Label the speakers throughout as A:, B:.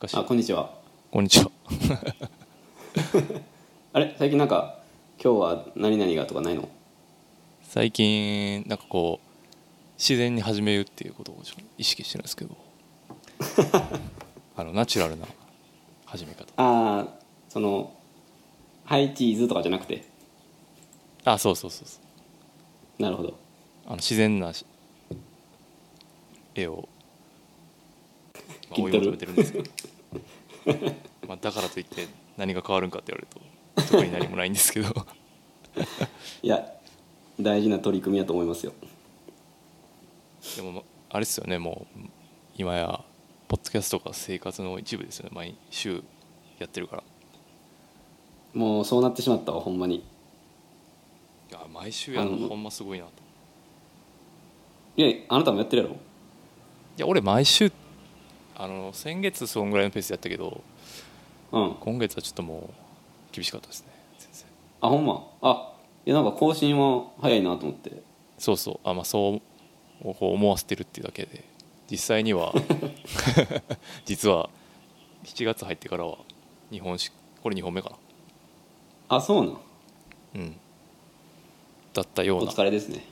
A: かし
B: あこんにちは
A: こんにちは
B: あれ最近なんか今日は何々がとかないの
A: 最近なんかこう自然に始めるっていうことをちょっと意識してるんです けどあのナチュラルな始め方
B: ああそのハイチーズとかじゃなくて
A: あそうそうそうそう
B: なるほど
A: あの自然なし絵を、まあ、
B: 切
A: 追
B: っ
A: い
B: とる
A: 求めてるんです けどまあだからといって何が変わるんかって言われると特に何もないんですけど
B: いや大事な取り組みだと思いますよ
A: でもまあれですよねもう今やポッドキャストが生活の一部ですよね毎週やってるから
B: もうそうなってしまったわほんまに
A: いや毎週やる
B: あの
A: のほんますごいなと
B: いやあなたもやってるやろ
A: いや俺毎週あの先月そんぐらいのペースでやったけど
B: うん
A: 今月はちょっともう厳しかったですね全然
B: あほんまあいやなんか更新は早いなと思って
A: そうそうあまあそうこう思わせてるっていうだけで実際に は実は7月入ってからは日本しこれ2本目か
B: あそうなん
A: なうんだったよう
B: お
A: な
B: 疲れですね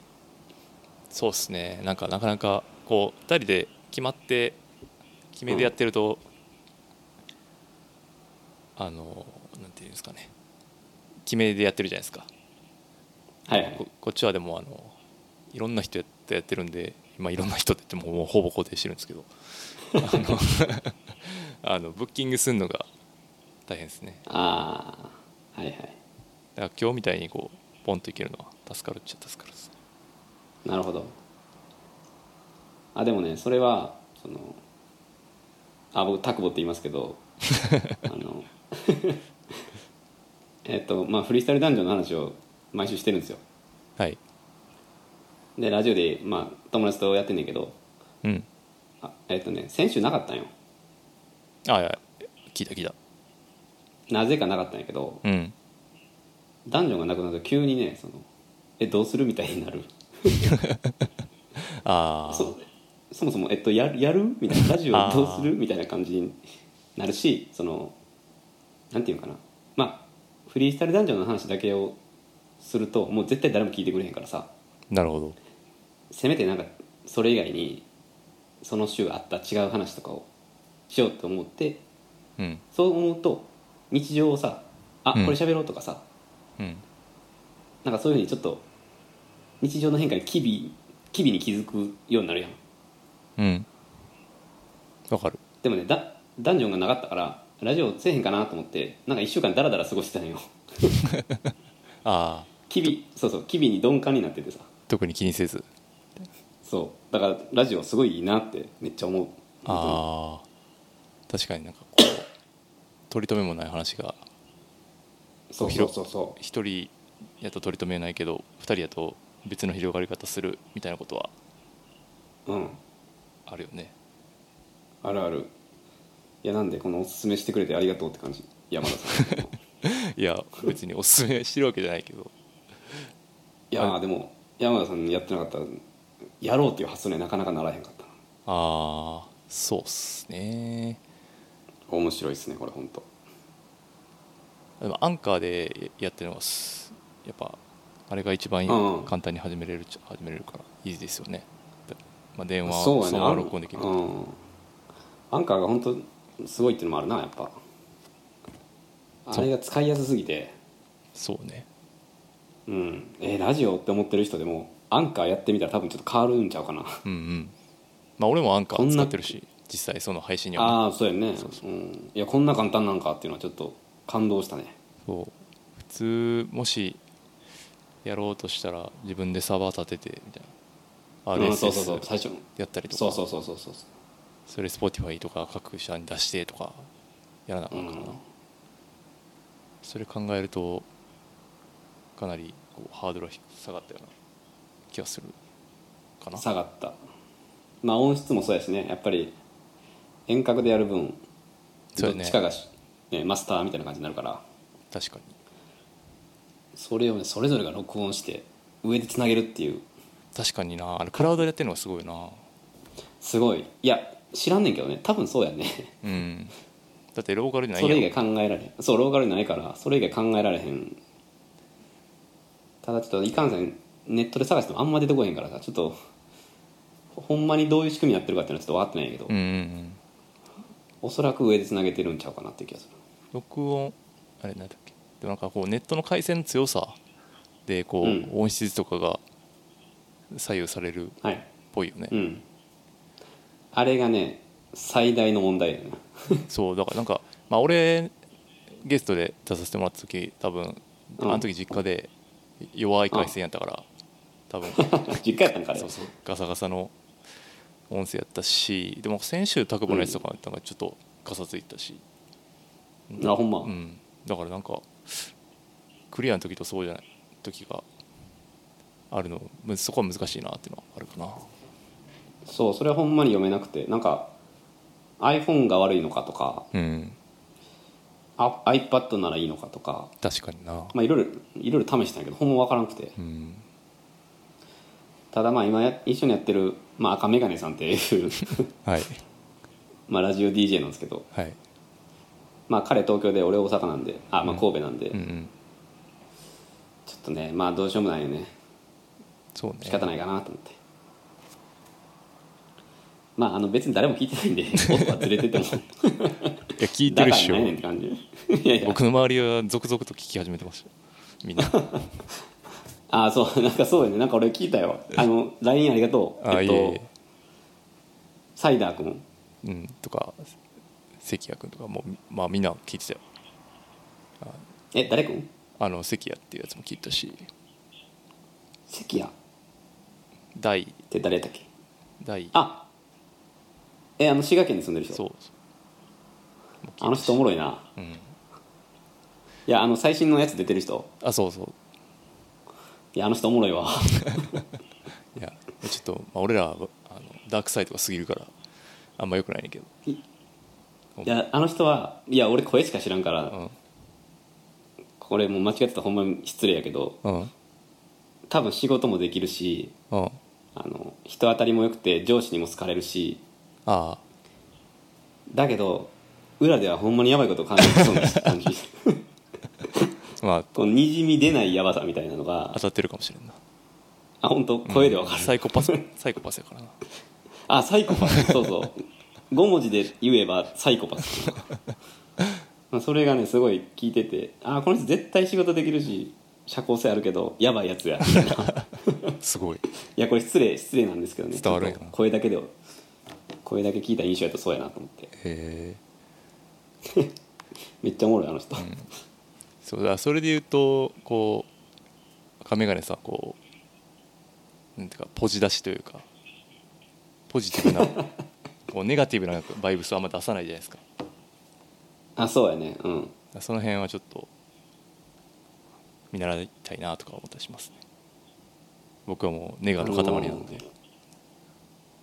A: そうですねなんかなかなかこう2人で決まって決めでやってると、あのなんていうんですかね決めでやってるじゃないですか
B: はいはい
A: ここっちはでもあのいろんな人やってやってるんで今いろんな人って言ってももうほぼ固定してるんですけど あのあのブッキングするのが大変ですね
B: ああはいはい
A: だから今日みたいにこうポンといけるのは助かるっちゃ助かるです
B: なるほどあでもねそれはそのあ僕タクボって言いますけどあの えっとまあフリースタイルダンジョンの話を毎週してるんですよ
A: はい
B: でラジオで、まあ、友達とやってんねんけど
A: うん
B: あえっとね先週なかったんよ
A: あいや聞いた聞いた
B: なぜかなかったんやけど
A: うん
B: ダンジョンがなくなると急にねそのえどうするみたいになる
A: ああ
B: そうそもそも、えっと、やるやるみたいなラジオ
A: あー
B: どうするみたいな感じになるしそのなんていうのかなまあフリースタイルダンジョンの話だけをするともう絶対誰も聞いてくれへんからさ
A: なるほど
B: せめてなんかそれ以外にその週あった違う話とかをしようと思って
A: うん
B: そう思うと日常をさあ
A: うん
B: これ喋ろうとかさ、
A: うん
B: なんかそういうふうにちょっと日常の変化に機微機微に気づくようになるやん
A: うんわかる
B: でもねダダンジョンがなかったからラジオせえへんかなと思ってなんか1週間ダラダラ過ごしてたんよ
A: ああ
B: 機微そうそう機微に鈍感になっててさ
A: 特に気にせず
B: そうだからラジオすごいいいなってめっちゃ思う本
A: ああ確かになんかこう取り留めもない話が
B: 当にそうそうそうそ
A: 一人やと取り留めないけど二人やと別の広がり方するみたいなことは
B: ううん
A: あるよね
B: あるあるいやなんでこのおすすめしてくれてありがとうって感じ山田さんい
A: いや別におすすめしてるわけじゃないけど
B: やーでも山田さんやってなかったらやろうっていう発想にはなかなかならへんかったな
A: ああそうっすね
B: 面白いっすねこれ本当
A: でもアンカーでやってるのがすやっぱあれが一番
B: うんうん
A: 簡単に始めれるっちゃ始めれるからいいですよね、まあ、電話
B: そうやね
A: そのまま録音できる
B: アンうん、アンカーが本当すごいっていうのもあるなやっぱあ
A: そう
B: れが使いやすすぎて
A: そうね
B: うんえーラジオって思ってる人でもアンカーやってみたら多分ちょっと変わるんちゃうかな
A: うんうんまあ俺もアンカ
B: こん
A: ー
B: な
A: 使ってるし実際その配信にはね
B: ああそうやねうん、いやこんな簡単なんかっていうのはちょっと感動したね
A: そう普通もしやろうとしたら自分でサーバー立ててみたいな
B: うんそうそうそう最
A: RSS
B: 初
A: やったりとか
B: そうそうそうそうそう
A: それ Spotify とか各社に出してとかやらなあかんからな、
B: うん
A: それ考えるとかなりこうハードルは下がったような気がするかな
B: 下がったまあ音質もそうやしねやっぱり遠隔でやる分
A: そう
B: ど
A: や
B: っ
A: ね
B: ちかがし、ねマスターみたいな感じになるから
A: 確かに
B: それをねそれぞれが録音して上でつなげるっていう
A: 確かになあれクラウドでやってるのがすごいな
B: すごいいや知らんねんけどね多分そうやね
A: うんだってローカ ルにない
B: そ
A: や
B: れ
A: ん
B: 以外考えられへんそうローカルないからそれ以外考えられへんただちょっといかんせんネットで探してもあんま出てこへんからさちょっとほんまにどういう仕組みになってるかっていうのはちょっと分かってないんやけど、
A: うんうんうん
B: おそらく上でつなげてるんちゃうかなっていう気がする
A: 録音あれなんだっけでもなんかこうネットの回線の強さでこう、
B: うん
A: 音質とかが左右されるっ
B: はい
A: ぽいよね、
B: うんあれがね最大の問題やな
A: そうだからなんかまあ俺ゲストで出させてもらった時多分あ
B: うん
A: の時実家で弱い回線やったから多分
B: 実家やったんかあれ
A: そうそうガサガサの音声やったしでも先週拓保のやつとかなんかちょっとガサついたし、
B: あほんま、
A: うん、だからなんかクリアの時とそうじゃない時があるのむそこは難しいなっていうのはあるかな
B: そうそれはほんまに読めなくてなんか iPhone が悪いのかとか
A: うん
B: あ iPad ならいいのかとか
A: 確かにな
B: まあいろいろいろいろ試したんやけどほんま分からなくて
A: うん
B: ただまあ今や一緒にやってる、まあ、赤眼鏡さんっていう
A: はい
B: まあラジオ DJ なんですけど、
A: はい
B: まあ、彼東京で俺大阪なんであまあ神戸なんで、
A: うんうん
B: ちょっとねまあどうしようもないよね
A: そうね
B: 仕方ないかなと思って、まああの別に誰も聞いてないんで音はずれ てても
A: いや聞いてるっし
B: だからないね
A: ょ
B: んって感じいやいや
A: 僕の周りは続々と聞き始めてましたみ んな
B: ああそう なんかそうやねなんか俺聞いたよあの LINE ありがとう
A: あ
B: えっ
A: い
B: と
A: えい
B: サイダー君
A: えうんとか関谷君とかもまあみんな聞いてたよ
B: え誰君
A: あの関谷っていうやつも聞いたし
B: 関谷っ
A: 大
B: て誰だっけ
A: 大
B: あえあの滋賀県に住んでる人
A: そう
B: あの人おもろいな
A: うん
B: いやあの最新のやつ出てる人
A: あそうそう
B: いやあの人おもろ いわ
A: いやちょっと、まあ、俺らはあのダークサイドが過ぎるからあんまよくないねんけど、
B: いやあの人はいや俺声しか知らんから、
A: う
B: これもう間違ってたらほんまに失礼やけど
A: んうん
B: 多分仕事もできるし
A: うんあ
B: あの人当たりも良くて上司にも好かれるし
A: あ
B: だけど裏ではほんまにやばいことを考えてそうな感じ
A: まあ
B: このにじみ出ないやばさみたいなのが
A: 当たってるかもしれんな
B: あ本当声でわかる、
A: サイコパスサイコパスやからな
B: あサイコパスそうそう5文字で言えばサイコパス まあそれがねすごい聞いててあこの人絶対仕事できるし社交性あるけどやばいやつや みたいない
A: すごい
B: やこれ失礼失礼なんですけどね
A: 伝わるんやな
B: ちょっと声だけで声だけ聞いた印象やとそうやなと思って
A: へえ
B: めっちゃおもろいあの人、
A: そうだそれで言うとこう赤眼鏡さんこうなんていうかポジ出しというかポジティブなこうネガティブなバイブスはあんま出さないじゃないですか
B: あそうやねうん
A: その辺はちょっと見習いたいなとか思ったりしますね僕はもうネガの塊なんで、
B: あのー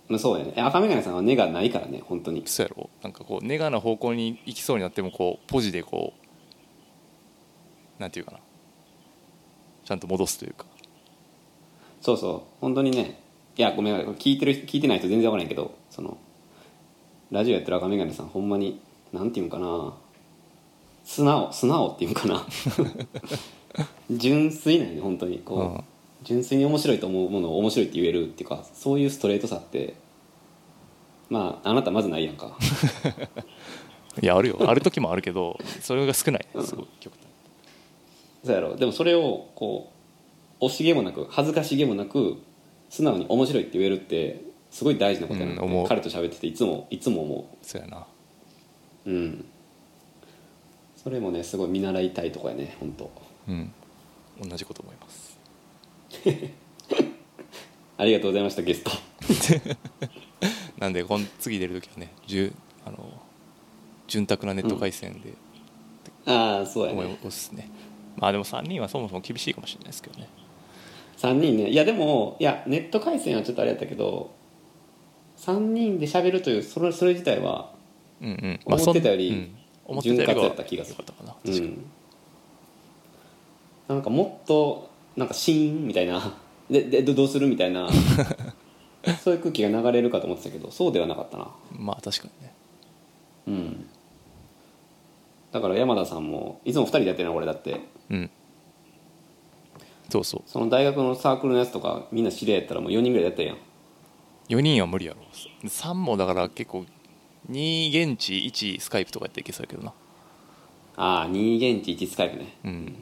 B: まあそうやねえ赤眼鏡さんは根がないからね本当に
A: そうやろなんかこうネガな方向に行きそうになってもこうポジでこうなんていうかなちゃんと戻すというか
B: そうそう本当にねいやごめんこれ聞いてる人聞いてない人全然わからないけどそのラジオやってる赤眼鏡さんほんまになんていうんかな素直素直っていうん かな純粋なんよね本当にこう、
A: うん
B: 純粋に面白いと思うものを面白いって言えるっていうかそういうストレートさってまああなたまずないやん か
A: いやあるよある時もあるけどそれが少ないすごい極端
B: そうやろでもそれをこう惜しげもなく恥ずかしげもなく素直に面白いって言えるってすごい大事なことやなって、
A: うん思う
B: 彼と喋ってていつもいつも思う
A: そうやな
B: うんそれもねすごい見習いたいとこやね本当
A: うん同じこと思います
B: ありがとうございましたゲスト
A: なんでこん次出る時はねじゅあの潤沢なネット回線で、
B: ああそうや
A: 思い
B: ね
A: ますすねまあでも3人はそもそも厳しいかもしれないですけどね
B: 3人ねいやでもいやネット回線はちょっとあれやったけど3人で喋るというそれそれ自体は
A: うんうん
B: 思ってたより
A: そんうん思ってたより
B: 潤
A: は
B: 滑やった気がする
A: 良かったかな
B: う
A: 確かに
B: んなんかもっとなんかシーンみたいな ででどどうするみたい なそういう空気が流れるかと思ってたけどそうではなかったな
A: まあ確かにね
B: うんだから山田さんもいつも2人でやってるなこれだって
A: うんそうそう
B: その大学のサークルのやつとかみんな知り合いやったらもう4人ぐらいでやったや
A: 4
B: ん
A: 人は無理やろ3もだから結構2現地1スカイプとかやっていけそうやけどな
B: ああ2現地1スカイプね
A: うん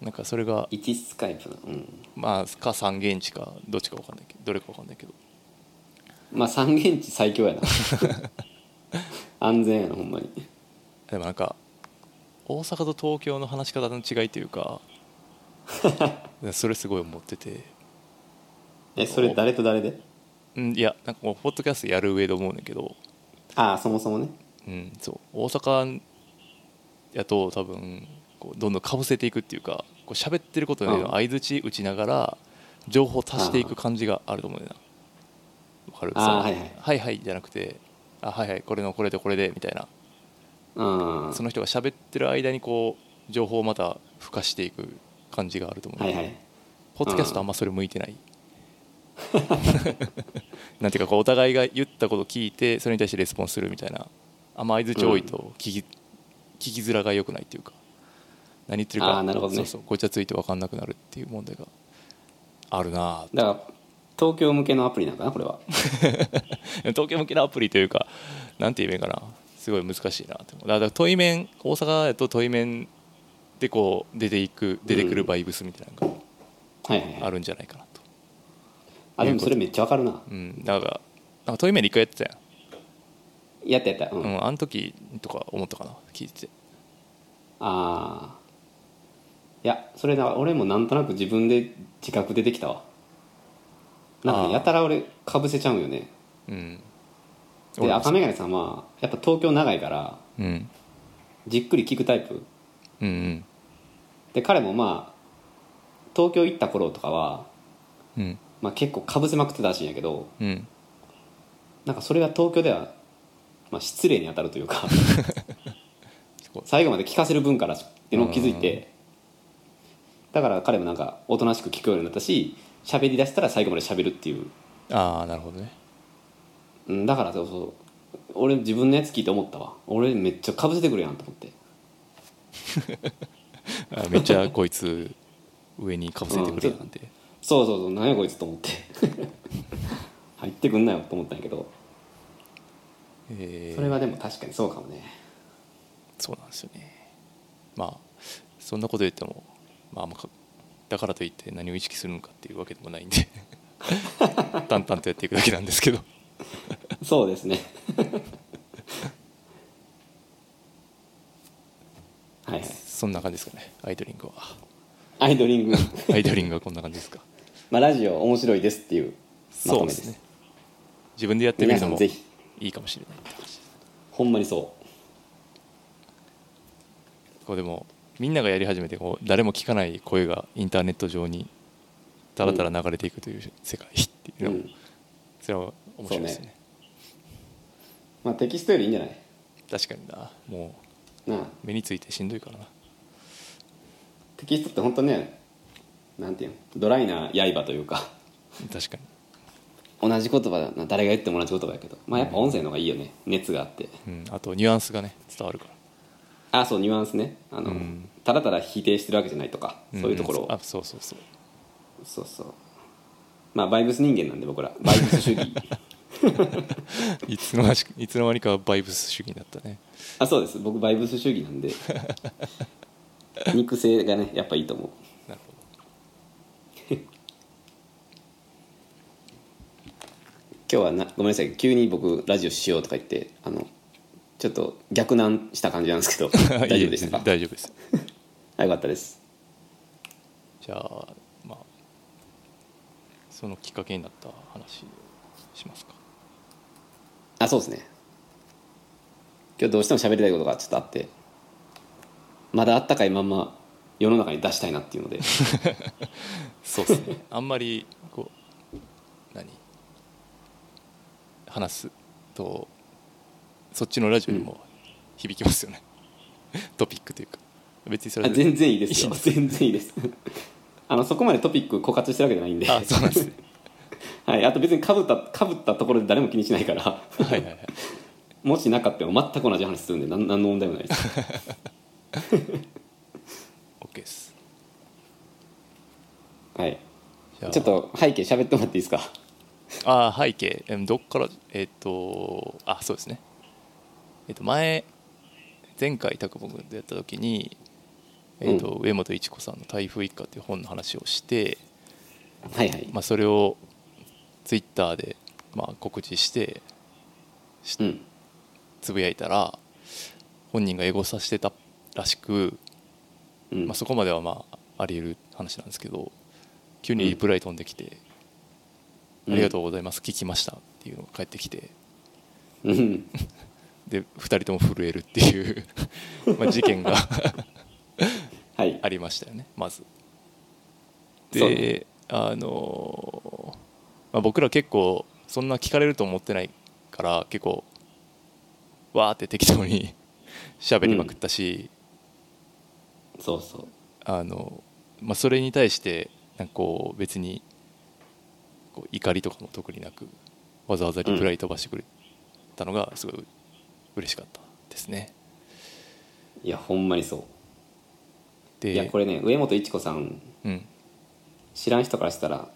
A: なんかそれが
B: 1スカイプうん
A: まあか3現地かどっちか分かんないけどどれか分かんないけど
B: まあ3現地最強やな 安全やなほんまに
A: でもなんか大阪と東京の話し方の違いという かそれすごい思ってて、
B: えそれ誰と誰で
A: うん、いやなんかもうポッドキャストやる上で思うねんだけど、
B: ああそもそもね
A: うん、そう大阪やと多分こうどんどんかぶせていくっていうかこう喋ってることで
B: うん
A: 相づち打ちながら情報足していく感じがあると思うねんだよなわかる
B: あー
A: その
B: はいはい
A: はいはいじゃなくてあはいはいこれのこれでこれでみたいな
B: うん
A: その人が喋ってる間にこう情報をまた付加していく感じがあると思う、
B: はいはい
A: ポッドキャストあんまそれ向いてない、なんていうかこうお互いが言ったことを聞いてそれに対してレスポンスするみたいなあんま相づち多いと聞き,、聞きづらが良くないっていうか何言ってる
B: あ
A: か
B: ーなるほどね
A: そうそうごちゃついて分かんなくなるっていう問題があるなぁ
B: だから東京向けのアプリなんかなこれは
A: 東京向けのアプリというかなんて言えばいいかなすごい難しいなって思うだから対面大阪やと対面でこう出ていく出てくるバイブスみたいなの
B: はいはい
A: が
B: は
A: あ
B: い
A: るんじゃないかなと、
B: あでもそれめっちゃわかるな
A: うん、だからなんか対面で一回やってたやん
B: やったやったうん、
A: う
B: あ
A: ん、あの時とか思ったかな聞いてて
B: あーいやそれな俺もなんとなく自分で自覚出てきたわなんか
A: あ
B: ね
A: ー
B: やたら俺かぶせちゃうんよね
A: うん
B: で赤眼鏡さんはやっぱ東京長いから
A: うん
B: じっくり聞くタイプ
A: うんうん
B: で彼もまあ東京行った頃とかは、
A: うん
B: まあ、結構かぶせまくってたらしいんやけど
A: うん
B: なんかそれが東京では、まあ、失礼に当たるとい うか
A: ごい
B: 最後まで聞かせる文化らしっていうのを気づいてだから彼もなんかおとなしく聞くようになったし喋りだしたら最後まで喋るっていう、
A: ああなるほどね
B: うん、だからそうそう俺自分のやつ聞いて思ったわ俺めっちゃかぶせてくるやんと思って
A: あめっちゃこいつ上にかぶせてくれやなんて
B: そうそうそう何やこいつと思って 入ってくんなよと思ったんやけど
A: え
B: それ
A: ー
B: はでも確かにそうかもね
A: そうなんですよねまあそんなこと言ってもまああんまかだからといって何を意識するのかっていうわけでもない んで淡々とやっていくだけなんですけど
B: そうですね はいはい
A: そんな感じですかねアイドリングは
B: アイドリング
A: アイドリングはこんな感じですか
B: まあラジオ面白いですっていうま
A: そ
B: と
A: うで
B: めです
A: すね自分でやってみ
B: 皆
A: る
B: さ
A: の
B: ん
A: も
B: ぜひ
A: いいかもしれないって感じです
B: ほんまにそう
A: こうでもみんながやり始めてこう誰も聞かない声がインターネット上にたらたら流れていくという世界っていうのも、
B: うん
A: それは面白いですね
B: まあテキストよりいいんじゃない
A: 確かになも
B: なあ
A: う目についてしんどいからな
B: テキストって本当ねなんていうのドライな刃というか
A: 確かに
B: 同じ言葉だな誰が言っても同じ言葉やけどまあやっぱ音声の方がいいよね熱があって
A: うん、あとニュアンスがね伝わるから
B: あそうニュアンスねあの、
A: うん
B: ただただ否定してるわけじゃないとかそういうところを、
A: んあそうそうそう
B: そうそうまあバイブス人間なんで僕らバイブス 主義
A: いつの間しいつの間にか バイブス主義になったね
B: あそうです僕バイブス主義な んで肉声がねやっぱいいと思う
A: なるほど
B: 今日はなごめんなさい急に僕ラジオしようとか言ってあのちょっと逆難した感じなんで すけど大丈夫でした
A: いえ
B: か
A: 大丈夫です
B: あよかったです
A: じゃあまあそのきっかけになった話をしますか
B: あそうですね今日どうしても喋りたいことがちょっとあってまだあったかいまんま世の中に出したいなっていう ので
A: そうですね あんまりこう何話すとそっちのラジオにも響きますよね、 トピックというか別にそれ
B: あ
A: は
B: 全然いいです
A: いい
B: よ
A: で
B: 全然いいです あのそこまでトピック枯渇してるわけじゃないんで
A: あそうなんですね
B: はい、あと別にかぶったかぶったところで誰も気にしないから
A: はいはいはい
B: もしなかったら全く同じ話するんでなん何の問題もないです
A: OK です
B: はい
A: じゃあ
B: ちょっと背景喋ってもらっていいですか
A: ああ背景えどっからえっ、とあそうですねえっ、と前前回たくぼくんとやった時に、えっと上本一子さんの「台風一過」っていう本の話をして、
B: はいはい、
A: まあ、それをツイッターで、まあ、告知してし
B: うん
A: つぶやいたら本人がエゴさしてたらしく、
B: うん
A: まあ、そこまではまああり得る話なんですけど急にリプライ飛んできて「
B: うん
A: ありがとうございます聞きました」っていうのが返ってきて
B: うん
A: で2人とも震えるっていう まあ事件が
B: はい
A: ありましたよねまず。
B: そう
A: であのーまあ、僕ら結構そんな聞かれると思ってないから結構わーって適当に 喋りまくったし、
B: そうそう
A: あのまあ、それに対してなんかこう別にこう怒りとかも特になくわざわざリプライ飛ばしてくれたのがすごい嬉しかったですね。
B: いやほんまにそう、
A: で
B: いやこれね上本一子さん
A: うん
B: 知らん人からしたら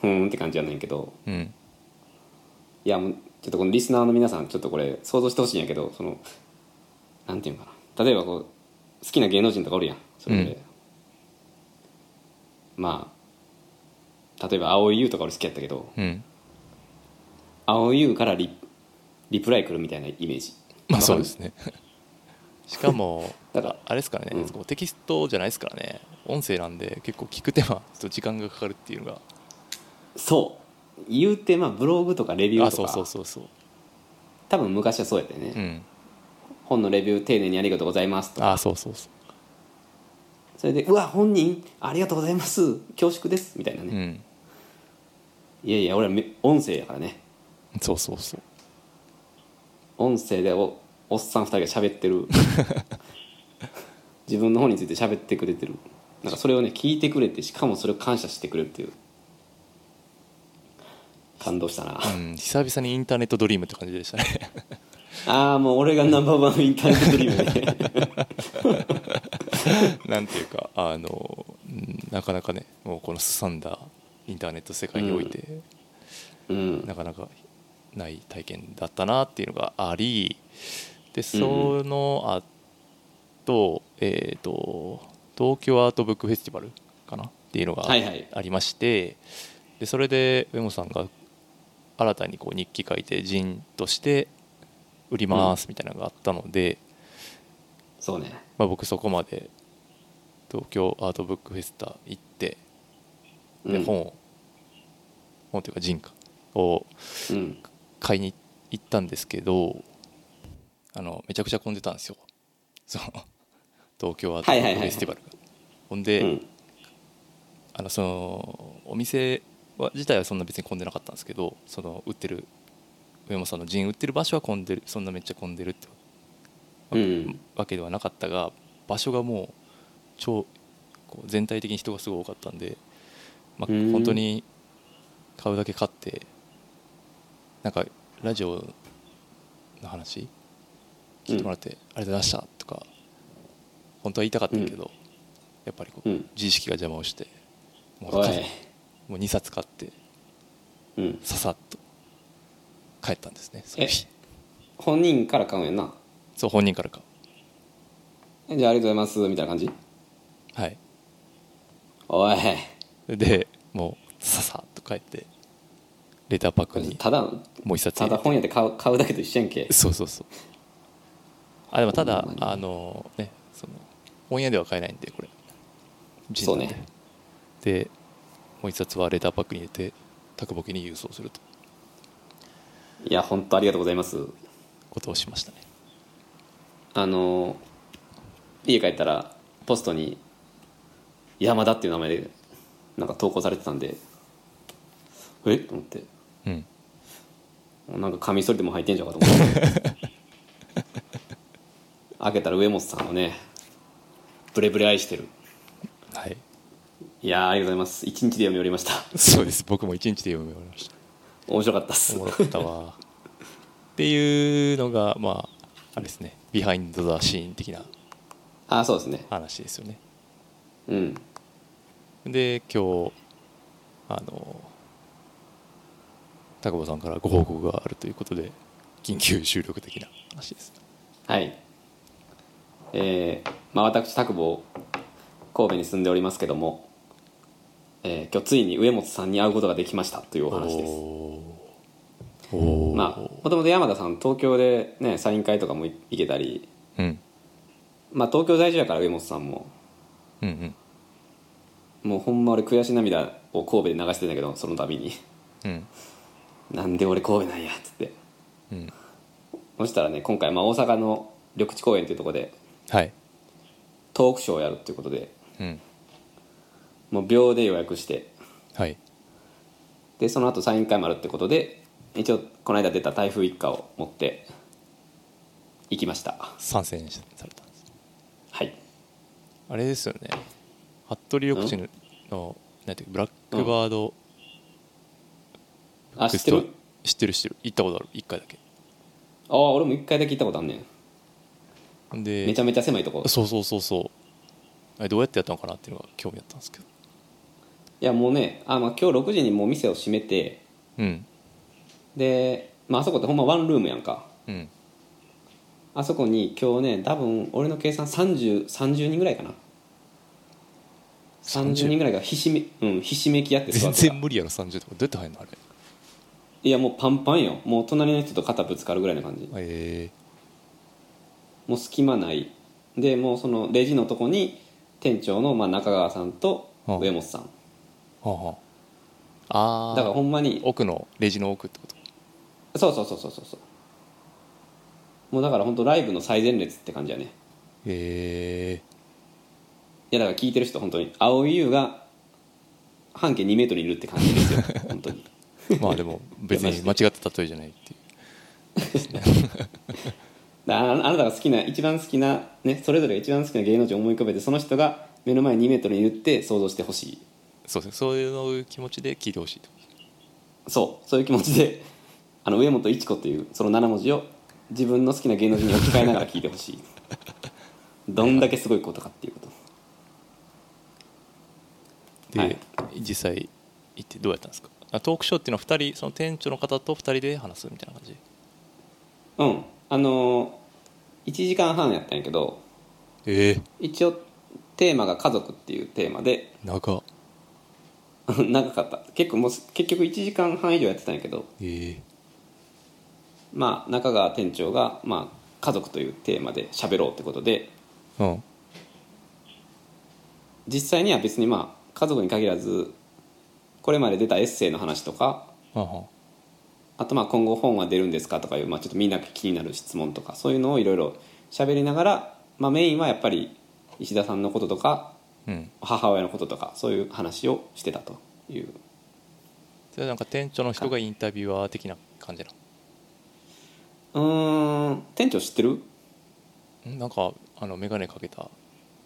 B: ふーんって感じじゃないけど
A: うん
B: いやもうちょっとこのリスナーの皆さんちょっとこれ想像してほしいんやけどそのなんていうのかな例えばこう好きな芸能人とかおるやんそれで、まあ例えば蒼井優とか俺好きやったけど
A: うん
B: 蒼井優からリリプライ来るみたいなイメージ
A: まあ
B: わかる
A: そうですねしかも
B: だから
A: ああれですからね、
B: うん
A: こうテキストじゃないですからね音声なんで結構聞く手間と時間がかかるっていうのが
B: そう言うてまあブログとかレビュー
A: あ
B: と
A: そう
B: か
A: そうそうそう
B: 多分昔はそうやったよね、
A: うん
B: 本のレビュー丁寧にありがとうございますとか
A: あそうそうそ
B: それで「うわ本人ありがとうございます恐縮です」みたいな
A: う
B: ね、
A: うん
B: いやいや俺はめ音声やからね
A: そうそうそう
B: 音声でおおっさん2人が喋っ てる自分の方について喋ってくれてるなんかそれをね聞いてくれてしかもそれを感謝してくれるっていう感動したな
A: うん久々にインターネットドリームって感じでしたね
B: ああもう俺がナンバーワンインターネットドリームね
A: なんていうかあの、うんなかなかねもうこのすさんだインターネット世界において、
B: うん
A: なかなかない体験だったなっていうのがありでその後、えっ、と東京アートブックフェスティバルかなっていうのが
B: はいはい
A: ありまして、でそれで上本さんが新たにこう日記書いて人として売りますみたいなのがあったので、
B: そうね
A: まあ、僕そこまで東京アートブックフェスタ行ってで
B: うん
A: 本を、本というか人かを
B: うん
A: 買いに行ったんですけどあのめちゃくちゃ混んでたんですよその東京アートフ
B: はいはいはいはい
A: ェスティバルが。ほんで、
B: うん
A: あのそのお店は自体はそんな別に混んでなかったんですけどその売ってる上本さんの陣売ってる場所は混んでるそんなめっちゃ混んでるって
B: うん
A: わけではなかったが場所がもう超こう全体的に人がすごい多かったんで、まあ、
B: うん
A: 本当に買うだけ買ってなんかラジオの話聞いてもらって「ありがとうございました」とか本当は言いたかったけど、やっぱりこう、
B: うん
A: 自意識が邪魔をしてもう
B: おい
A: 買もう2冊買って
B: うん
A: ささっと帰ったんですねその日
B: 本人から買うんやんな
A: そう本人からか
B: えじゃあありがとうございますみたいな感じ
A: はい
B: おい
A: でもうささっと帰ってレターパックに
B: ただ
A: もう一冊
B: た
A: 入れ
B: だ
A: て
B: 本屋で買う買うだけと一緒やんけ
A: そうそうそうあでもただ
B: ほんまに
A: あのねその本屋では買えないんでこれジ
B: そう
A: ンなんで
B: ね
A: でもう一冊はレターパックに入れて宅ボケに郵送すると
B: いや本当ありがとうございます
A: ことをしましたね
B: あの家帰ったらポストに山田っていう名前でなんか投稿されてたんでえっと思って
A: うん
B: なんかカミソリでも入ってんじゃんかと思って 開けたら上本さんのねブレブレ愛してる
A: はい
B: いやーありがとうございます一日で読み終わりました
A: そうです僕も一日で読み終わりまし
B: 面白かったったす
A: おもろかったわっていうのがまああれですねビハインド・ザ・シーン的な
B: あそうですね
A: 話ですよね
B: うん
A: で今日あの高保さんからご報告があるということで緊急収録的な話です
B: はいえーまあ私田久保神戸に住んでおりますけども、えー今日ついに上本さんに会うことができましたというお話です
A: おーおー
B: まあもともと山田さん東京でねサイン会とかも行けたり
A: うん
B: まあ東京在住やから上本さんも
A: うんうん
B: もうほんま俺悔し涙を神戸で流してんだけどその度に
A: うん
B: なんで俺神戸なんやっつって
A: うん
B: そしたらね今回まあ大阪の緑地公園というところで
A: はい
B: トークショーをやるっていうことで
A: うん
B: もう秒で予約して
A: はい
B: でその後サイン会もあるってことで一応この間出た台風一過を持って行きました
A: 参戦されたんです
B: はい
A: あれですよね服部緑地ののなんていうかブラックバード
B: あ知ってる
A: 知ってる知ってる行ったことある1回だけ
B: ああ俺も一回だけ行ったことあんねん
A: で
B: めちゃめちゃ狭いとこ
A: そうそうそうそうあれどうやってやったのかなっていうのが興味あったんですけど
B: いやもうねあ、まあ、今日6時にもう店を閉めて
A: うん
B: で、まああそこってほんまワンルームやんか
A: うん
B: あそこに今日ね多分俺の計算 30, 30人ぐらいかな30人ぐらいがひしめ,、うん、ひしめき合って座
A: 全
B: ってた
A: 然無理やろ30とかどうやって入るのあれ
B: いやもうパンパンよもう隣の人と肩ぶつかるぐらいの感じ
A: え
B: もう隙間ないでもうそのレジのとこに店長のまあ中川さんと
A: うん
B: 上本さん
A: ー、はあはああ
B: だから
A: ー
B: ほんまに
A: 奥のレジの奥ってこと
B: そうそうそうそうそうそうもうだから本当ライブの最前列って感じやね
A: え
B: いやだから聞いてる人本当に蒼井優が半径2メートルいるって感 じですよ本当に
A: ー、まあで も別に間違った例えじゃないっていう
B: だからあなあなたが好きな一番好きなねそれぞれが一番好きな芸能人を思い浮かべてその人が目の前に2メートルにいるって想像してほしい
A: そうですねそういう気持ちで聞いてほしいと
B: そうそういう気持ちで あの上本一子というその7文字を自分の好きな芸能人に置き換えながら聞いてほしいどんだけすごいことかっていうこと
A: で、
B: はい
A: 実際行ってどうやったんですかあトークショーっていうのは2人その店長の方と2人で話すみたいな感じ
B: うんあのー、1時間半やったんやけど
A: ええ
B: 一応テーマが「家族」っていうテーマで
A: 長っ
B: 長かった結構もう結局1時間半以上やってたんやけど
A: ええ
B: まあ中川店長が、まあ「家族」というテーマで喋ろうってことで
A: うん
B: 実際には別にまあ家族に限らずこれまで出たエッセイの話とか
A: あは
B: あとまあ今後本は出るんですかとかいう、まあ、ちょっとみんな気になる質問とかそういうのをいろいろ喋りながら、まあ、メインはやっぱり石田さんのこととか
A: うん
B: 母親のこととかそういう話をしてたという
A: それはなんか店長の人がインタビュアー的な感じな
B: うーん店長知ってる
A: んなんかあの眼鏡かけた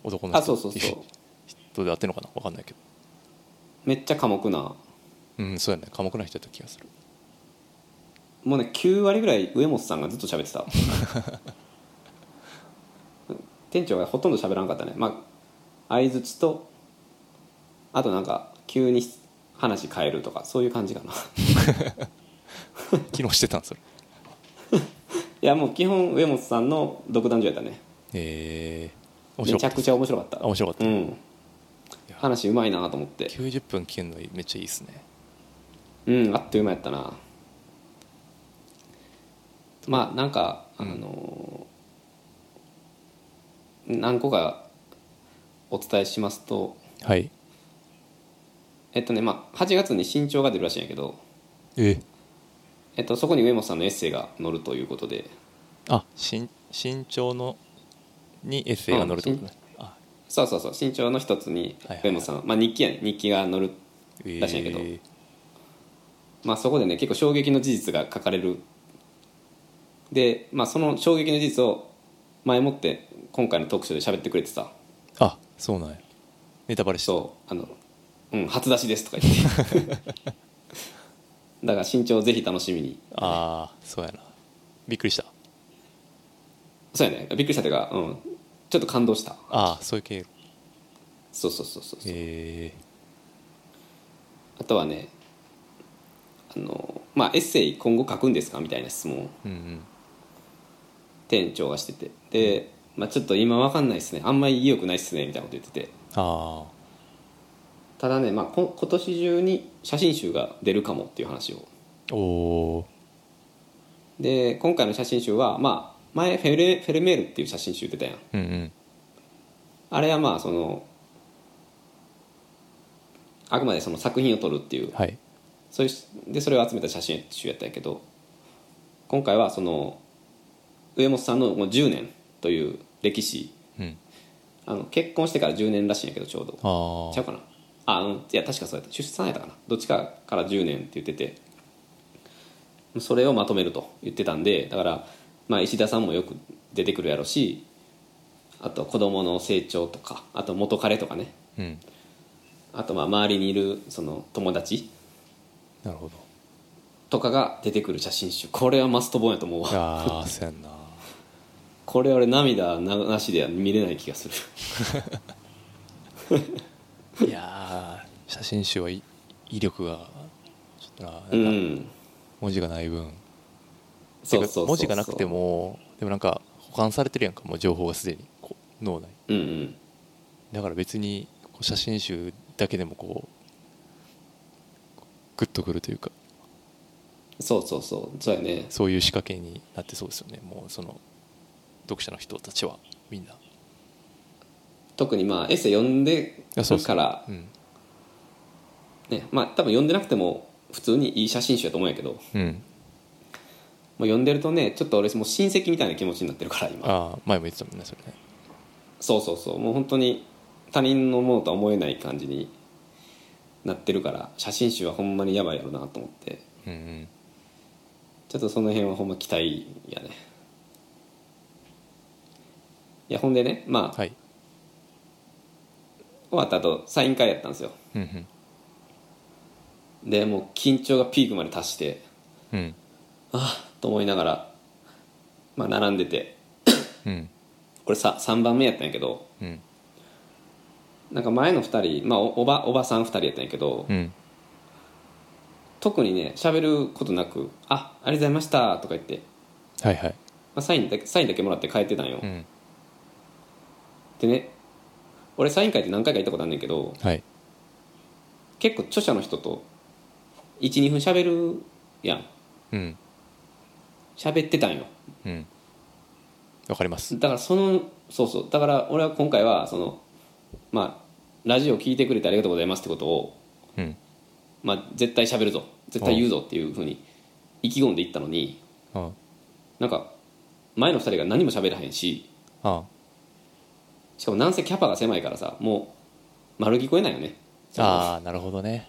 A: 男の人
B: あそうそう
A: ってい
B: そう
A: 人であってんのかなわかんないけど
B: めっちゃ寡黙な
A: うんそうやね寡黙な人だった気がする
B: もうね9割ぐらい上本さんがずっと 喋ってた店長がほとんど喋らなかったねまあ相づちとあとなんか急に話変えるとかそういう感じか ない
A: 昨日してたんそれ
B: やもう基本上本さんの独壇場やったね
A: ええ面白
B: めち
A: か
B: ゃ
A: った
B: くちゃ面白かった
A: あ面白かった
B: うん
A: や
B: 話うまいなと思って
A: 90分聞けるのめっちゃいいっすね
B: うんあっという間やったなまあなんかあの何個かお伝えしますと
A: はい
B: えっとねまあ8月に新潮が出るらしいんやけど、
A: ええ
B: えっと、そこに上本さんのエッセイが載るということで
A: あ新新潮のにエッセイが載るってことね、あ
B: そうそうそう新潮の一つに
A: はいはいはい
B: 上本さんの、まあ、日記やね日記が載る、
A: ええ
B: らしいんやけどまあ、そこでね結構衝撃の事実が書かれるで、まあ、その衝撃の事実を前もって今回のトークショーで喋ってくれてさ
A: あそうなんやネタバレした
B: そうあのうん初出しですとか言って だから身長ぜひ楽しみに
A: ああそうやなびっくりした
B: そうやねびっくりしたというか、うん、ちょっと感動した
A: ああそういう系
B: そうそうそうそう、
A: え
B: あとはねあのまあエッセイ今後書くんですかみたいな質問を
A: ー、うんうん
B: 店長がしててで、まあ、ちょっと今わかんないですねあんまり意欲ないっすねみたいなこと言ってて
A: ああ
B: ただね、まあ、こ今年中に写真集が出るかもっていう話を
A: おー
B: で今回の写真集は、まあ、前フェルフェルメールっていう写真集出たやん
A: うんうん
B: あれはまあそのあくまでその作品を撮るっていう
A: はい
B: そういうでそれを集めた写真集やったんやけど今回はその上本さんのもう10年という歴史
A: うん
B: あの結婚してから10年らしいんやけどちょうど
A: あ
B: ちゃ
A: あ
B: うかなあうんいや確かそうやった出産やったかなどっちかから10年って言っててそれをまとめると言ってたんでだから、まあ、石田さんもよく出てくるやろしあと子供の成長とかあと元彼とかね
A: うん
B: あとまあ周りにいるその友達
A: なるほど
B: とかが出てくる写真集これはマスト本やと思うわ
A: ああそうやんな
B: これ俺涙ななしでは見れない気がする
A: いやー写真集はい威力がちょっとななんか
B: うん
A: 文字がない分
B: そうそ
A: てか
B: うそう
A: 文字がなくてもでもなんか保管されてるやんかもう情報がすでにこう脳内
B: うんうん
A: だから別にこう写真集だけでもこうグッとくるというか
B: そうそうそうそうやね
A: そういう仕掛けになってそうですよねもうその読者の人たちはみんな
B: 特にまあエッセイ読んで
A: あそうそう
B: から
A: うん、
B: ねまあ多分読んでなくても普通にいい写真集やと思うんやけどもう
A: うん、
B: 読んでるとねちょっと俺もう親戚みたいな気持ちになってるから今
A: ああ前も言ってたもんねそれね
B: そうそうそうもう本当に他人のものとは思えない感じになってるから写真集はほんまにやばいやろなと思って
A: うんうん
B: ちょっとその辺はほんま期待やねいやほんでねまあ、
A: はい
B: 終わった後サイン会やったんですよ
A: うんうん
B: でもう緊張がピークまで達して
A: うん
B: ああと思いながらまあ並んでて
A: うん
B: これさ3番目やったんやけど
A: うん
B: なんか前の2人、まあ、おおばおばさん2人やったんやけど、
A: うん
B: 特にね喋ることなく「あありがとうございました」とか言って、
A: はいはい
B: まあ、サインだけサインだけもらって帰ってたんよ、
A: うん
B: でね俺サイン会って何回か行ったことあんねんけど
A: はい
B: 結構著者の人と12分喋るやん
A: うん
B: 喋ってたんよ
A: うんわかります
B: だからそのそうそうだから俺は今回はそのまあラジオ聞いてくれてありがとうございますってことを、
A: うん
B: まあ、絶対喋るぞ絶対言うぞっていうふうに意気込んでいったのに、
A: あ
B: なんか前の2人が何も喋らへんし
A: あ
B: しかもなんせキャパが狭いからさもう丸聞こえないよねその
A: ああなるほどね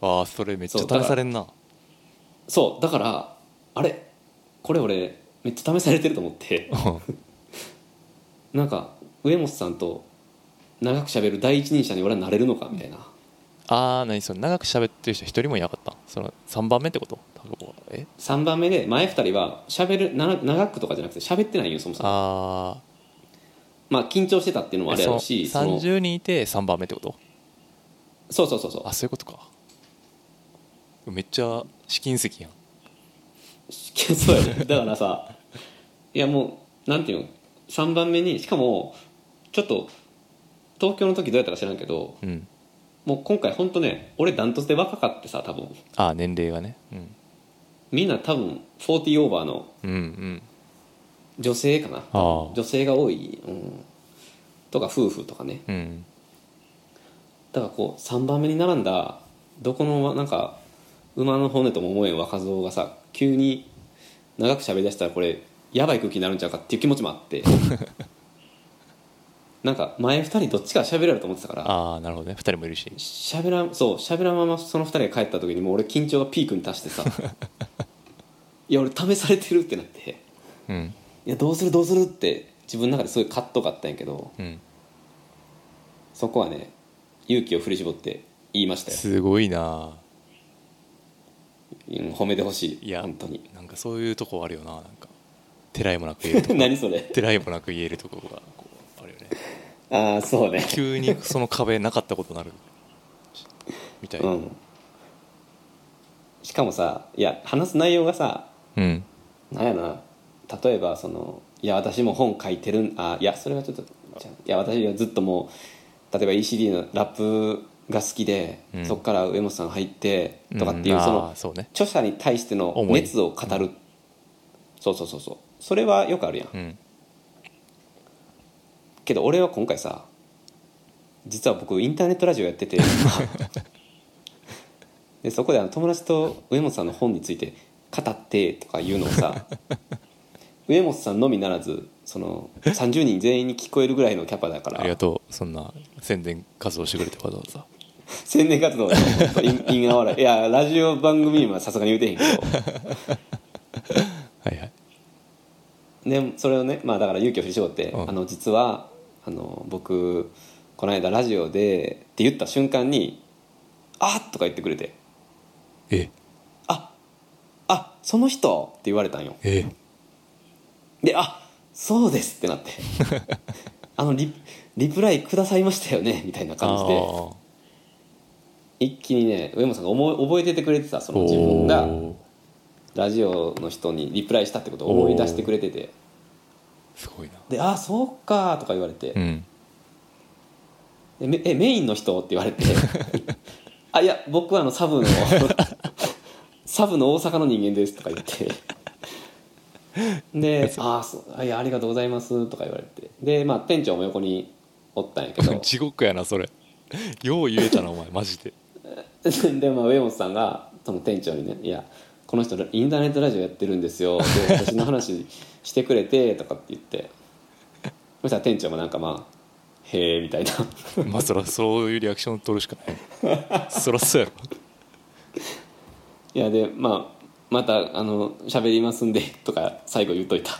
A: ああそれめっちゃ
B: そうだから
A: 試されんな
B: そうだからあれこれ俺めっちゃ試されてると思って なんか上本さんと長く喋る第一人者に俺はなれるのかみたいな
A: ああ何その長く喋ってる人一人もいなかったその3番目ってことタコはえ
B: 3番目で前2人は喋るな長くとかじゃなくて喋ってないよそもそも
A: あ
B: まあ緊張してたっていうのも
A: あ
B: あれやろうしその
A: 30人いて3番目ってこと
B: そうそうそうそう
A: あそういうことかめっちゃ試金石やん
B: そうやねだからさいやもうなんていうの3番目にしかもちょっと東京の時どうやったか知らんけど
A: うん
B: もう今回ほんとね俺ダントツで若かってさ多分
A: ああ年齢がね、うん、
B: みんな多分40オーバーの
A: うんうん
B: 女性かな
A: ああ
B: 女性が多い、うん、とか夫婦とかね
A: うん
B: だからこう3番目に並んだどこのなんか馬の骨とも思えん若造がさ急に長く喋りだしたらこれやばい空気になるんちゃうかっていう気持ちもあってなんか前2人どっちか喋れると思ってたから
A: ああなるほどね2人もいるし
B: 喋らんそう喋らんままその2人が帰った時にもう俺緊張がピークに達してさいや俺試されてるってなって
A: うん
B: いやどうするどうするって自分の中ですごい葛藤があったんやけど
A: うん
B: そこはね勇気を振り絞って言いましたよ
A: すごいな
B: うん褒めてほしい
A: いや
B: 本当に
A: なんかそういうとこあるよななんかてらいもなく言えるとこ
B: 何それ
A: てらいもなく言えるとこがこうあるよね
B: ああそうね
A: 急にその壁なかったことになるみたいうな、
B: んしかもさいや話す内容がさ
A: うん、
B: なんやろな例えばそのいや私も本書いてるんあいやそれはちょっとじゃあいや私はずっともう例えば ECD のラップが好きで、
A: うん
B: そこから上本さん入ってとかっていう、
A: んあー
B: その
A: そうね
B: 著者に対しての
A: 思い
B: 熱を語る、そうそうそうそうそれはよくあるやん、
A: うん
B: けど俺は今回さ実は僕インターネットラジオやって てでそこであの友達と上本さんの本について語ってとか言うのを さ上本さんのみならずその30人全員に聞こえるぐらいのキャパだ
A: あ
B: か
A: り
B: ら
A: がとうそんな宣伝活動してくれてわざわざ
B: 宣伝活動で本当に因果笑いいやラジオ番組にはさすがに言うてへんけ ど
A: はいはい
B: でそれをねまあだから勇気を振り絞って、
A: うん
B: あの実はあの僕この間ラジオでって言った瞬間に「あっ!」とか言ってくれて
A: え
B: 「ああその人!」って言われたんよ
A: え
B: で「あそうです」って なって「あのリリプライくださいましたよね」みたいな感じで
A: あ
B: 一気にね上本さんが思い覚えててくれてたそ
A: ー
B: の自分が
A: おー
B: ラジオの人にリプライしたってことを思い出してくれてて
A: すごいな
B: 「であそうか」とか言われて
A: うん
B: えめえメインの人って言われてあいや僕はあのサブの サブの大阪の人間ですとか言ってで「ああそうあいやありがとうございます」とか言われてでまあ店長も横におったんやけど
A: 地獄やなそれよう言えたなお前マジで
B: でまあ上本さんがその店長にね「いやこの人インターネットラジオやってるんですよで私の話してくれて」とかって言ってそしたら店長もなんかまあ「へえ」みたいな。
A: まあそらそういうリアクション取るしかないそらそうやろ
B: いやでまあまたあの喋りますんでとか最後言っとい た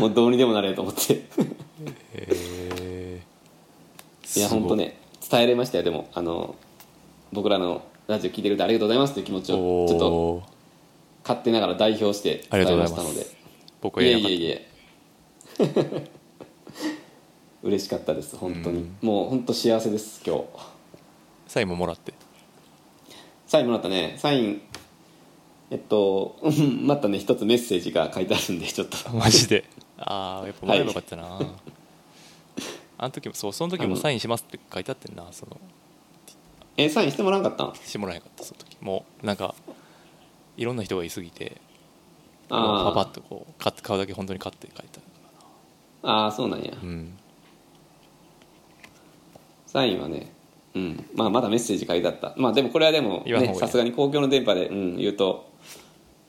B: もうどうにでもなれと思って
A: へえ
B: いや本当ね伝えれましたよでもあの僕らのラジオ聞いてくれてありがとうございますという気持ち
A: ち
B: をちょっと勝手ながら代表して
A: あり
B: 伝
A: がと
B: え
A: うござ
B: ま
A: います
B: したので
A: 僕はい
B: え
A: や
B: いえいえ 嬉しかったです本当に
A: うん
B: もう本当幸せです今日
A: サインももらって
B: サインもらったねサインえっと うんまたね一つメッセージが書いてあるんでちょっと
A: マジでああやっぱもらえばよかったな、あの時もそうその時もサインしますって書いてあってんなその
B: えサインしてもらわんかったん
A: してもらえなかったその時もうなんかいろんな人がいすぎて
B: あ
A: パ
B: ー
A: パッとこう買って買うだけ本当に買って書いてあ
B: あーそうなんや、
A: るうん
B: サインはねうんまあまだメッセージ書いてあったまあでもこれはでも
A: 言わん方
B: ね
A: がいい
B: さすがに公共の電波で、うん、言うと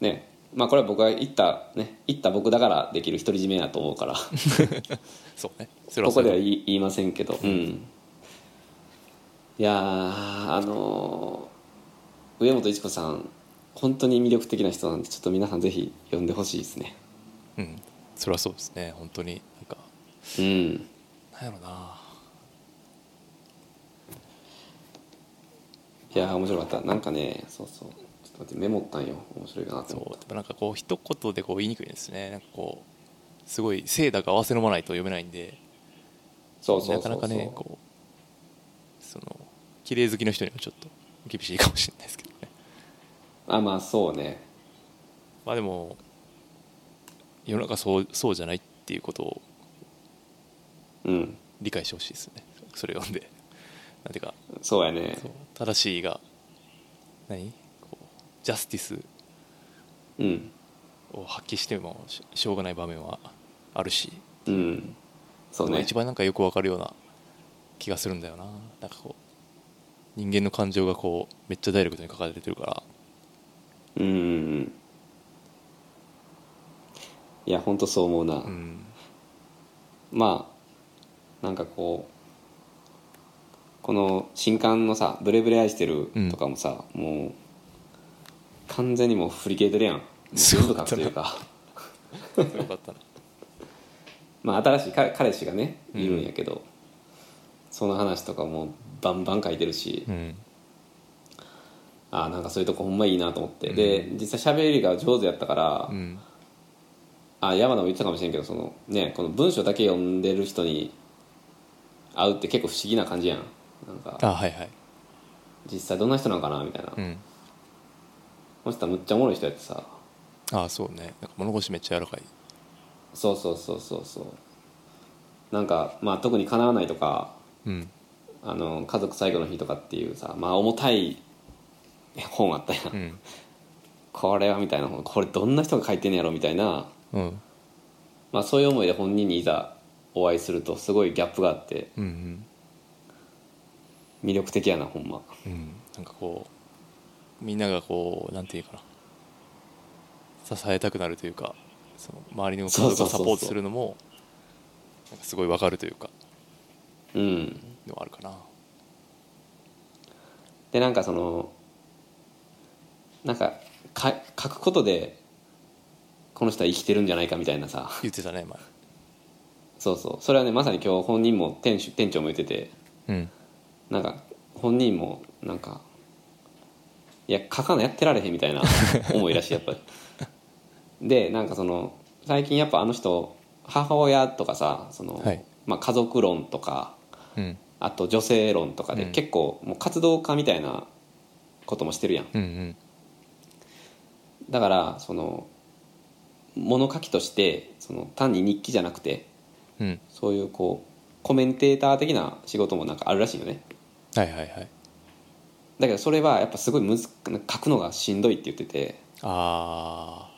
B: ねまあこれは僕が言ったね言った僕だからできる独り占めやと思うから
A: そうねそれ
B: こ
A: はそ
B: こ
A: れ
B: では
A: で
B: 言い言いませんけどうんいやーあのー上本一子さん本当に魅力的な人なんでちょっと皆さんぜひ呼んでほしいですね
A: うんそれはそうですね本当になんか
B: うん
A: なんやろうない
B: やー面白かったなんかねそうそうちょっと待ってメモったんよ面白いかなって
A: そう
B: 思った
A: でもなんかこう一言でこう言いにくいですねなんかこうすごい精だか合わせ飲まないと読めないんで
B: そうそうそうそう
A: なかなかねこうその綺麗好きの人にはちょっと厳しいかもしれないですけどね
B: あまあそうね
A: まあでも世の中そうそうじゃないっていうことを
B: うん
A: 理解してほしいですねそれを読んでなんていうか
B: そうやね
A: そう正しいが何こうジャスティス
B: うん
A: を発揮してもししょうがない場面はあるし
B: うんそうね
A: 一番なんかよくわかるような気がするんだよななんかこう人間の感情がこうめっちゃダイレクトに書かれてるから
B: うんいやほんとそう思うな、
A: うん
B: まあなんかこうこの新刊のさ「ブレブレ愛してる」とかもさ、もう完全にもう振り切れてるやん
A: す
B: 全
A: ご
B: 部
A: か
B: 書
A: った
B: くと
A: な
B: いうか
A: よかったな
B: まあ、新しい彼彼氏がねいるんやけど、その話とかもバンバン書いてるし、
A: うん
B: ああなんかそういうとこほんまいいなと思って、で実際喋りが上手やったから、
A: うん
B: あ山田も言ってたかもしれんけどそのねこの文章だけ読んでる人に会うって結構不思議な感じやんなんか
A: あはいはい
B: 実際どんな人なんかなみたいな、
A: うん
B: もしかしたらむっちゃおもろい人やってさ
A: あそうねなんか物腰めっちゃ柔らかい
B: そうそうそうそうそうなんかまあ特にかなわないとか
A: うん
B: あの家族最後の日とかっていうさまあ重たい本あったやん、
A: うん
B: これはみたいな本これどんな人が書いてんねやろみたいな、
A: うんうん
B: まあ、そういう思いで本人にいざお会いするとすごいギャップがあって
A: うん
B: 魅力的やなほんま
A: うんなんかこうみんながこうなんていうかな支えたくなるというかその周りの家族
B: そう
A: を
B: そうそう
A: サ
B: そう
A: ポートするのもなんかすごいわかるというか
B: うん
A: のはあるかな
B: でなんかそのなんかか書くことでこの人は生きてるんじゃないかみたいなさ
A: 言ってたね前
B: そうそうそれはねまさに今日本人も店主店長も言ってて
A: うん
B: なんか本人もなんかいや書かなやってられへんみ たいな思いらしいやっぱりでなんかその最近やっぱあの人母親とかさその、
A: はい
B: まあ、家族論とか
A: うん
B: あと女性論とかで
A: うん
B: 結構もう活動家みたいなこともしてるやん
A: うんうん
B: だからその物書きとしてその単に日記じゃなくて
A: うん
B: そういうこうコメンテーター的な仕事もなんかあるらしいよね
A: はいはいはい
B: だけどそれはやっぱすごいむず書くのがしんどいって言ってて
A: あ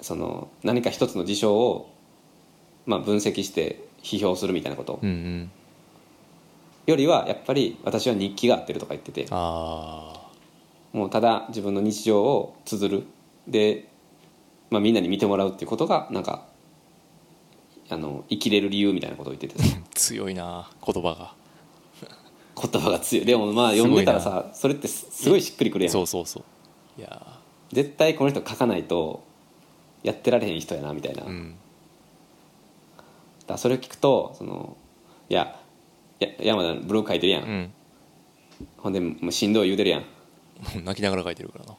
B: その何か一つの事象を、まあ、分析して批評するみたいなこと
A: ーうんうん
B: よりはやっぱり私は日記が合ってるとか言ってて
A: あ
B: もうただ自分の日常を綴るで、まあ、みんなに見てもらうっていうことがなんかあの生きれる理由みたいなことを言って て
A: ー強いな言葉が
B: 言葉が強いでもまあ読んでたらさそれってすすごいしっくりくるやん
A: そうそうそういや
B: 絶対この人書かないとやってられへん人やなみたいな、
A: ーうん
B: だからそれを聞くとそのいやいや山田ブログ書いてるやん、
A: うん
B: ほんでもうしんどい言うてるやん
A: もう 泣きながら書いてるからな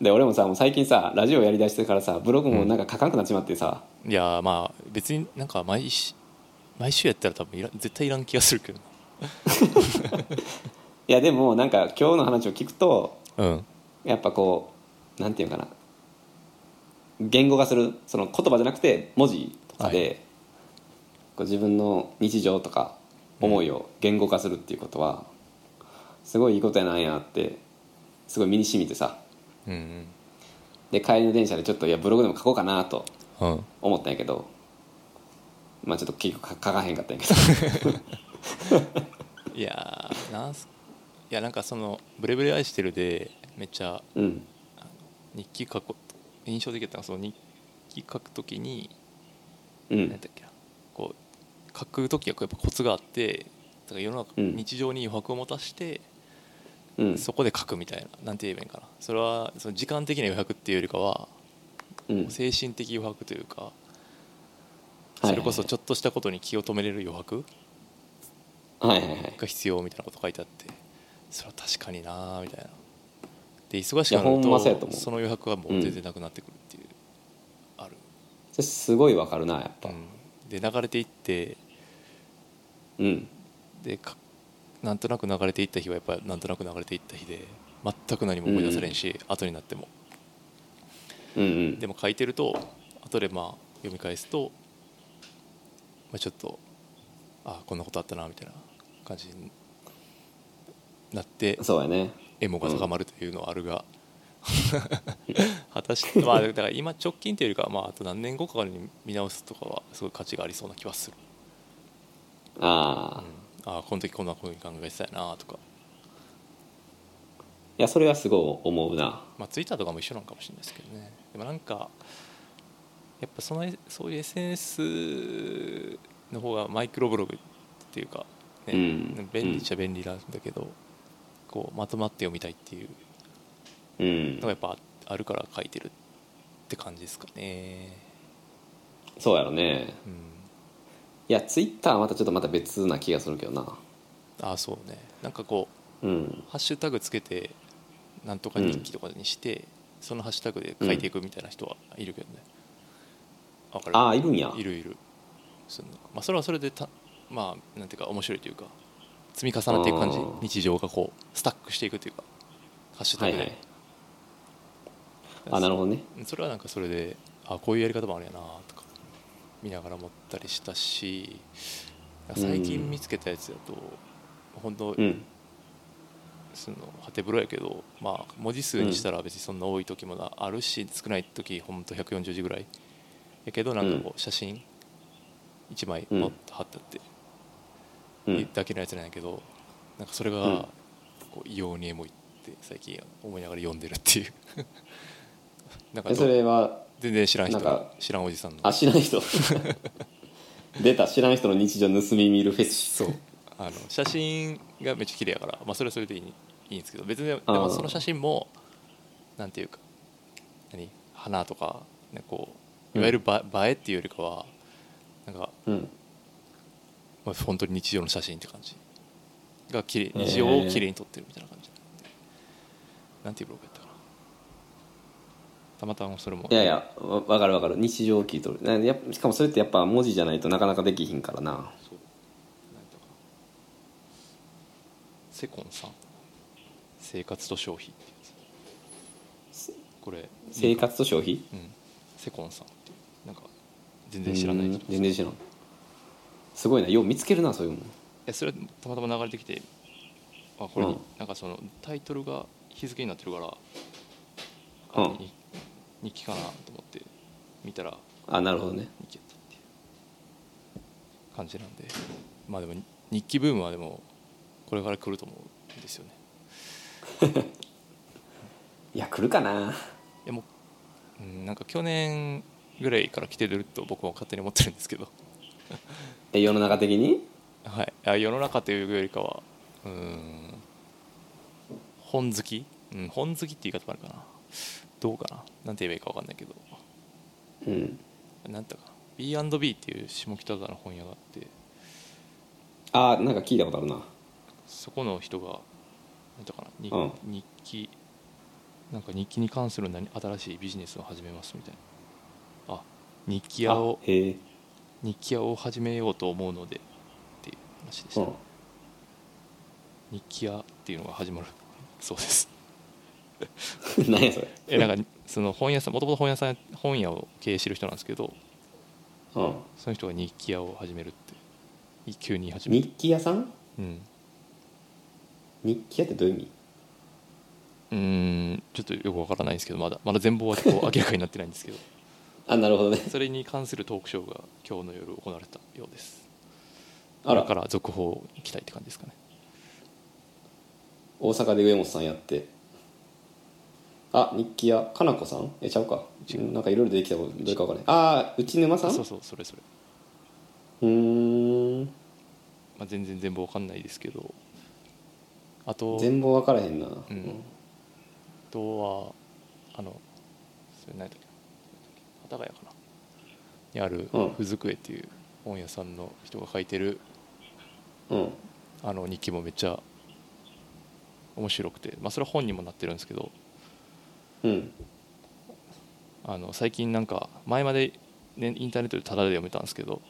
B: で俺もさもう最近さラジオやりだしてからさブログもなんか書かんくなっちまってさ、
A: いやーまあ別になんか毎し毎週やったら多分いらん絶対いらん気がするけど
B: いやでもなんか今日の話を聞くと
A: なうん
B: やっぱこうなんていうかな言語化するその言葉じゃなくて文字とかで、
A: は
B: こう自分の日常とか思いを言語化するっていうことは、すごいいいことやなんやってすごい身にしみてさ
A: うん
B: で帰りの電車でちょっといやブログでも書こうかなと
A: うんうん
B: 思ったんやけどまあちょっと結局書書かへんかったんやけど
A: いやーなんすいやなんかその「ブレブレ愛してる」でめっちゃ
B: うん
A: 日記書く印象的だったのがその日記書くときに
B: う
A: 何
B: ん
A: だっけなこう書く時はこうやっぱコツがあってだから世の中
B: うん
A: 日常に余白を持たして
B: うん
A: そこで書くみたいななんて言えばいいんかなそれはその時間的な余白っていうよりかは
B: うん
A: 精神的余白というか
B: はいはいはい
A: それこそちょっとしたことに気を止めれる余白
B: はいはいはい
A: が必要みたいなこと書いてあってそれは確かになーみたいなで忙しく
B: いや
A: なる
B: ほんまそうやと
A: と
B: 思う
A: その余白はもう全然なくなってくるっていう、ある、
B: それすごいわかるなやっぱ
A: うん、で流れていって
B: うん
A: でかなんとなく流れていった日はやっぱなんとなく流れていった日で全く何も思い出されんし、後になっても
B: うんうん
A: でも書いてると後でまあ読み返すと、まあ、ちょっとあこんなことあったなみたいな感じになって
B: そうやね
A: エモが高まるというのはあるが、 果たしてまあだから今直近というよりかはまああと何年後かに見直すとかはすごい価値がありそうな気はする、
B: ああ
A: ああこの時こんなふうに考えてたよなとか
B: いやそれはすごい思うな
A: まあツイッターとかも一緒なのかもしれないですけどねでもなんかやっぱそのそういう SNS の方がマイクロブログっていうか、ね
B: うん
A: 便利っちゃ便利なんだけど、こうまとまって読みたいっていう
B: うん
A: のがやっぱあるから書いてるって感じですかね
B: そうやろね
A: うん
B: いやツイッターはまたちょっとまた別な気がするけどな
A: ああそうねなんかこ
B: うん
A: うハッシュタグつけてなんとか日記とかにして、そのハッシュタグで書いていくみたいな人はいるけどね、わかる
B: ああいるんや
A: いるいるそのまあ、それはそれでたまあなんていうか面白いというか積み重なっていく感じ
B: あー
A: 日常がこうスタックしていくというかハッシュタ
B: は
A: グ
B: い
A: で、
B: はいあなるほどね
A: それはなんかそれであこういうやり方もあるんやなとか見ながら思ったりしたし最近見つけたやつだと、本当、
B: うん
A: そのハテブロやけど、まあ、文字数にしたら別にそんな多い時もなあるし少ない時ほんと140字ぐらいやけどなんかこう写真1枚
B: うん
A: 持って貼ったって
B: う
A: いうんだけのやつなんやけどなんかそれ
B: うん
A: がこう異様にエモいって最近思いながら読んでるっていう なんか
B: えそれは
A: 全然知らん人
B: なんか
A: 知らんおじさんの
B: あ知らん 人出た知らん人の日常盗み見るフェス
A: そうあの写真がめっちゃ綺麗やから、まあ、それはそれでいいいいんですけど別にで
B: あー
A: もその写真もなんていうか何花とか、ね、こういわゆるば映えっていうよりかはなんか、
B: うん
A: まあ、本当に日常の写真って感じが綺麗
B: えー
A: 日常を綺麗に撮ってるみたいな感じ、なんていうブログやったかなたまたまそれも
B: いやいやわわかるわかる日常を聞いとるなやっぱしかもそれってやっぱ文字じゃないとなかなかできひんからな
A: そう何やったかなセコンさん生活と消費ってやつこれ
B: 生活と消費
A: うんセコンさんっていうなんか全然知らない
B: うん
A: 人
B: 全然知らんすごいなよう見つけるなそういうもん
A: えそれたまたま流れてきてあこれ、
B: うん
A: なんかそのタイトルが日付になってるから、
B: うん
A: あ日日記かなと思って見たら
B: あなるほどね
A: 日記やったっていう感じなんでまあでも日記ブームはでもこれから来ると思うんですよね
B: いや来るかない
A: やもう、うん、なんか去年ぐらいから来てると僕も勝手に思ってるんですけど、
B: え世の中的に
A: はい、あ世の中というよりかはうん本好き、うん、本好きって言い方もあるかなどうかななんて言えばいいか分かんないけど
B: うん
A: なんだかな B&B っていう下北沢の本屋があって
B: あなんか聞いたことあるな
A: そこの人がなんだかなに、
B: うん
A: 日記なんか日記に関する何新しいビジネスを始めますみたいなあ日記屋を
B: あへえ、
A: 日記屋を始めようと思うのでっていう話でし
B: う
A: た、
B: ん、
A: 日記屋っていうのが始まるそうです
B: 何やそれ
A: えなんかその本屋さんもともと本屋さん本屋を経営してる人なんですけど
B: うん
A: その人が日記屋を始めるってい急に言い始め
B: 日
A: て、
B: 記屋さん
A: うん、
B: 日記屋ってどういう意味
A: うーんちょっとよくわからないんですけどまだまだ全貌はこう明らかになってないんですけ ど
B: あなるほどね
A: それに関するトークショーが今日の夜行われたようです
B: あら
A: だから続報いきたいって感じですかね
B: 大阪で上本さんやってあ日記屋かなこさんえちゃうか
A: 違う
B: うんなんかいろいろ出てきたことどれかわかんないああ内沼さん
A: そうそうそれそれ、
B: うーん
A: まあ、全然全貌わかんないですけどあと
B: 全貌分からへんな、
A: うんあとはあのそれ何だっけ幡ヶ谷かなにある
B: うん
A: 「ふずくえ」っていう本屋さんの人が書いてる
B: うん
A: あの日記もめっちゃ面白くて、まあ、それは本にもなってるんですけど
B: うん
A: あの最近なんか前まで、ね、インターネットでタダで読めたんですけど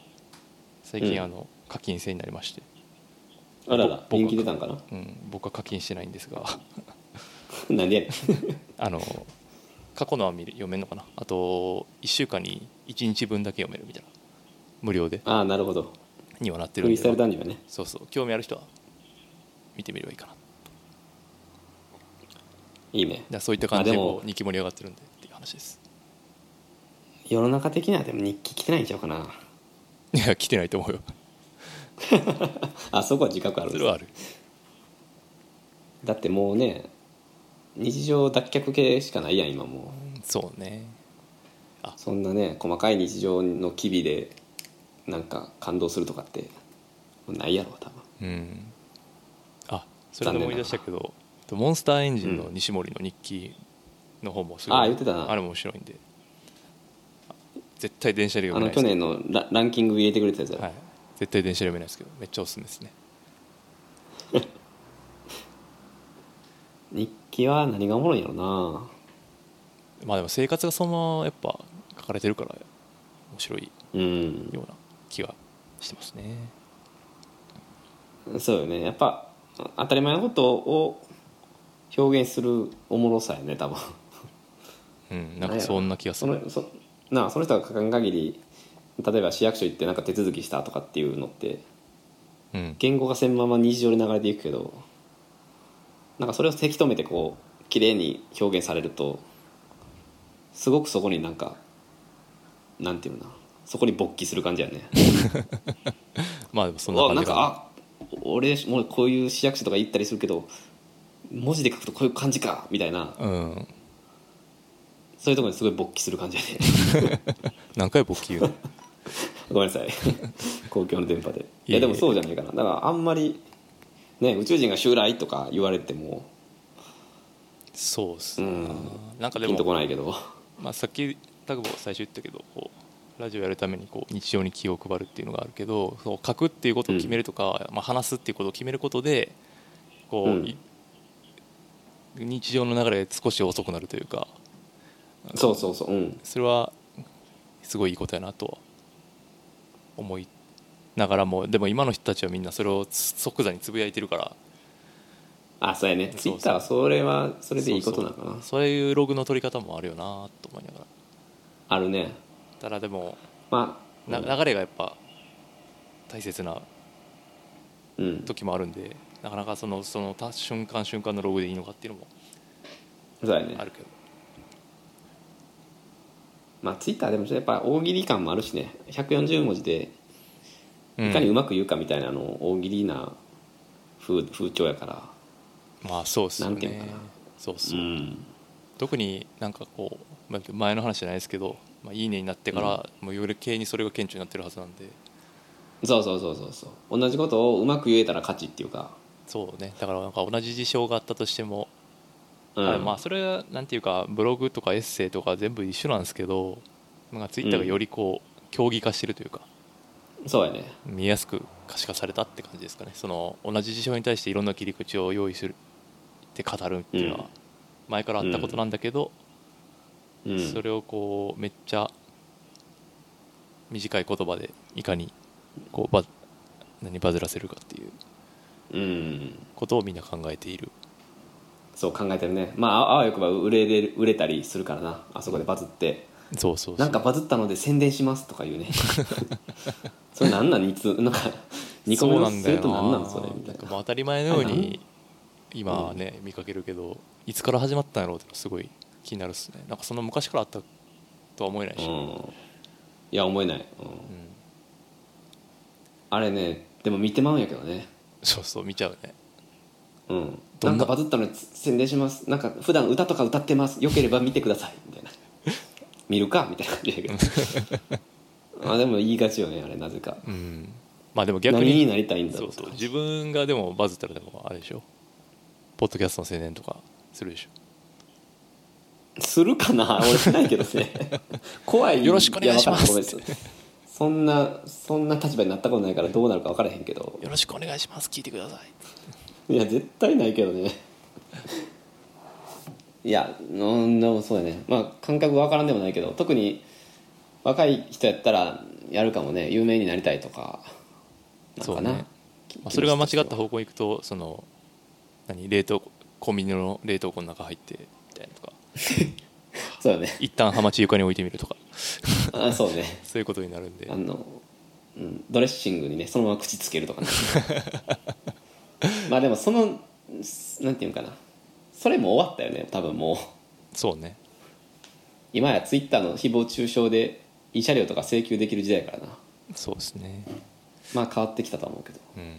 A: 最近
B: うん
A: あの課金制になりまして、
B: あらら
A: ぼ僕
B: 人気出たんかな
A: うん、僕は課金してないんですが
B: なんでやねん
A: あの過去のは見れ読めるのかなあと1週間に1日分だけ読めるみたいな無料で
B: ああなるほど
A: にはなって
B: フ
A: るん
B: リ
A: で
B: ースタイルダンジョンやね
A: そうそう興味ある人は見てみればいいかない
B: いね
A: じゃあそういった感じで
B: あでも
A: こう人気盛り上がってるんでっていう話です
B: 世の中的にはでも日記来てないんちゃう かない
A: や来てないと思うよ
B: あそこは自覚あるん
A: そ
B: で
A: れ
B: す
A: はある
B: だってもうね日常脱却系しかないやん今も
A: そうね
B: うそんなね細かい日常の機微でなんか感動するとかってもうないやろ多分
A: うんあそれで思い出したけど「モンスターエンジン」の西森の日記の方もすごい、
B: あ言ってたな
A: あれも面白いんであ絶対電車で
B: あ
A: 読めな
B: の
A: いです
B: 去年のラランキング入れてくれてたやつやろ、
A: はい、絶対電車で読めないですけどめっちゃおすすめですね
B: 日記は何がおもろいんやろな
A: まあでも生活がそのままやっぱ書かれてるから面白い
B: うん
A: ような気がしてますね
B: そうよねやっぱ当たり前のことを表現するおもろさやね多分
A: うんなんかそんな気がす
B: そ
A: る
B: の そなあその人が書かん限り例えば市役所行ってなんか手続きしたとかっていうのって
A: うん
B: 言語化せんまま日常に流れていくけどなんかそれをせき止めてこう綺麗に表現されるとすごくそこになんかなんていうのかなそこに勃起する感じやね
A: まあでもそんな
B: わ
A: 感
B: な
A: じ
B: ん
A: か
B: か
A: な
B: あ俺もうこういう市役所とか行ったりするけど文字で書くとこういう感じかみたいな
A: うん
B: そういうところにすごい勃起する感じやね
A: 何回僕言うの
B: ごめんな さい公共の電波で
A: いえ
B: い
A: いえ
B: やでもそうじゃないかなだからあんまりね宇宙人が襲来とか言われても
A: そうっす
B: う
A: ね
B: ん
A: なんかで
B: ピンとこ
A: も、
B: ないけど
A: まあ、さっきタグボ最初言ったけどこうラジオやるためにこう日常に気を配るっていうのがあるけどそう書くっていうことを決めるとか、まあ、話すっていうことを決めることでこう、
B: うん
A: い日常の流れ少し遅くなるというか
B: そうそうそううん
A: それはすごいいいことやなとは思いながらもでも今の人たちはみんなそれを即座につぶやいてるから
B: あそうやねツ
A: そう
B: イ
A: そう
B: ッターはそれはそれでいいことなのかな
A: そうそうそういうログの取り方もあるよなと思いながら
B: あるね
A: ただでも
B: まあ
A: な流れがやっぱ大切な
B: うん
A: 時もあるんでなかなかそのそのた瞬間瞬間のログでいいのかっていうのも
B: そうやね
A: あるけど
B: まあツイッターでもちょっとやっぱ大喜利感もあるしね140文字で
A: うん
B: いかにうまく言うかみたいなのを大喜利な風風潮やから、
A: まあそうっすよ
B: なんていうの
A: ね
B: かな
A: そうっすよ特になんかこうまあ前の話じゃないですけど「まあ、いいね」になってからもうより系にそれが顕著になってるはずなんで
B: そうそうそうそうそう同じことをうまく言えたら勝ちっていうか、
A: そうねだからなんか同じ事象があったとしても、
B: うん
A: あれまあそれはなんていうかブログとかエッセイとか全部一緒なんですけどなんかツイッターがよりこう競技化してるというか
B: そうやね
A: 見やすく可視化されたって感じですかねその同じ事象に対していろんな切り口を用意するって語るっていうの
B: うん
A: は前からあったことなんだけど、
B: うん
A: それをこうめっちゃ短い言葉でいかにこうバ何バズらせるかっていう
B: うん
A: ことをみんな考えている
B: そう考えてるねまあああわよくば売れれる売れたりするからなあそこでバズって
A: そうそうそう
B: なんかバズったので宣伝しますとか言うね それなんなん2通なんか2個目のするとなんなんそれみたい
A: んか
B: な
A: もう当たり前のよう
B: あれなん
A: に今ね、見かけるけどいつから始まったんやろうってのすごい気になるっすねなんかそんな昔からあったとは思えないし、
B: うんいや思えない、うん
A: うん
B: あれねでも見てまうんやけどね
A: そうそう見ちゃうね
B: うん
A: ど
B: なんん
A: な
B: かバズったのに宣伝しますなんか普段歌とか歌ってますよければ見てくださいみた いな見るかみたいな感じやけ どあでも言いがちよねあれなぜか
A: うんまあでも逆
B: 何に
A: に
B: なりたいんだろ
A: そうう
B: と
A: そう
B: か
A: 自分がでもバズったらでもあれでしょポッドキャストの青年とかするでし
B: する かな俺しないけどね怖い
A: よろしくお願いします
B: やわかったごめんそんなそんな立場になったことないからどうなるか分からへんけど
A: ょよろしくお願いします聞いてください
B: いや絶対ないけどね いやうんでもそうだねまあ感覚分からんでもないけど特に若い人やったらやるかもね有名になりたいとかなん
A: そ
B: か
A: う
B: な
A: ねまあ、それが間違った方向に行くとその何冷凍庫コンビニの冷凍庫の中入ってみたいなとか
B: そうだね
A: 一旦ハマチ床に置いてみるとか
B: あそうね
A: そういうことになるんで
B: あの、うん、ドレッシングにねそのまま口つけると かねまあでもそのなんていうんかなそれも終わったよね多分もう
A: そうね
B: 今やツイッターの誹謗中傷で慰謝料とか請求できる時代やからな
A: そうですね
B: まあ変わってきたとは思うけど
A: うん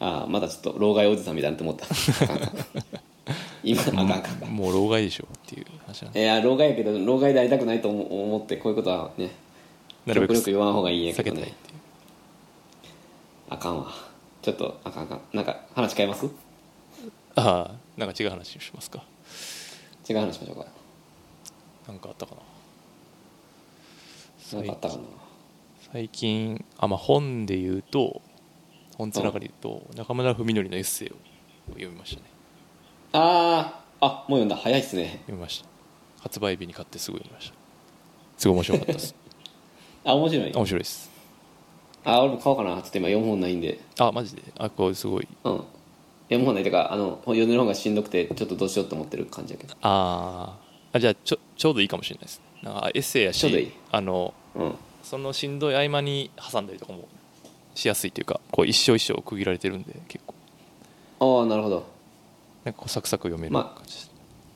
B: ああまだちょっと老害おじさんみたいなと思った 今あかんあかんあかん
A: もう老害でしょっていう話なん
B: い
A: で
B: や老害やけど老害でありたくないと思思ってこういうことはね
A: なるべ
B: 極
A: く
B: 力言わん方がいいんや
A: 避
B: け
A: け
B: ど
A: たいってい
B: ね
A: う
B: あかんわちょっとあかんあかんなんか話変えます
A: ああなんか違う話しますか
B: 違う話しましょうか
A: なんかあったかな
B: なんかあったかな
A: 最近あ、まあ、本で言うと本つながりで言うと中村文則のエッセイを読みましたね
B: ああもう読んだ早いっすね
A: 読みました発売日に買ってすぐ読みましたすごい面白かったです
B: あ面白い
A: 面白いです
B: あ俺も買おうかなちょっと今4本ないんで
A: あマジであこれすごい
B: うん4本ないというかあの読んでる方がしんどくてちょっとどうしようと思ってる感じやけど
A: あーあじゃあちょちょうどいいかもしれないですなんかエッセイやし
B: ちょうどいい
A: あの
B: うん
A: そのしんどい合間に挟んだりとかもしやすいというかこう一生一生区切られてるんで結構
B: ああなるほど
A: なんかこうサクサク読める
B: まあ
A: 感じです、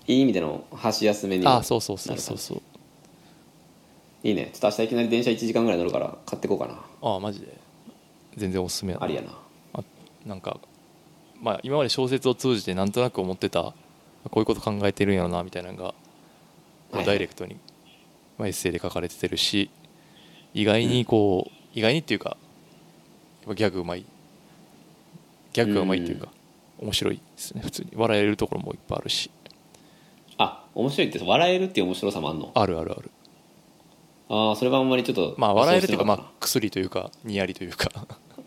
B: いい意味での箸休めに
A: あーそうそうそうそうそう
B: いいねちょっと明日いきなり電車1時間ぐらい乗るから買ってこうかな
A: ああマジで全然おすすめやな
B: ありやな
A: あなんか、まあ、今まで小説を通じてなんとなく思ってたこういうこと考えてるんやろなみたいなのが、
B: いはい
A: ダイレクトに、まあ、エッセイで書かれてるし意外にこう、意外にっていうかやっぱギャグうまいギャグがうまいっていうか、面白いですね普通に笑えるところもいっぱいあるし
B: あ面白いって笑えるっていう面白さもあんの
A: あるあるある
B: ああそれはあんまりちょっと
A: まあ笑えるというか、ま
B: 予想
A: あ、薬というかにやりというか
B: してなかった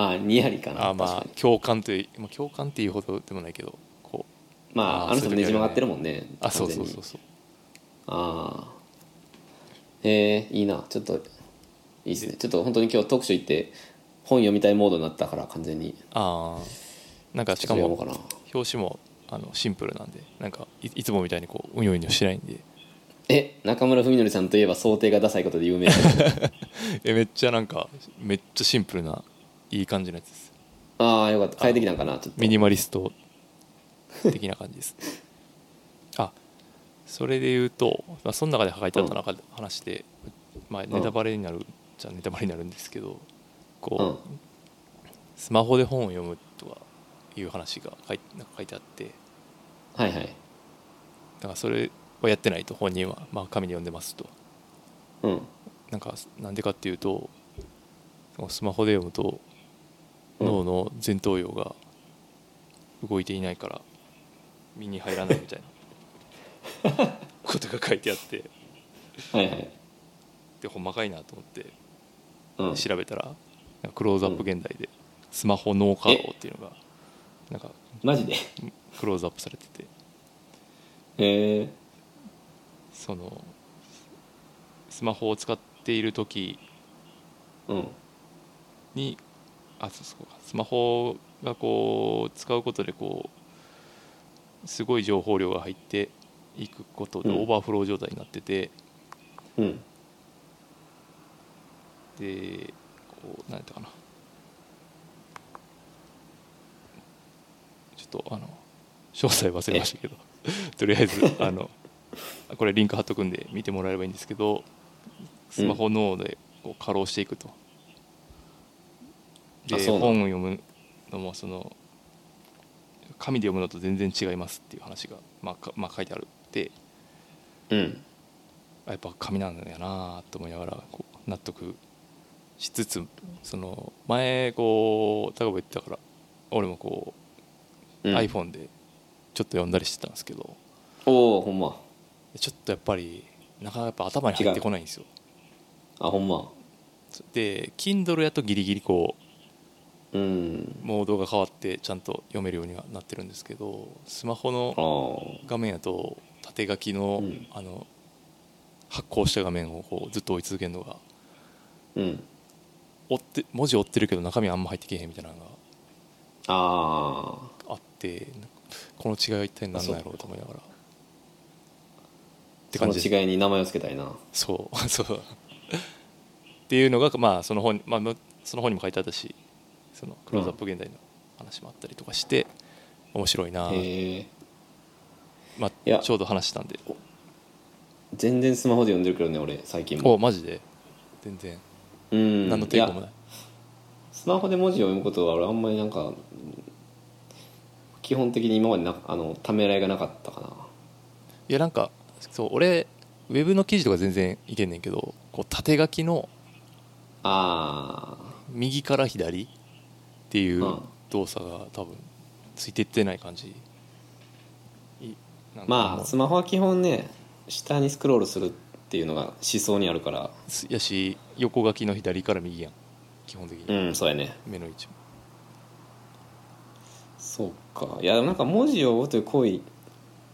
B: なあーニヤリかな
A: あー
B: 確
A: ま
B: か
A: あ
B: に
A: 共感という、まあ、共感っていうほどでもないけどこう
B: ま
A: あ
B: あ
A: ー
B: あの人
A: そう
B: も
A: いう時あるよね
B: ねじ曲がってるもんね
A: あそう
B: 完
A: そ
B: 全
A: うそ
B: に
A: うそう
B: ああえー、いいなちょっといいですねちょっと本当に今日読書行って本読みたいモードになったから完全に
A: ああなんかしか
B: それ読も
A: も
B: うかな
A: 表紙もあのシンプルなんでなんかいいつもみたいにこううにょうにょしてないんで
B: え中村文則さんといえば想定がダサいことで有 名な
A: えめっちゃなんかめっちゃシンプルないい感じのやつです
B: ああよかった変えてきたんかなちょっと
A: ミニマリスト的な感じです あそれで言うと、まあ、その中で書いてあった中で話で、まあ、
B: ん
A: ネタバレになるじゃネタバレになるんですけど
B: う
A: こ
B: ん
A: う、スマホで本を読むとかいう話が書いなんか書いてあって
B: はいはい
A: だからそれはやってないと本人は、まあ、紙で読んでますと
B: うん
A: なんかなんでかっていうとそのスマホで読むと
B: うん
A: 脳の前頭葉が動いていないから身に入らないみたいな ことが書いてあって
B: はいはい
A: でほんまかいなと思って
B: うん
A: 調べたら「なんかクローズアップ現代」で「スマホ脳過労」っていうのがなんか
B: マジで
A: クローズアップされてて
B: へえ
A: そのスマホを使っている時
B: うん
A: にあそうそうかスマホがこう使うことでこうすごい情報量が入っていくことで
B: うん
A: オーバーフロー状態になってて、
B: うん
A: でこう何やったかなちょっとあの詳細忘れましたけどとりあえずあのこれリンク貼っとくんで見てもらえればいいんですけどスマホ脳でこう過労していくと、
B: あ
A: で
B: そう
A: 本
B: なの
A: を読むのもその紙で読むのと全然違いますっていう話が、まあかまあ、書いてあるって
B: うん
A: あやっぱ紙なんだよなと思いながらこう納得しつつその前こう高部言ってたから俺もこう、
B: うん
A: iPhone でちょっと読んだりしてたんですけど
B: おおほんま
A: ちょっとやっぱりなかなかやっぱ頭に入ってこないんですよ
B: あほんま
A: で Kindle やとギリギリこう
B: うん
A: モードが変わってちゃんと読めるようにはなってるんですけどスマホ
B: あ
A: の
B: あ
A: 画面やと縦書きの,、
B: うん
A: あの発光した画面をこうずっと追い続けるのが
B: うん
A: 追って文字追ってるけど中身あんま入ってけえへんみたいなのが
B: ああ
A: あってこの違いは一体何なんやろうと思いながらって
B: そ
A: 感
B: の
A: じで
B: 違いに名前を付けたいな
A: そうそう っていうのがまあその本に、まあ、その本にも書いてあったしそのクローズアップ現代の話もあったりとかして面白いな、
B: へえ
A: まあ、
B: いや
A: ちょうど話したんで
B: 全然スマホで読んでるけどね俺最近も
A: おマジで全然
B: うん
A: 何の抵抗も
B: い
A: な
B: や
A: い
B: スマホで文字を読むことは俺あんまりなんかうん基本的に今までなあのためらいがなかったか
A: いやなんかそう俺ウェブの記事とか全然いけんねんけどこう縦書きの
B: なあ
A: 右から左っていう
B: うん
A: 動作が多分ついてってない感じいなんか
B: ーま
A: も
B: あ
A: う
B: スマホは基本ね下にスクロールするっていうのが思想にあるから
A: すやし横書きの左から右やん基本的
B: う
A: に
B: んそうやね
A: 目の位置も
B: そうかいやでもなんか文字を追うという行為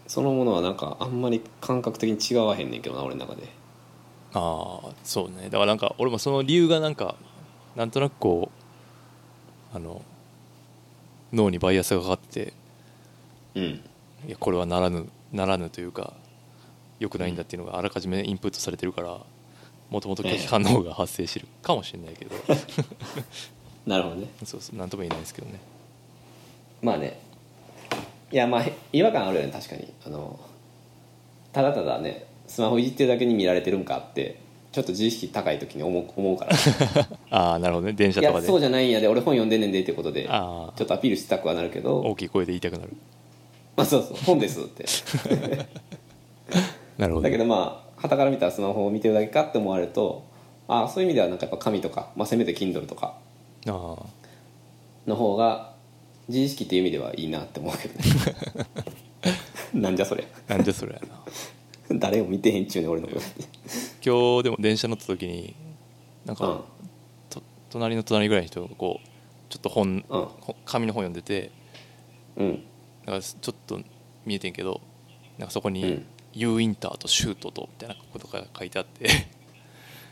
B: そのものはなんかあんまり感覚的に違わへんねんけどな俺の中で
A: ああそうねだからなんか俺もその理由がなんかなんとなくこうあの脳にバイアスがかかってて
B: うん
A: いやこれはならぬならぬというか良くないんだっていうのがあらかじめインプットされてるからもともと拒否反応が発生してるかもしれないけど
B: なるほどね
A: そうそうなんとも言えないですけどね
B: まあねいやまあへ違和感あるよね確かにあのただただねスマホいじってるだけに見られてるんかってちょっと自意識高い時に思う思うからい
A: ああなるほどね電車とか
B: や
A: で
B: そうじゃないんやで俺本読んでんねんでってことでちょ
A: ああ
B: っとアピールしたくはなるけど
A: 大きい声で言いたくなる
B: まあそうそう本ですって
A: なるほど
B: だけどまあ傍から見たらスマホを見てるだけかって思われるとああそういう意味ではなんかやっぱ紙とか、まあ、せめて Kindle とか
A: ああ
B: の方が自意識っていう意味ではいいなって思うけどねなんじゃそれ
A: なんじゃそれやな
B: 誰も見てへんっちゅうね俺のこと
A: 今日でも電車乗った時になんか、
B: うん
A: と隣の隣ぐらいの人がこうちょっと本、
B: うん
A: ほ紙の本読んでて
B: うん
A: なんかちょっと見えてんけどなんかそこ
B: う
A: に
B: ん
A: 「U インターとシュートと」みたいなことが書いてあって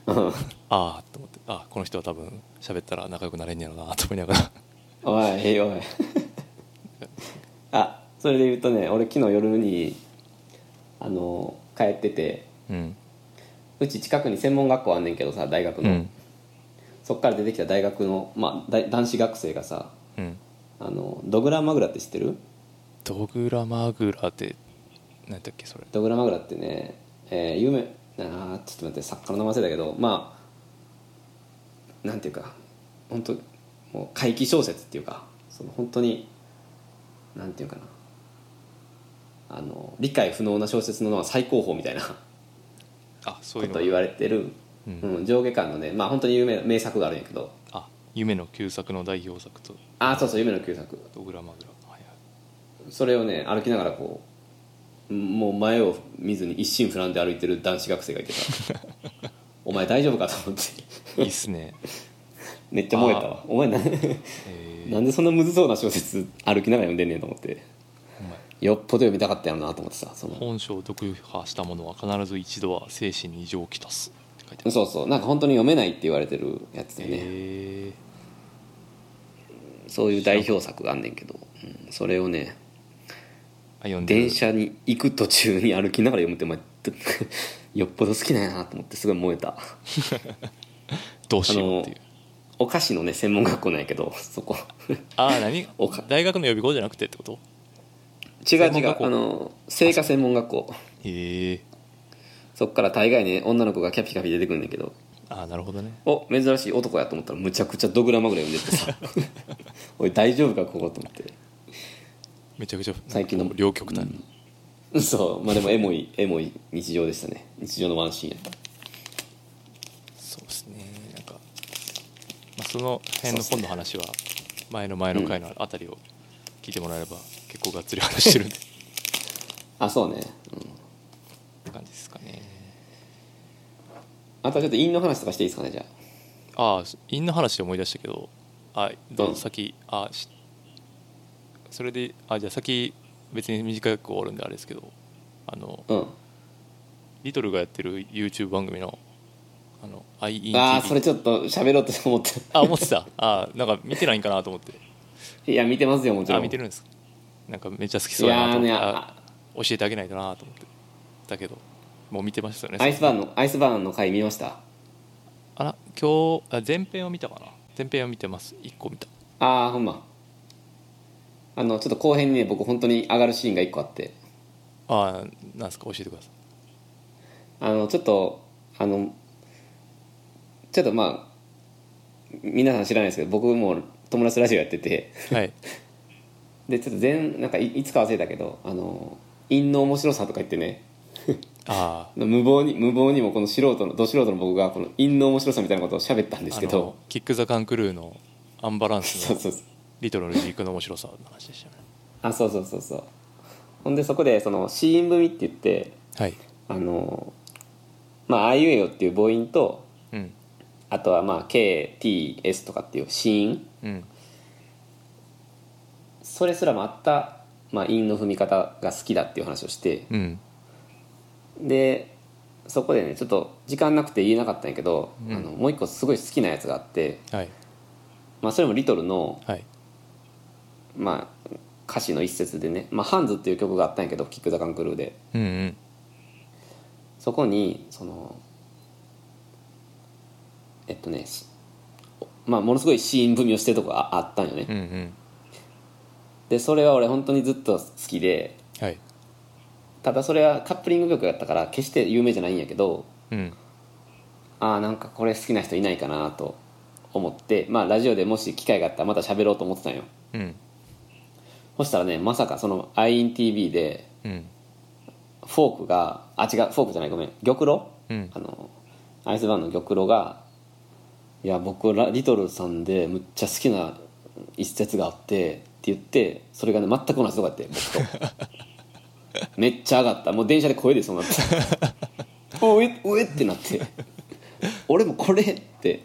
B: うん
A: ああと思ってあこの人は多分喋ったら仲良くなれんねやろなと思いながら
B: おいえいおい あそれで言うとね俺昨日夜にあの帰ってて
A: うん
B: うち近くに専門学校あんねんけどさ大学
A: う
B: の、
A: ん
B: そっから出てきた大学の、まあ、だい男子学生がさ
A: うん
B: あのドグラマグラって知ってる
A: ドグラマグラって何だっけそれ
B: ドグラマグラってね、えー、有名あーちょっと待って作家の名前忘れたけどまあなんていうか本当もう怪奇小説っていうかその本当になんていうかなあの理解不能な小説の最高峰みたいなこ
A: あそういう
B: と
A: の
B: を言われてる、
A: う
B: うんん上下巻のねまあ本当に有名な名作があるんやけど
A: あ夢の旧作の代表作と
B: ああそうそう夢の旧作
A: ドグラマグラはいはい
B: それをね歩きながらこうもう前を見ずに一心不乱で歩いてる男子学生がいて さお前大丈夫かと思って
A: いいっす ね
B: めっちゃ燃えたわお前な
A: え
B: なんでそんなむずそうな小説歩きながら読んでんねんと思って
A: ー、お前
B: よっぽど読みたかったよなと思ってさその
A: 本書を読破した者は必ず一度は精神に異常をきたすって書いてある
B: そうそうなんか本当に読めないって言われてるやつでね、
A: へえ
B: そういう代表作があんねんけど、うんそれをね
A: あ読んでる
B: 電車に行く途中に歩きながら読むってお前 よっぽど好きなんやなと思ってすごい燃えた。
A: どう
B: あ
A: しようっ
B: の
A: ていう
B: お菓子のね専門学校なんやけど そこ
A: ああ何
B: おか
A: 大学の予備校じゃなくてってこと
B: 違う
A: 専門
B: 違う
A: 学校
B: あの製菓専門学校
A: へえ
B: そっから大概ね女の子がキャピキャピ出てくるんだけど
A: ああなるほどね
B: お珍しい男やと思ったらむちゃくちゃドグラマグラ読んでてさ おい大丈夫かここと思って
A: めちゃくちゃ
B: 最近の
A: 両極端、
B: そうまあでもエモいエモい日常でしたね日常のワンシーンやった
A: そうですねなんか、まあ、その辺の本の話は前の前の回のあたりを聞いてもらえれば結構がっつり話してるん で
B: あそうね、うん、
A: 感じですかね
B: あとはちょっと陰の話とかしていいですかねじゃ
A: ああ陰の話で思い出したけどあどうぞ
B: うん
A: 先あしそれであじゃあ先別に短く終わるんであれですけどあの
B: あうん
A: リトルがやってる YouTube 番組の「あの IETV」
B: ああそれちょっと喋ろうと思って
A: あ思ってたあなんか見てないんかなと思って
B: いや見てますよもちろ
A: あ
B: ん
A: 見てるんですなんかめっちゃ好きそうだなと思っ
B: い
A: て
B: やーね
A: あ教えてあげないとなと思ってだけどもう見てましたよね
B: アイスバーンのアイスバーンの回見ました
A: あら今日あ前編を見たかな前編を見てます1個見た
B: ああほんまあのちょっと後編にね僕本当に上がるシーンが1個あって
A: あーなんですか教えてください
B: あのちょっとあのちょっとまあ皆さん知らないですけど僕も友達とラジオやってて
A: はい
B: でちょっと全なんかいいつか忘れたけどあの陰の面白さとか言ってね
A: ああ
B: 無謀に無謀にもこの素人のど素人の僕がこの陰の面白さみたいなことを喋ったんですけ
A: あ
B: ど
A: のキック・ザ・カン・クルーのアンバランス
B: そう
A: の
B: そうそう
A: リトルの軸の面白さの話でしたよね
B: あそうそうそうそうほんでそこでその「死因組」って言って
A: はい
B: あのまあ「あいうえよ」っていう母音と
A: うん
B: あとはまあ KTS とかっていう子音
A: うん
B: それすらもあったまあ、韻の踏み方が好きだっていう話をして、
A: うん
B: でそこでねちょっと時間なくて言えなかったんやけど、
A: うん
B: あのもう一個すごい好きなやつがあって、
A: はい
B: まあ、それもリトルの、
A: はい
B: まあ、歌詞の一節でね「まあ、ハンズ」っていう曲があったんやけど「キック・ザ・カン・クルー」で
A: うんうん
B: そこにそのえっとねしまあものすごいシーン踏みをしてるとこがああったんよね、
A: うんうん
B: でそれは俺本当にずっと好きで
A: はい
B: ただそれはカップリング曲やったから決して有名じゃないんやけど
A: うん
B: ああなんかこれ好きな人いないかなと思ってまあラジオでもし機会があったらまた喋ろうと思ってたんよ
A: うん
B: そしたらねまさかその INTV で
A: うん
B: フォークがあ違うフォークじゃないごめん玉露
A: うん
B: あのアイスバーンの玉露が「いや僕ラリトルさんでむっちゃ好きな一節があって」って言ってそれがね全く同じとこやっ て僕とめっちゃ上がったもう電車で声でそうなって「おえおえ」ってなって「俺もこれ」って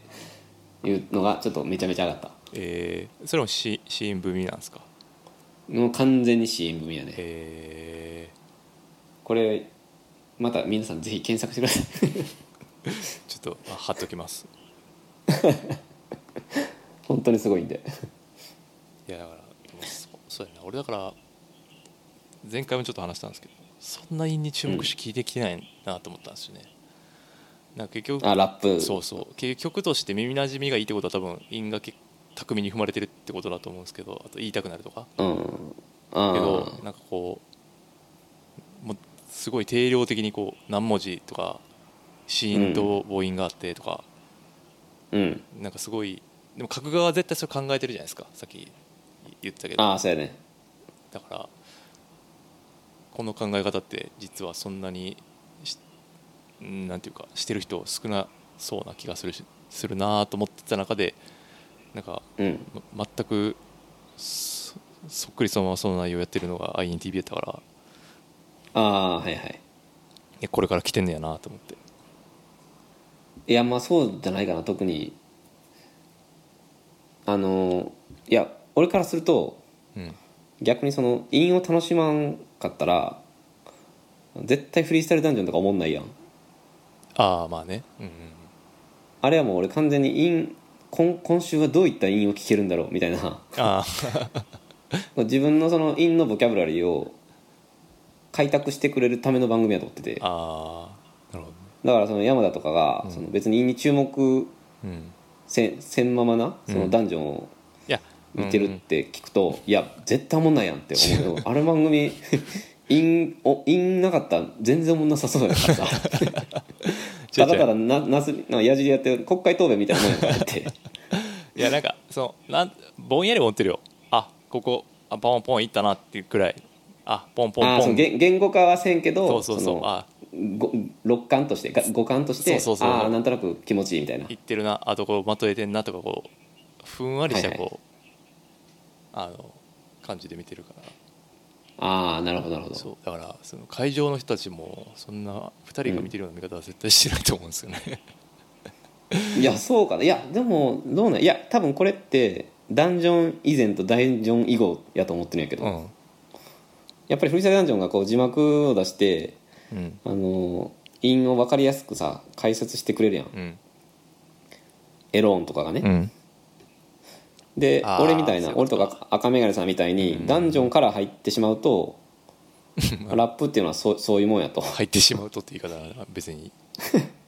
B: いうのがちょっとめちゃめちゃ上がった
A: えー、それもシシーン踏みなんですか
B: もう完全に CM 組やね
A: え
B: これまた皆さんぜひ検索してください
A: ー、ちょっとあ貼っときます
B: 本当にすごいんで
A: いやだからでもそそうやな俺だから前回もちょっと話したんですけどそんな韻に注目して聞いてきてないなと思ったんですよね、なんか結局
B: あラップ
A: そうそう結局として耳なじみがいいってことは多分韻がけ巧みに踏まれてるってことだと思うんですけどあと言いたくなるとか
B: うんあ
A: け
B: ー
A: どなんかこうもうすごい定量的にこう何文字とか子音と母音があってとか、
B: うん
A: なんかすごいでも角側は絶対それ考えてるじゃないですかさっき言ってたけど
B: ああそうやね
A: だからこの考え方って実はそんなにしうんなんていうかしてる人少なそうな気がするしするなと思ってた中でなんか、
B: うん
A: ま全くそそっくりそのままその内容やってるのが INTV やったから
B: ああはいはい
A: いやこれから来てんねやなと思って
B: いやまあそうじゃないかな特にあのいや俺からすると
A: うん
B: 逆にその韻を楽しまんかったら絶対フリースタイルダンジョンとか思んないやん
A: ああまあねうん うん
B: あれはもう俺完全に韻今今週はどういった韻を聞けるんだろうみたいな
A: ああ
B: 自分のその韻のボキャブラリーを開拓してくれるための番組やと思ってて
A: ああなるほどね
B: だからその山田とかがその別に韻に注目
A: うん
B: せんせんままなそのダンジョンを
A: いや
B: 見て
A: うんう
B: る
A: ん
B: って聞くと、いや絶対おもんないやんって思うけどあれ番組 陰お陰なかったら全然おもんなさそ うやからさ
A: 違う違
B: た
A: う
B: だただななすなんかやじりやってる国会答弁みたいなもんやからって
A: いやなんかそのなんぼんやり思ってるよあここあポンポンいったなっていうくらいあポンポン
B: あー
A: ポ
B: そう
A: ン
B: 言言語化はせんけど
A: そうそうそう
B: の
A: あ
B: ご六感としてが五感として
A: そうそうそう
B: ああなんとなく気持ちいいみたいない
A: ってるなあとこうまとえてんなとかこうふんわりしたこう、あの感じで見てるから
B: ああなるほどなるほど
A: そうだからその会場の人たちもそんな2人が見てるような見方は絶対してないと思うんですよね、
B: いやそうかないやでもどうなんいや多分これってダンジョン以前とダンジョン以後やと思ってるんやけど、
A: うん
B: やっぱりフリースタイルダンジョンがこう字幕を出して
A: うん
B: あの韻を分かりやすくさ解説してくれるやん
A: うん
B: エローンとかがね、
A: うん
B: で
A: あー
B: 俺みたい
A: そう
B: な
A: いうこ
B: 俺とか赤眼鏡さんみたいに、ダンジョンから入ってしまうと ラップっていうのはそうそういうもんやと
A: 入ってしまうとって言い方は別に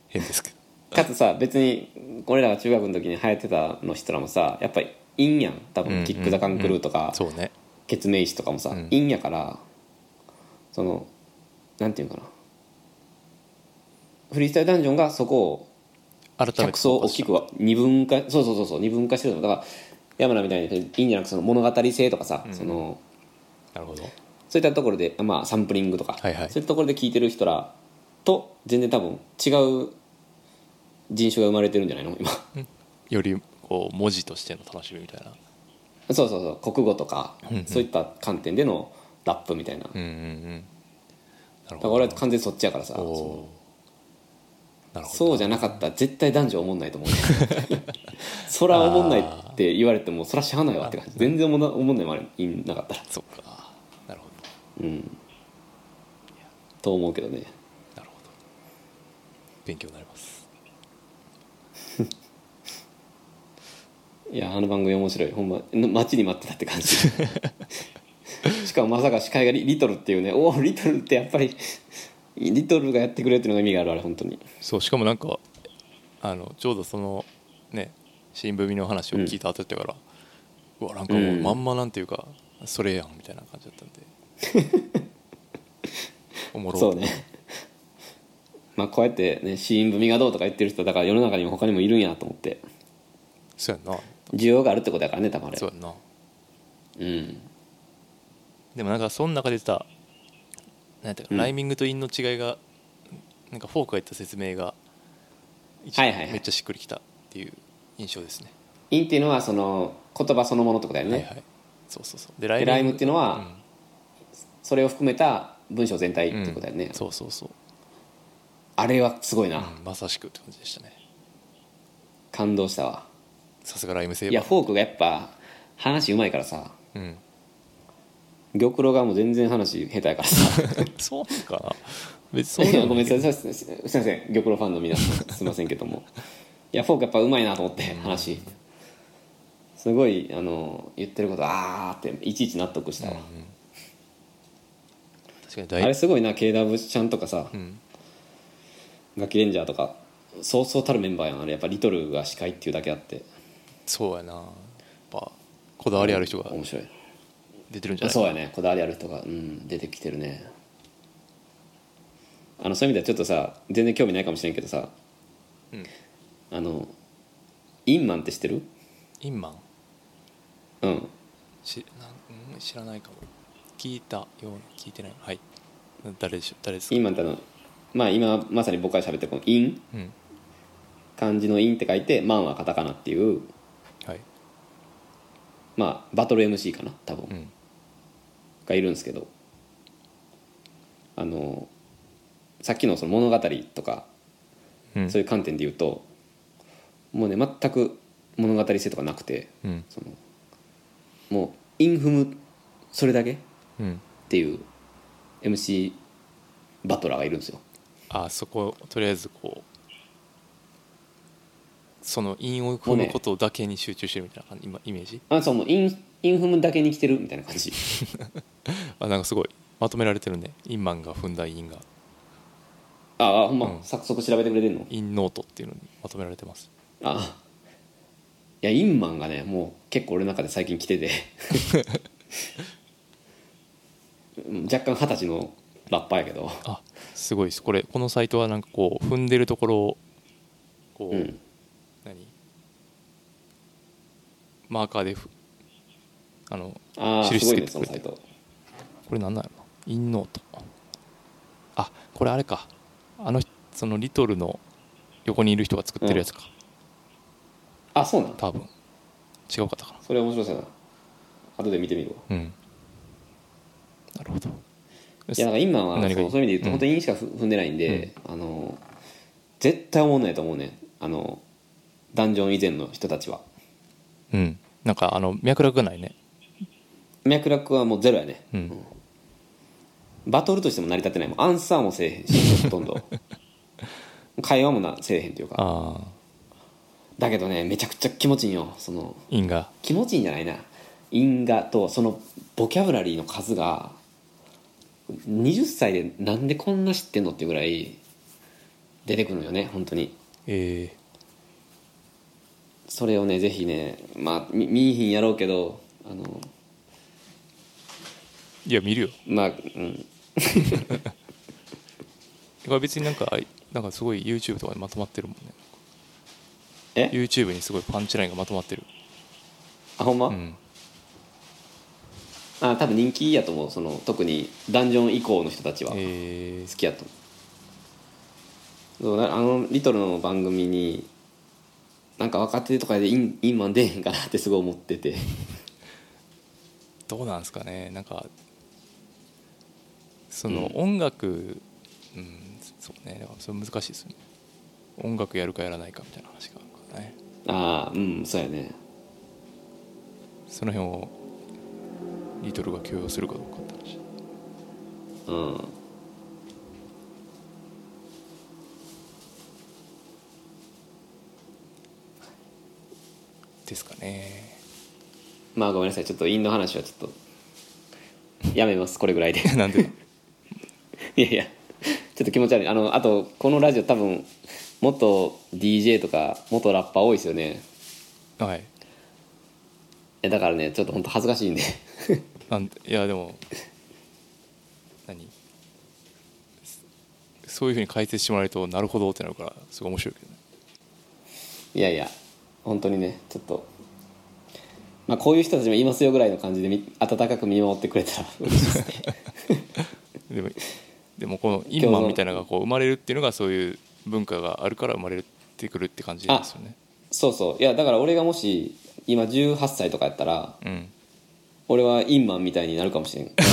A: 変ですけど
B: かつさ別に俺らが中学の時に流行ってたの人らもさやっぱり陰やん多分、
A: うん
B: キック・ザ・カン・クルーとか、
A: そうね
B: ケツメイシとかもさ、
A: うん
B: 陰やからそのなんていうのかなフリースタイルダンジョンがそこを
A: 改めて
B: 客層を大きくは二分化そうそうそうそう二分化してるのだから山名みたいにいいんじゃなくその物語性とかさ、その
A: なるほど
B: そういったところで、まあ、サンプリングとか、
A: はいはい
B: そういったところで聞いてる人らと全然多分違う人種が生まれてるんじゃないの今
A: よりこう文字としての楽しみみたいな
B: そうそうそう国語とか、そういった観点でのラップみたいな、だか
A: うんうんうんなる
B: ら
A: ほ
B: 俺
A: ど
B: は完全にそっちやからさ
A: お
B: その
A: おーなるほど
B: そうじゃなかったら絶対男女思んないと思う そら思んないって言われてもそらしゃあないわって感じ全然おもんなおもんないもんあれいなかったら
A: そっかなるほど
B: うんと思うけどね
A: なるほど勉強になります
B: いやあの番組面白いほんまの待ちに待ってたって 感じしかもまさか司会がリリトルっていうねおおリトルってやっぱりリトルがやってくれるっていうのが意味があるあれ本当に
A: そうしかもなんかあのちょうどそのね新聞見の話を聞いた後だったから、うわなんかもううんまんまなんていうか、それやんみたいな感じだったんで おもろ
B: そうねまあこうやってね死因組がどうとか言ってる人だから世の中にも他にもいるんやと思って
A: そうやんな
B: 需要があるってことだからね多分あれ
A: そうやんな
B: うん
A: でもなんかその中でさなんていうか、
B: うん
A: ライミングとインの違いがなんかフォークが言った説明が、一
B: はいはいはい
A: めっちゃしっくりきたっていう印象ですね
B: 因っていうのはその言葉そのものってことだよね、
A: はいはいそうそうそうでラ
B: でライムっていうのは、
A: うん
B: それを含めた文章全体ってことだよね、
A: うんそうそうそう、
B: あれはすごいな、
A: うんまさしくって感じでしたね
B: 感動したわ
A: さすがライムセー
B: い
A: バ
B: や
A: ー
B: フォークがやっぱ話うまいからさ
A: うん、
B: 玉露がもう全然話下手やからさ
A: そうなんかな別
B: ご
A: にそうな
B: めん
A: だけ
B: な さいすいませんすいません玉露ファンの皆さんすいませんけど もいやフォークやっぱうまいなと思って話、すごいあの言ってることあーっていちいち納得したわ、
A: ど確かに
B: あ
A: 大
B: れすごいな KW ちゃんとかさ、
A: ん
B: ガキレンジャーとかそうそうたるメンバーやんあれやっぱリトルが司会っていうだけあって
A: そうやなやっぱこだわりある人が
B: 面白い
A: 出てるんじゃない
B: そうやねこだわりある人が、うん、出てきてるねあのそういう意味ではちょっとさ全然興味ないかもしれんけどさ、
A: うん
B: あのインマンって知ってる
A: インマン
B: うん
A: しなんうん知らないかも聞いたような聞いてないはい誰でしょ誰ですか
B: インマンってあのまあ今まさに僕が喋ってるこの「イン
A: うん」
B: 漢字の「イン」って書いて「マン」はカタカナっていう
A: はい
B: まあバトル MC かな多分、
A: うん
B: がいるんですけどあのさっきのその物語とか
A: うん
B: そういう観点で言うと、もうね全く物語性とかなくて
A: うん
B: そのもうインフムそれだけっ
A: うん
B: ていう MC バトラーがいるんですよ
A: あそことりあえずこうその韻を踏むことだけに集中してるみたいな感じ今イメージ
B: あそうもうインインフムだけに来てるみたいな感じ
A: あなんかすごいまとめられてるねインマンが踏んだ韻が
B: ああほんま、
A: うん
B: 早速調べてくれてんの
A: インノートっていうのにまとめられてます
B: ああいやインマンがねもう結構俺の中で最近来 てて若干二十歳のラッパーやけど
A: あすごいですこれこのサイトはなんかこう踏んでるところをこう、
B: うん
A: 何マーカーでふあの
B: ああす
A: 印つ
B: ごい
A: け
B: ね
A: て
B: そ
A: く
B: の
A: れて
B: サイト
A: これなんなんやろなインノートあこれあれかあのそのリトルの横にいる人が作ってるやつか、
B: あそうなん
A: 多分違うかったかな
B: それ面白そうやな後で見てみるわ
A: うんなるほど
B: いやなんか今はそ
A: 何
B: う
A: がいい
B: そういう意味で言うと
A: うん
B: 本当にインしかふ踏んでないんで、あの絶対思わないと思うねあのダンジョン以前の人たちは
A: うんなんかあの脈絡がないね
B: 脈絡はもうゼロやね、
A: うん
B: バトルとしても成り立ってないもんアンサーもせえへんしほと んど会話もなせえへんというか
A: ああ
B: だけどねめちゃくちゃ気持ちいいんよその
A: インが
B: 気持ちいいんじゃないな因果とそのボキャブラリーの数が20歳でなんでこんな知ってんのっていうぐらい出てくるよね本当に
A: え
B: それをねぜひねまあみ見いひんやろうけどあの
A: ーいや見るよ
B: まあうん
A: これ別になんかあいなんかすごい YouTube とかにまとまってるもんね
B: え
A: YouTube にすごいパンチラインがまとまってる
B: あほんま、
A: うん
B: あ多分人気やと思うその特にダンジョン以降の人たちは好
A: えー
B: きやと思うそうなあのリトルの番組になんか若手とかでインインマン出えへんかなってすごい思って て
A: どうなんですかねなんかその音楽うん、そうねだからそれ難しいですよね音楽やるかやらないかみたいな話があるからね
B: ああうんそうやね
A: その辺をリトルが許容するかどうかって話
B: うん
A: ですかね
B: まあごめんなさいちょっとインの話はちょっとやめますこれぐらいで
A: なんで
B: いやいやちょっと気持ち悪いあのあとこのラジオ多分元 DJ とか元ラッパー多いですよね
A: はい
B: いやだからねちょっと本当恥ずかしいんで
A: なんでいやでも何そういうふうに解説してもらえるとなるほどってなるからすごい面白いけどね
B: いやいや本当にねちょっとまあこういう人たちもいますよぐらいの感じでみ温かく見守ってくれたら 嬉しいですね
A: でもでもこのインマンみたいなのがこう生まれるっていうのがそういう文化があるから生まれてくるって感じなんですよね。
B: そうそういやだから俺がもし今18歳とかやったら
A: うん、
B: 俺はインマンみたいになるかもしれんなと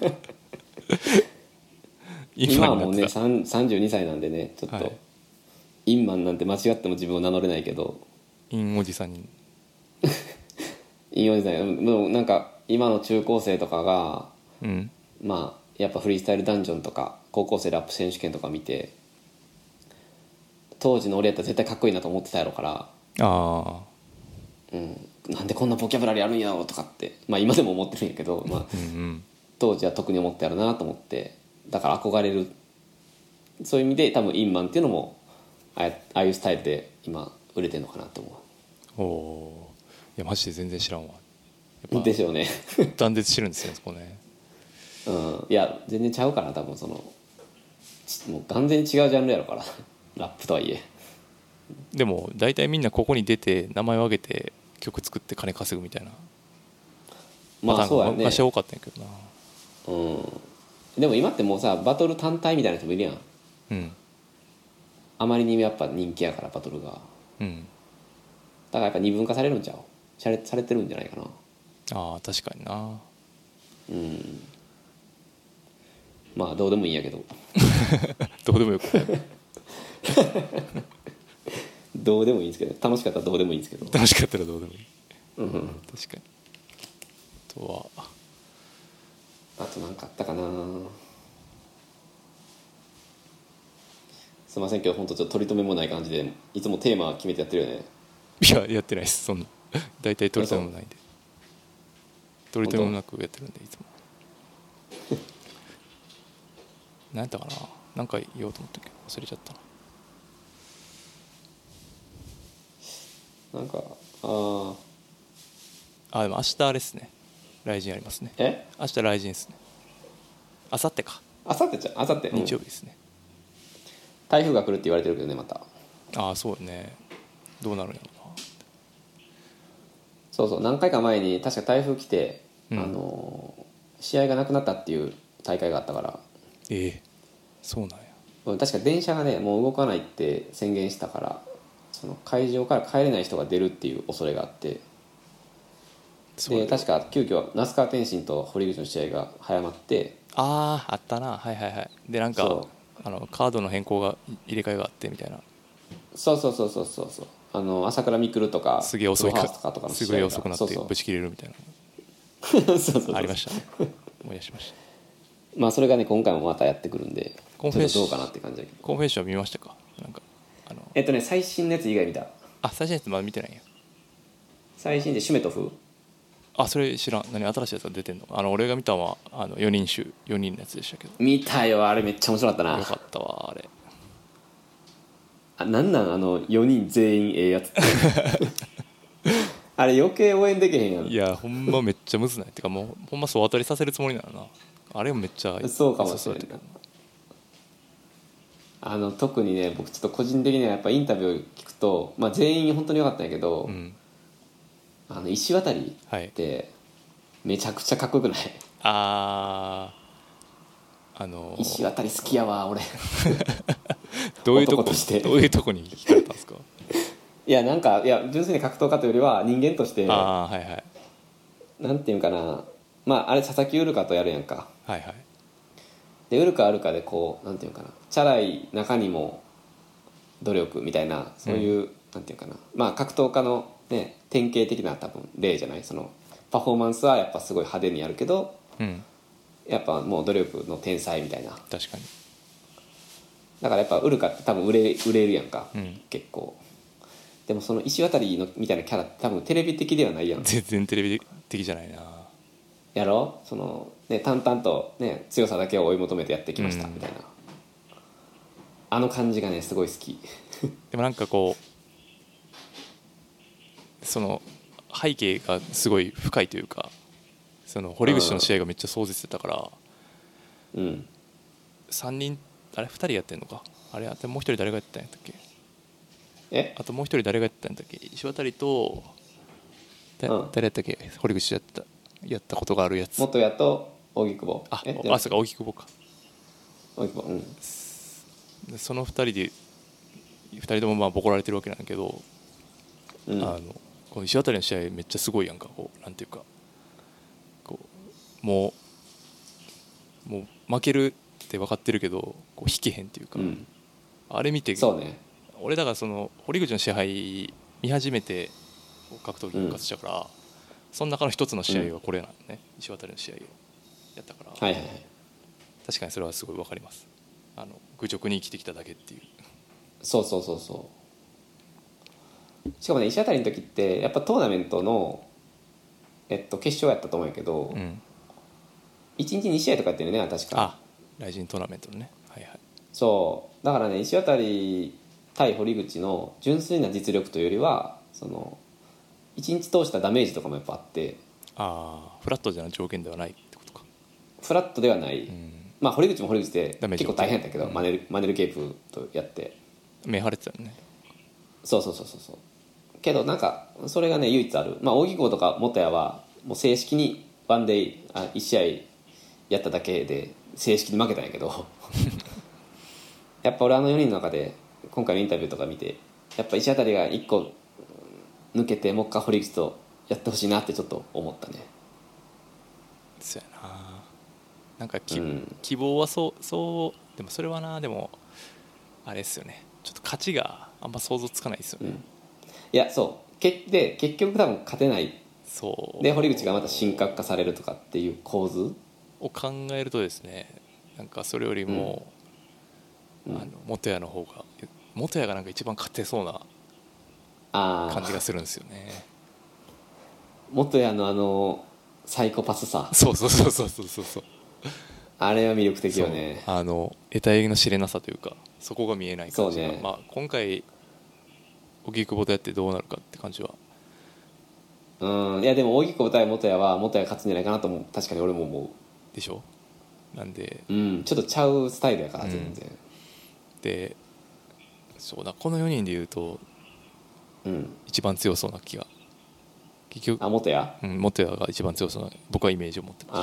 B: 思って
A: インマ
B: 今は
A: ンに
B: もうね
A: なってた
B: さん32歳なんでねちょっと、
A: はい
B: インマンなんて間違っても自分を名乗れないけど
A: インおじさんに
B: インオジさんうんでもなんか今の中高生とかが
A: うん
B: まあやっぱフリースタイルダンジョンとか高校生ラップ選手権とか見て当時の俺やったら絶対かっこいいなと思ってたやろから、
A: あ
B: うん、なんでこんなボキャブラリーあるんやろとかってまあ今でも思ってるんやけど、まあ
A: あ、うんうん
B: 当時は特に思ってやろなと思ってだから憧れるそういう意味で多分インマンっていうのもああやああいうスタイルで今売れてるのかなと思
A: おおーいやマジで全然知らんわや
B: う
A: っぱ
B: でしょうね
A: 断絶してるんですよねそこね
B: うんいや全然ちゃうから多分そのちもう完全に違うジャンルやろからラップとはいえ
A: でも大体みんなここに出て名前を挙げて曲作って金稼ぐみたいな
B: まあ
A: パターン
B: そう
A: が
B: やね
A: 昔は多かったんやけどな
B: うんでも今ってもうさバトル単体みたいな人もいるやん
A: うん
B: あまりにやっぱ人気やからバトルがだか
A: うん
B: らやっぱ二分化されるんちゃうされされてるんじゃないかな
A: ああ確かにな
B: うんまあどうでもいいんやけど
A: どうでもよくない
B: どうでもいいんですけど楽しかったらどうでもいいんですけど
A: 楽しかったらどうでもいい
B: うん
A: 確かにあとは
B: あと何かあったかなすいませんけど本当ちょっと取り留めもない感じでいつもテーマ決めてやってるよね
A: いややってないですそんな大体取り留めもないんで取り留めもなくやってるんでいつも何やったかな何か言おうと思ったけど忘れちゃったな
B: なんかあー
A: あでも明日あれですね来神ありますね
B: え
A: 明日来神ですね明後日か
B: あさってじゃんあさって
A: 日曜日ですね、
B: 台風が来るって言われてるけどねまた
A: ああそうねどうなるんやろうな
B: そうそう何回か前に確か台風来て、
A: うん
B: あのー試合がなくなったっていう大会があったから
A: ええそうなんや
B: うん確か電車がねもう動かないって宣言したからその会場から帰れない人が出るっていう恐れがあって
A: そう
B: で
A: だ
B: 確か急遽那須川天心と堀口の試合が早まって
A: あああったなはいはいはいでなんか
B: そ
A: あのカードの変更がい入れ替えがあってみたいな
B: そうそうそうそうそうそうあの朝倉未来とか
A: すげえ遅い
B: ロハ
A: か
B: ースとかとかの
A: す
B: 試合
A: ご
B: が
A: い遅くなって
B: そうそう
A: ぶち切れるみたいな
B: そうそうそう
A: ありましたね思い出しました
B: まあそれがね今回もまたやってくるんで
A: コンフェッシ
B: ちょ
A: ョン
B: っとどうかなって感じだけど
A: コンフェッション見ましたかなんかあの
B: えっとね最新のやつ以外見た
A: あ最初のやつまだ見てないんや
B: 最新でシュメトフ
A: あそれ知らん何新しいやつが出てんのあの俺が見たのはあの4人集4人のやつでしたけど
B: 見たよあれめっちゃ面白かった
A: よ
B: な
A: かったわあれ
B: あなんなんあの4人全員ええやつ あれ余計応援できへんやん
A: いやほんまめっちゃむずないってかもうほんまそう渡りさせるつもりなのなあれもめっちゃ
B: そうかも
A: 良
B: しれんな
A: さそうやった
B: あの特にね僕ちょっと個人的にはやっぱインタビュー聞くと、まあ、全員本当に良かったんやけど、
A: けどうん
B: あの石渡り
A: はい
B: ってめちゃくちゃかっこよくない
A: あーあの
B: 石渡り好きやわ俺
A: どういうとこ
B: 男として
A: どういうとこに惹かれたん ですか
B: いやなんかいや純粋に格闘家というよりは人間として
A: ああーはいはい
B: なんていうんかなまああれ佐々木ウルカとやるやんか
A: はいはい
B: でウルカウルカでこうなんていうのかなチャラい中にも努力みたいなそういう、なんていうかなまあ格闘家のね典型的な多分例じゃないそのパフォーマンスはやっぱすごい派手にやるけど
A: うん
B: やっぱもう努力の天才みたいな
A: 確かに
B: だからやっぱウルカって多分売れ売れるやんか、
A: うん
B: 結構でもその石渡りのみたいなキャラって多分テレビ的ではない やん
A: 全然テレビ的じゃないな
B: やろその、ね、淡々と、ね、強さだけを追い求めてやってきました、
A: うん
B: みたいなあの感じがねすごい好き
A: でもなんかこうその背景がすごい深いというかその堀口の試合がめっちゃ壮絶だったから
B: うん
A: 3人あれ2人やってんのかあれあともう1人誰がやってたんやったっけ
B: え
A: あともう1人誰がやってたんだっけ石渡とだ
B: うん
A: 誰やったっけ堀口やってたやったことがあるやつ
B: 元やと荻窪
A: あ
B: え
A: あそうか大木久保か
B: 荻窪うん
A: でその2人で2人ともまあボコられてるわけなんだけど、
B: うん
A: あのこの石渡の試合めっちゃすごいやんかこうなんていうかこうもうもう負けるって分かってるけどこう引けへんっていうか、
B: うん
A: あれ見て
B: そうね
A: 俺だからその堀口の支配見始めて格闘技復活したから、その中の一つの試合がこれなのね、石渡の試合をやったから、
B: はいはいはい
A: 確かにそれはすごい分かりますあの愚直に生きてきただけっていう
B: そうそうそうそうしかもね石渡りの時ってやっぱトーナメントの、えっと、決勝やったと思うんやけど、
A: うん
B: 一1日2試合とかやってるね確か
A: あ雷神トーナメントのねはいはい
B: そうだからね石渡対堀口の純粋な実力というよりはその一日通したダメージとかもやっぱあって
A: ああフラットじゃない条件ではないってことか
B: フラットではない、
A: うん
B: まあ堀口も堀口で
A: ダメージ
B: 結構大変だったけど、
A: うん
B: マネルマネルケープとやって
A: 目張れてたよね
B: そうそうそうそうそうけどなんかそれがね唯一あるまあ扇久保とか元谷はもう正式にワンデイあ1試合やっただけで正式に負けたんやけ どやっぱ俺あの4人の中で今回のインタビューとか見てやっぱ石渡りが1個抜けてもう一回堀口とやってほしいなってちょっと思ったね
A: そうやななんかき、
B: うん
A: 希望はそうそうでもそれはなでもあれですよねちょっと勝ちがあんま想像つかないですよね、
B: いやそうけで結局多分勝てない
A: そう
B: で堀口がまた神格化されるとかっていう構図
A: を考えるとですねなんかそれよりも、
B: うんうん
A: あの元谷の方が元谷がなんか一番勝てそうな
B: ああ
A: 感じがするんですよね
B: 元谷のあのサイコパスさ
A: そうそうそうそうそうそうそう
B: あれは魅力的よね
A: そうあの得体の知れなさというかそこが見えない感じが、
B: そうね
A: まあ、今回荻窪とやってどうなるかって感じは
B: うんいやでも荻久保対元谷は元谷勝つんじゃないかなとも確かに俺も思
A: でしょなんで
B: ううんちょっとちゃうスタイルやから
A: うん
B: 全然
A: でそうだこの4人でいうと
B: うん、
A: 一番強そうな気が結局
B: あ元谷あ
A: うん、元谷が一番強そうな僕はイメージを持ってます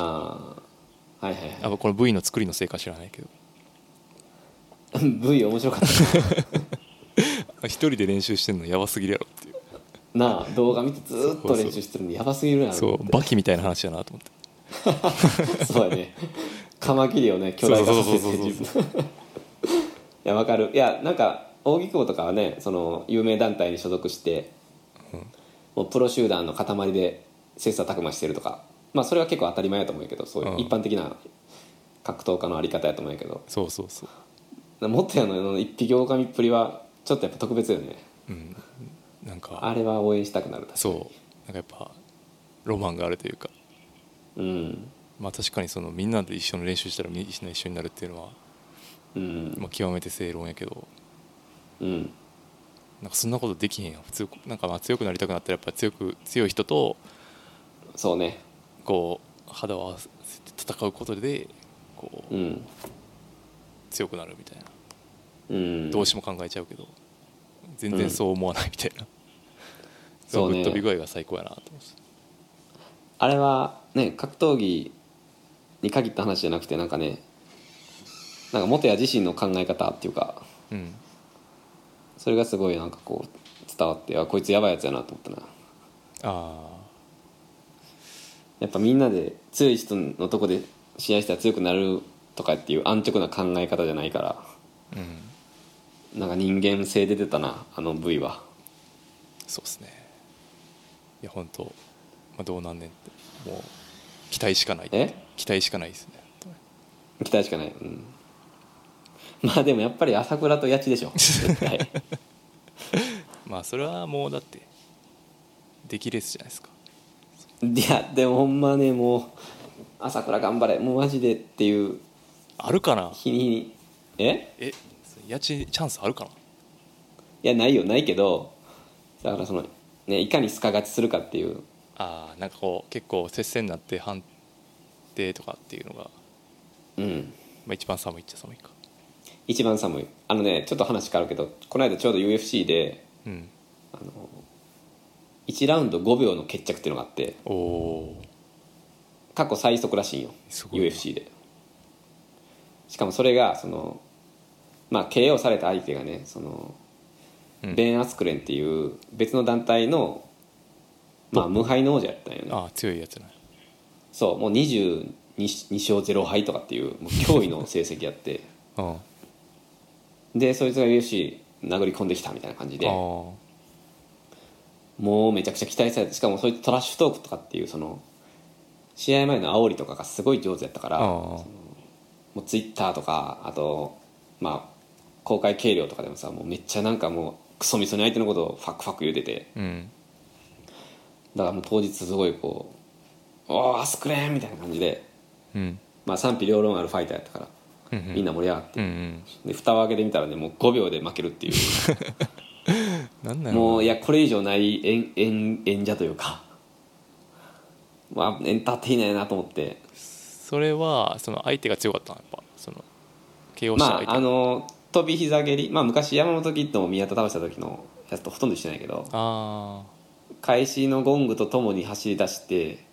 B: あーはいはい
A: あ
B: は
A: この V の作りのせいか知らないけど
B: い V 面白かった
A: 一人で練習してんのやばすぎるやろっていう
B: なあ動画見てずーっと練習してるのやばすぎるな
A: そうバキみたいな話やなと思って
B: そうやねカマキリをね巨大化させ
A: そう
B: て
A: そうそうそう
B: 自分 いやわかるいやなんか扇久保とかはねその有名団体に所属して、もうプロ集団の塊で切磋琢磨してるとかまあそれは結構当たり前やと思うんやけどそういううん一般的な格闘家のあり方やと思うんやけど、
A: そうそうそう、
B: もっとやのあの一匹狼っぷりはちょっとやっぱ特別よね
A: うん、なん
B: あ
A: か
B: れは応援したくなる
A: そうなんかやっぱロマンがあるというか
B: うん
A: まあ確かにそのみんなで一緒の練習したらみんな一緒になるっていうのは、
B: うん
A: まあ、極めて正論やけど
B: うん
A: なんかそんなことできへんやん普通なんかまあ強くなりたくなったらやっぱ強く強い人と
B: そうね
A: こう肌を合わせて戦うことでこう
B: うん
A: 強くなるみたいな
B: うん
A: どうしても考えちゃうけど全然そう思わないみたいな、 そ
B: そう
A: う
B: ね
A: ぶっ飛び具合が最高やなと思って
B: あれはね格闘技に限った話じゃなくてなんかねなんか元谷自身の考え方っていうか
A: うん
B: それがすごいなんかこう伝わってあこいつやばいやつやなと思ったな
A: あ
B: やっぱみんなで強い人のとこで試合したら強くなるとかっていう安直な考え方じゃないから
A: あうん
B: なんか人間性出てたなあの部位は
A: そうですねいや本当まあどうなんねんってもう期待しかない
B: え
A: 期待しかないですね
B: 期待しかない、うん、まあでもやっぱり朝倉と八千でしょ絶対
A: まあそれはもうだってできレースじゃないですか
B: いやでもほんまねもう朝倉頑張れもうマジでっていう
A: あるかな
B: 日に日にえ
A: え家賃チャンスあるかない
B: やないよないけどだからそのねいかにスカ勝ちするかっていう
A: あーなんかこう結構接戦になって判定とかっていうのが、
B: うん
A: まあ、一番寒いっちゃ寒いか
B: 一番寒いあのねちょっと話変わるけどこの間ちょうど UFC で
A: うん
B: あの1ラウンド5秒の決着っていうのがあって
A: おお
B: 過去最速らしいよ
A: すごいな
B: UFC でしかもそれがそのまあ KO された相手がねその、
A: うん
B: ベン・アスクレンっていう別の団体の、まあ、無敗の王者やったんよね
A: ああ強いやつな
B: そうもう22 2勝0敗とかっていうもう驚異の成績やって
A: うんあ
B: でそいつが UFC 殴り込んできたみたいな感じで
A: ー
B: もうめちゃくちゃ期待されてしかもそういったトラッシュトークとかっていうその試合前の煽りとかがすごい上手やったから
A: あ
B: も
A: ー
B: うツイッターとかあとまあ公開計量とかでもさもうめっちゃなんかもうクソみそに相手のことをファクファク言うてて
A: うん
B: だからもう当日すごいこう「おーアスクレーン!」みたいな感じで、
A: うん
B: まあ、賛否両論あるファイターやったから
A: うんうん
B: みんな盛り上がって
A: うんうん
B: で蓋を開けてみたらねもう5秒で負けるっていう
A: なんな
B: も
A: の
B: ういやこれ以上ない演演演者というかまあエンターテイナーやなと思って
A: それはその相手が強かったのやっぱその KO した
B: ま
A: 相手、
B: ああの飛び膝蹴りまあ昔山本キッドも宮田倒した時のやつとほとんど一緒ないけど
A: あ
B: 開始のゴングとともに走り出して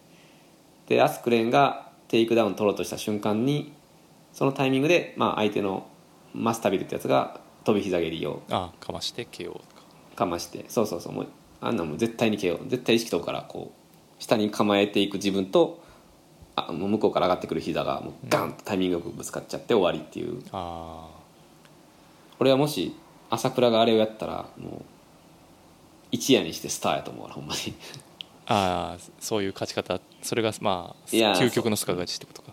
B: でアスクレンがテイクダウン取ろうとした瞬間にそのタイミングで、まあ、相手のマスタビルってやつが飛び膝蹴りを
A: ーあーかまして KO か
B: かましてそうそうそうもうあんなもう絶対に KO 絶対意識取るからこう下に構えていく自分とあもう向こうから上がってくる膝がもうガンとタイミングよくぶつかっちゃって終わりっていう
A: あ
B: 俺はもし朝倉があれをやったらもう一夜にしてスターやと思うわほんまに
A: ーあーそういう勝ち方それがまあ
B: いやー
A: 究極のスカ勝ちってことか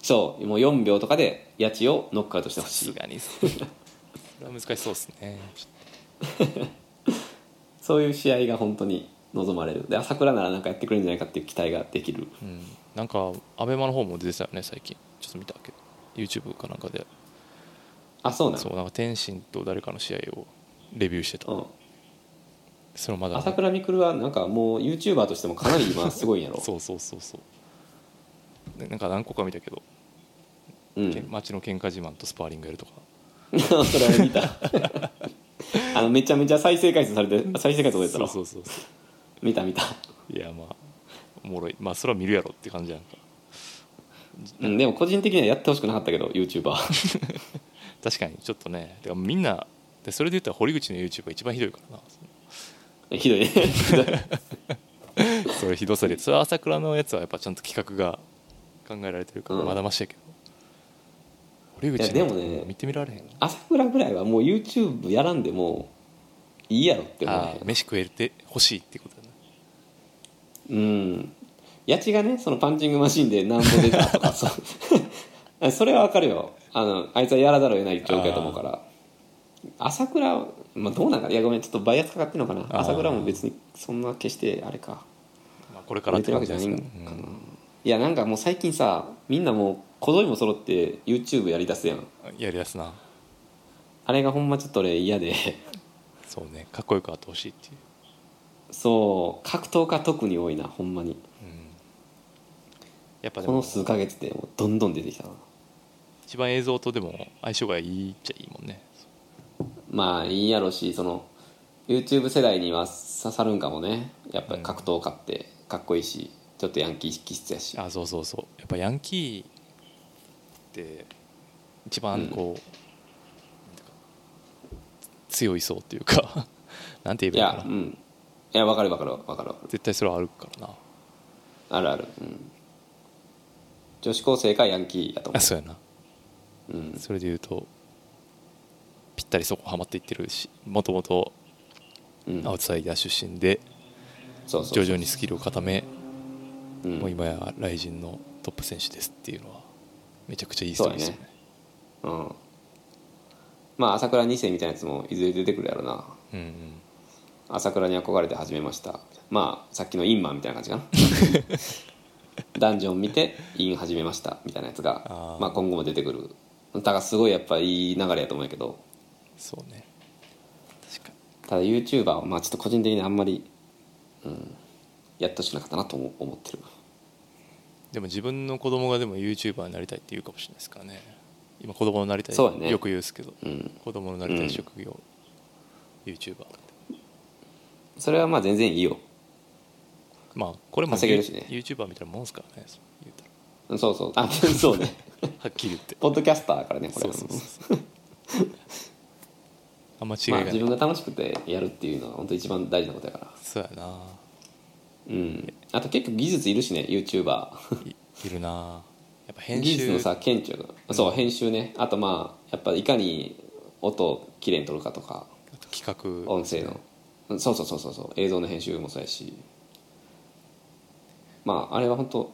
B: そうもう4秒とかで家賃をノックアウトして
A: さ
B: ほし
A: す
B: い
A: がにそれは難しそうですねちょっ
B: そういう試合が本当に望まれるで朝倉ならなんかやってくれるんじゃないかっていう期待ができる
A: とうん、なんかアベマの方も出てたよね最近ちょっと見たけど YouTube かなんかで
B: あそうな
A: そ
B: の
A: うなんか天心と誰かの試合をレビューしてた
B: うん
A: それもまだ
B: 朝倉未来はなんかもう YouTuber としてもかなり今すごいんやろ
A: そうそうそうそうななんか何個か見たけど、
B: う、ん、
A: け街の喧嘩自慢とスパーリングやるとか
B: それは見たあのめちゃめちゃ再生回数されて再生回数増えてた
A: そ
B: ろ
A: うそうそうそ
B: 見た見た、
A: ういやまあおもろいまあそれは見るやろって感じやんか
B: うん、でも個人的にはやってほしくなかったけど YouTuber
A: 確かにちょっとねてかみんなでそれで言ったら堀口の YouTube が一番ひどいからな
B: ひどいね
A: それひどさでそれは朝倉のやつはやっぱちゃんと企画が考えられてるから
B: うん
A: まだましやけど、堀
B: い
A: 口
B: や
A: の
B: でもね
A: 見てみられへんな
B: 朝倉ぐらいはもう YouTube やらんでもいいやろって思う
A: あ
B: ね
A: ー飯食えてほしいってことだね
B: うん八千がねそのパンチングマシンで何本出たとかそう それはわかるよあのあいつはやらざるを得ない状況だと思うから朝倉は、まあ、どうなんかいやごめんちょっとバイアスかかってんのかな
A: あー
B: 朝倉も別にそんな決してあれか
A: まあ、これから
B: 売
A: っ
B: れて
A: て
B: る
A: 感
B: わけ
A: じ
B: じゃ
A: で
B: ない
A: す
B: ん
A: か
B: かな、
A: ら、うん
B: いやなんかもう最近さみんなもう小僧いも揃って YouTube やりだすやん
A: やりやすな
B: あれがほんまちょっと俺嫌で
A: そうねかっこよくあってほしいっていう、
B: そう格闘家特に多いなほんまに
A: うん、やっぱで
B: この
A: も
B: 数ヶ月でもうどんどん出てきたな
A: 一番映像とでも相性がいいっちゃいいもんね
B: まあいいやろしその YouTube 世代には刺さるんかもねやっぱり格闘家ってかっこいいしちょっとヤンキー気質やし
A: あそうそうそうやっぱヤンキーって一番こう、なんていうか強い層っていうか なんて
B: い
A: 言えばいい
B: や
A: か
B: う
A: なん
B: いやわかるわかるわかるわかる
A: 絶対それはあるからな
B: あるある、うん、女子高生かヤンキーやと思
A: あそうやな
B: う、うん、
A: それで言うとぴったりそこハマっていってるしもともと
B: うん
A: アウトサイダー出身で
B: そうそう
A: 徐々にスキルを固め
B: うん
A: もう今やライジンのトップ選手ですっていうのはめちゃくちゃいいストーリーですよね
B: うんまあ朝倉2世みたいなやつもいずれ出てくるやろな
A: うんうん
B: 朝倉に憧れて始めましたまあさっきのインマンみたい な感じかなダンジョン見てイン始めましたみたいなやつが
A: あー
B: まあ、今後も出てくるだからすごいやっぱいい流れやと思うんやけど
A: そうね確かに
B: ただ YouTuber はまあちょっと個人的にあんまり、うん、やっとしなかったなと思思ってる
A: でも自分の子供がでも YouTuber になりたいって言うかもしれないですからね今子供になりたい
B: そうやね
A: よく言うんですけど、
B: うん
A: 子供になりたい職業、YouTuber
B: それはまあ全然いいよ
A: まあこれも
B: 稼げるしね
A: YouTuber みたいなもんですからねそう言うた
B: うんそうそうあ そうね
A: らはっきり 言って
B: ポッドキャスターやからねこれ
A: そうそうそう あんま違い
B: ま
A: が
B: あ、
A: ない、
B: 自分が楽しくてやるっていうのは本当一番大事なことやから
A: そうやな
B: うんあと結構技術いるしね YouTuber
A: いいるなやっぱ編
B: 技術
A: 集
B: のさ顕著がそう編集ねあとまあやっぱいかに音をきれいに撮るかとか
A: あと企画
B: 音声のうんそうそうそうそうそう映像の編集もそうやしまああれは本当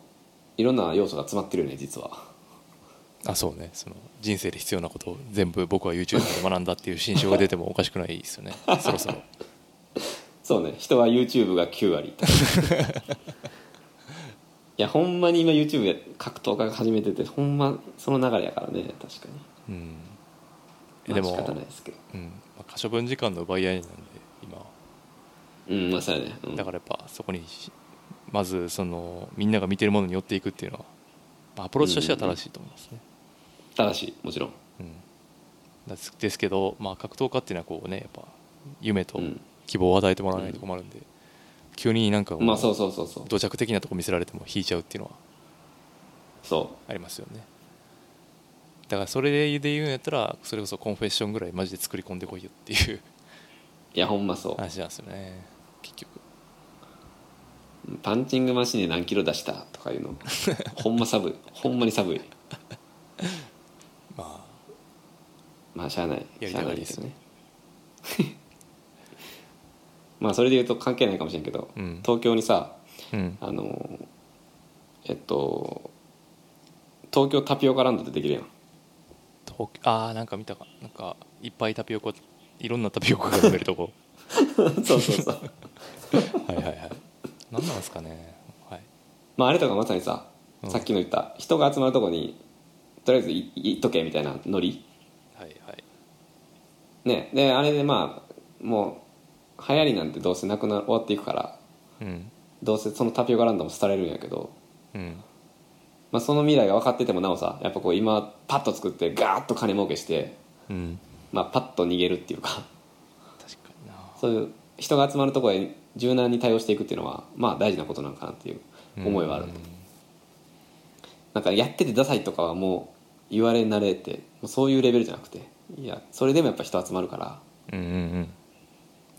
B: いろんな要素が詰まってるよね実は
A: あそうねその人生で必要なことを全部僕は YouTuber で学んだっていう新章が出てもおかしくないですよ ねそろそろ
B: そうね人は YouTube が9割 いやほんまに今 YouTube や格闘家が始めててほんまその流れやからね確かに
A: うんえ
B: ま
A: で
B: あ
A: も
B: 仕方ないですけど
A: うんまあ可処分時間の奪い合いなんで今は
B: うんまあそうやね、うん
A: だからやっぱそこにしまずそのみんなが見てるものに寄っていくっていうのはまあアプローチとしては正しいと思いますね、
B: ただしいもちろん
A: うんですですけど、まあ、格闘家っていうのはこうねやっぱ夢と
B: うん
A: 希望を与えてもらわないと困るんで、急になんかこう
B: まあそうそうそうそう
A: 土着的なとこ見せられても引いちゃうっていうのは
B: そ
A: ありますよねだからそれで言うんやったらそれこそコンフェッションぐらいマジで作り込んでこいよっていう
B: ういやほんまそう、
A: 話なんですよね結局
B: パンチングマシンで何キロ出したとかいう のほんま寒いほんまに寒い
A: まあ
B: まあしゃあない
A: やり
B: しゃ
A: た
B: あ
A: が
B: な
A: り
B: い
A: で
B: ですす
A: ね
B: ね まあそれで言うと関係ないかもしれんけど、
A: うん
B: 東京にさ
A: うん
B: あのえっと東京タピオカランドってできるやん
A: 東ああなんか見たかなんかいっぱいタピオカいろんなタピオカが飲めるとこ
B: そうそうそう
A: はいはいはい何なんですかねはい
B: まああれとかまさにさ、
A: うん
B: さっきの言った人が集まるとこにとりあえずい行っとけみたいなノリ
A: はいはい
B: ねであれでまあもう流行りなんてどうせなくな終わっていくから
A: うん
B: どうせそのタピオカランドも廃れるんやけど、
A: うん
B: まあ、その未来が分かっててもなおさやっぱこう今パッと作ってガーッと金儲けして、
A: うん
B: まあ、パッと逃げるっていうか
A: 確かにな
B: そういう人が集まるところへ柔軟に対応していくっていうのはまあ大事なことなのかなっていう思いはある、
A: うん
B: なんかやっててダサいとかはもう言われ慣れてもうそういうレベルじゃなくていやそれでもやっぱ人集まるから
A: うんうんうん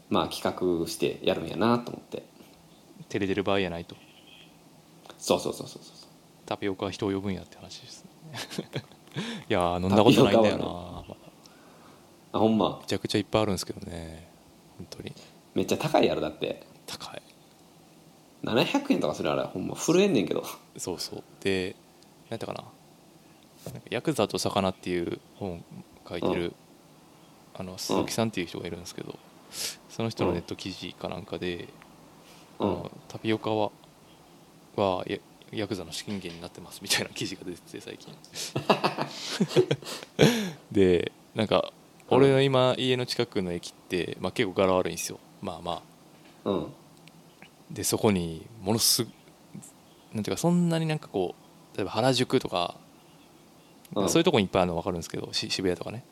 B: まあ企画してやるんやなと思って
A: 照れてる場合やないと
B: そうそうそうそうそう
A: タピオカは人を呼ぶんやって話ですね いやー飲んだことないんだよ
B: タピ
A: な、
B: オカ
A: まだ
B: あほんま
A: めちゃくちゃいっぱいあるんですけどね本当に
B: めっちゃ高いやろだって
A: 高い
B: 700円とかするあれほんま震えんねんけど
A: そうそうで何だかななんかヤクザと魚」っていう本書いてる、
B: う
A: あの鈴木さんっていう人がいるんですけど、その人のネット記事かなんかで、
B: う
A: あ
B: ん
A: のタピオカははヤヤクザの資金源になってますみたいな記事が出てて最近 でなんか俺の今家の近くの駅って、まあ、結構柄悪いんですよまあまあ
B: うん
A: でそこにものすごなんていうかそんなになんかこう例えば原宿とか、
B: うん
A: そういうとこにいっぱいあるの分かるんですけどし渋谷とかね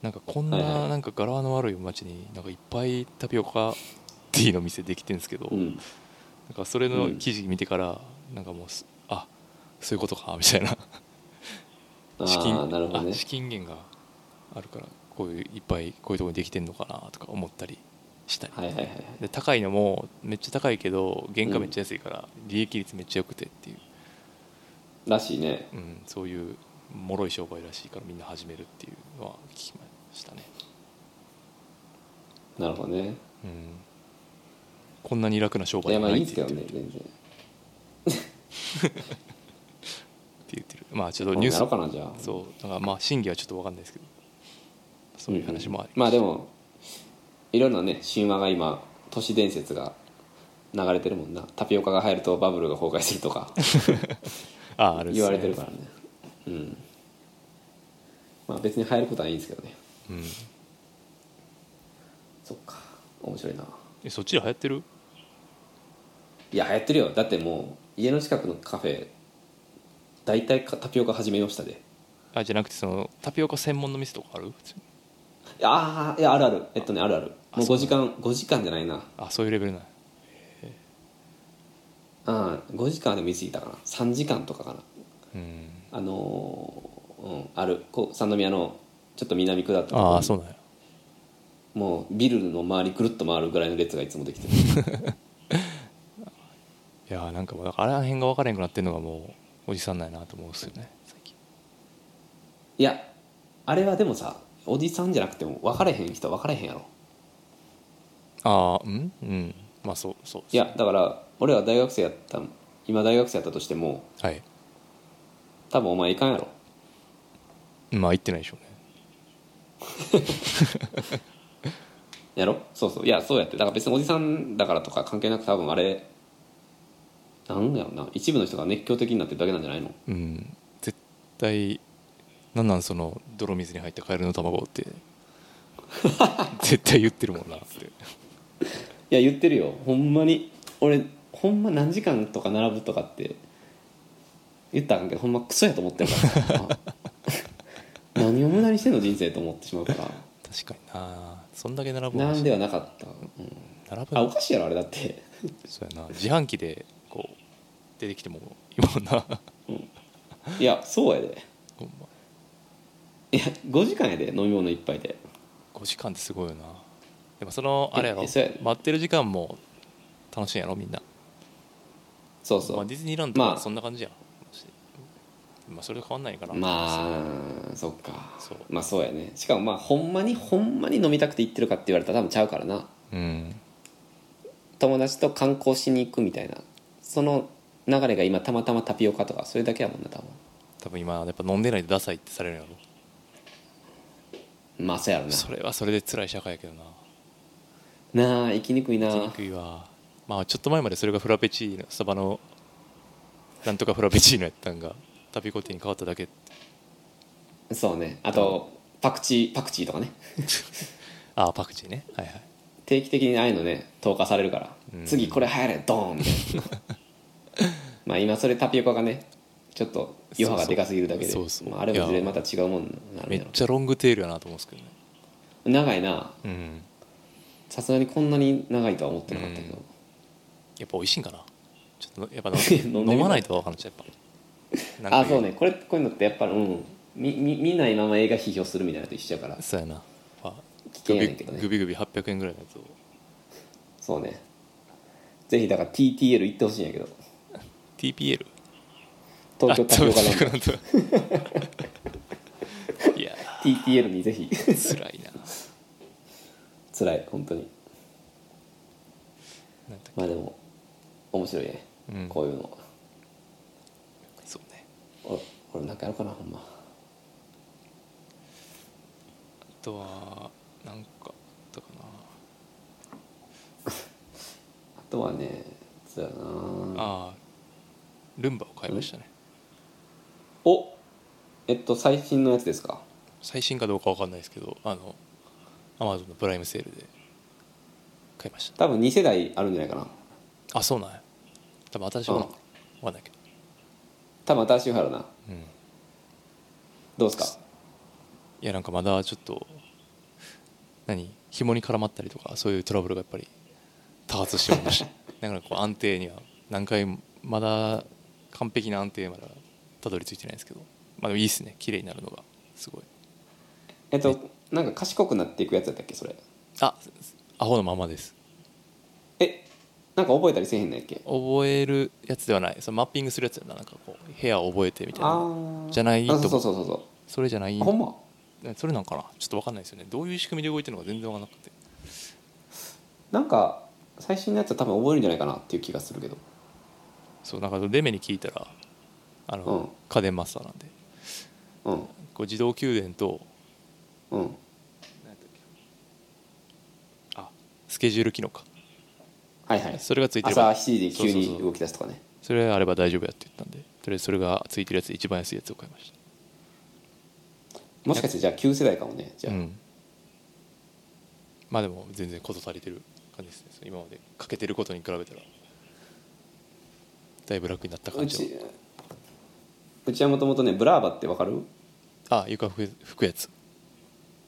A: なんかこんな
B: はいはい
A: なんか柄の悪い街になんかいっぱいタピオカティーの店できてるんですけど、
B: うん
A: なんかそれの記事見てから、なんかもうすあそういうことかみたいな
B: あ
A: 資金
B: あなるほどね
A: あ資金源があるからこういういっぱいこういうとこにできてんのかなとか思ったりしたり
B: はいはいはいはい
A: で高いのもめっちゃ高いけど原価めっちゃ安いから利益率めっちゃ良くてっていう、
B: らしいね
A: うん、そういう脆い商売らしいからみんな始めるっていうのは聞きましたね、
B: なるほどね
A: うん、こんなに楽な商
B: い
A: 売
B: や
A: は
B: まあ
A: ない
B: い
A: い
B: ん
A: っ
B: す
A: て
B: け
A: 言
B: ど
A: ってる
B: ね全然
A: って言ってるまあちょっとニュー
B: やろう
A: ス
B: かなじゃあ
A: そうだからまあ真偽はちょっと分かんないですけどそういう話もあり
B: まあでもいろんなね神話が今都市伝説が流れてるもんなタピオカが入るとバブルが崩壊するとか
A: ああるっすね
B: 言われてるからねうんまあ別に入ることはいいんですけどね
A: うん
B: そっか面白いな
A: えそっちで流行ってる
B: いや流行ってるよだってもう家の近くのカフェ大体かタピオカ始めましたで
A: あじゃなくてそのタピオカ専門の店とかある普通に
B: ああいやあるあるえっとねあるあるもう
A: そう
B: 5時間5時間じゃないな
A: あそういうレベルない
B: ああ5時間はでも言い過ぎたかな3時間とかかな
A: うん
B: あのーうん、あるこう三宮のちょっと南下ったとこ
A: ああそうなんや
B: もうビルの周りぐるっと回るぐらいの列がいつもできてる
A: いやーなんかもうだからあらへんが分からへんくなってんのがもうおじさんなんやなと思うんですよね最近
B: いやあれはでもさおじさんじゃなくても分かれへん人は分かれへんやろ
A: ああうんうんまあそうそう
B: いやだから俺は大学生やった今大学生やったとしても
A: はい
B: 多分お前いかんやろ
A: まあ言ってないでしょうね
B: やろそうそういやそうやってだから別におじさんだからとか関係なく多分あれなんだろうな一部の人が熱狂的になってるだけなんじゃないの
A: うん絶対なんなんその泥水に入ったカエルの卵って 絶対言ってるもんなって
B: いや言ってるよほんまに俺ほんま何時間とか並ぶとかって言ったらあかんけどほんまクソやと思ってるから 何を無駄にしてんの人生と思ってしまうから
A: 確かになそんだけ並ぶ
B: な
A: 話
B: んではなかった、うん
A: 並ぶ
B: あ
A: の
B: おかしいやろあれだって
A: そうやな自販機でこう出てきても今な
B: いやそうやで
A: ほんま
B: いや5時間やで飲み物一杯で
A: 5時間ってすごいよなでもそのあれやろ
B: えそうや
A: 待ってる時間も楽しいんやろみんな、
B: そうそ
A: まあ、
B: う
A: ディズニーランド
B: ま
A: は
B: あ
A: そんな感じやん、まあ、それと変わんないから
B: まあそっか
A: そう
B: まあそうやねしかもまあほんまにほんまに飲みたくて行ってるかって言われたら多分ちゃうからな
A: うん
B: 友達と観光しに行くみたいなその流れが今たまたまタピオカとかそれだけやもんな多分
A: 多分今やっぱ飲んでないとダサいってされるんやろ
B: まあそうやろな
A: それはそれで辛い社会やけどな
B: なあ生きにくいな
A: 行きにくいわまあちょっと前までそれがフラペチーノスタバのなんとかフラペチーノやったんがタピコティーに変わっただけって
B: そうねあとパクチーパクチーとかね
A: ああパクチーねはいはい
B: 定期的にああいうのね投下されるから、
A: うん
B: 次これ流行れドーンみたい なまあ今それタピオカがねちょっと余波がでかすぎるだけで
A: そうそうそう
B: まあ、あれはいずれ
A: いや
B: また違うもんになる
A: め
B: んや
A: っ
B: ろ
A: ちゃロングテールやなと思うんですけどね
B: 長いな
A: うん
B: さすがにこんなに長いとは思ってなかったけど、
A: やっぱ美味しいんかなちょっとやっぱ
B: 飲んでみ
A: 飲
B: たい
A: まないと分かんないやっぱなんか
B: あそうねこれこういうのってやっぱりうんみみ見ないまま映画批評するみたいなのと一緒やから
A: そうやな、まあ、
B: 危険
A: グビ
B: やねんけどね
A: グビグビ800円ぐらいのやつを
B: そうねぜひだから TTL 行ってほしいんやけど
A: TPL?
B: 東京
A: あ
B: タピオカラ
A: タ
B: ンド
A: ピオカランドいや
B: TTL にぜひ
A: ー辛いな
B: 辛い本当に
A: なんだっ
B: まあでも面白いね、
A: うん
B: こういうの
A: けそうね
B: お俺なんかやろうかなほんま
A: あとはなんかあったか
B: あとはねそうや
A: な
B: な
A: ああルンバを買いましたね
B: おえっと最新のやつですか
A: 最新かどうかわかんないですけどあのアマゾンのプライムセールで買いまし
B: 多分2世代あるんじゃないかな
A: たあそうなんや多分私はな
B: うん
A: わかんないけど
B: 多分新しい方やろな
A: うん
B: どうですか
A: いやなんかまだちょっと何紐に絡まったりとかそういうトラブルがやっぱり多発しておりま しただからこう安定には何回もまだ完璧な安定まではたどり着いてないんですけどまあでもいいですね綺麗になるのがすごい
B: えっとなんか賢くなっていくやつやったっけそれ
A: あアホのままです
B: えなんか覚えたりせえへんのやっけ
A: 覚えるやつではないそのマッピングするやつやななんかこう部屋を覚えてみたい
B: あ
A: な
B: ー
A: じゃないと
B: あ
A: 思
B: そううそうそうそうそ
A: それじゃないう
B: ほんま
A: それなんかなちょっと分かんないですよねどういう仕組みで動いてるのか全然分かんなくて
B: なんか最新のやつは多分覚えるんじゃないかなっていう気がするけど
A: そうなんかレメに聞いたらあの、
B: うん
A: 家電マスターなんで
B: うん
A: こう自動給電と
B: うん
A: あスケジュール機能か
B: はいはい
A: それがついてれ
B: 朝
A: ば
B: 7時で急
A: そうそう
B: に
A: そう
B: 動き出すとかね
A: それあれば大丈夫やって言ったんでとりあえずそれがついてるやつで一番安いやつを買いまし
B: もしかしてじゃあ旧世代かもねじ
A: た
B: ゃあ、
A: うんまあでも全然こと足りてる感じですねその今まで欠けてることに比べたらだいぶ楽になった
B: う
A: 感じ
B: ちうちはもともとねブラーバってわかる
A: はあ床拭く拭くやつ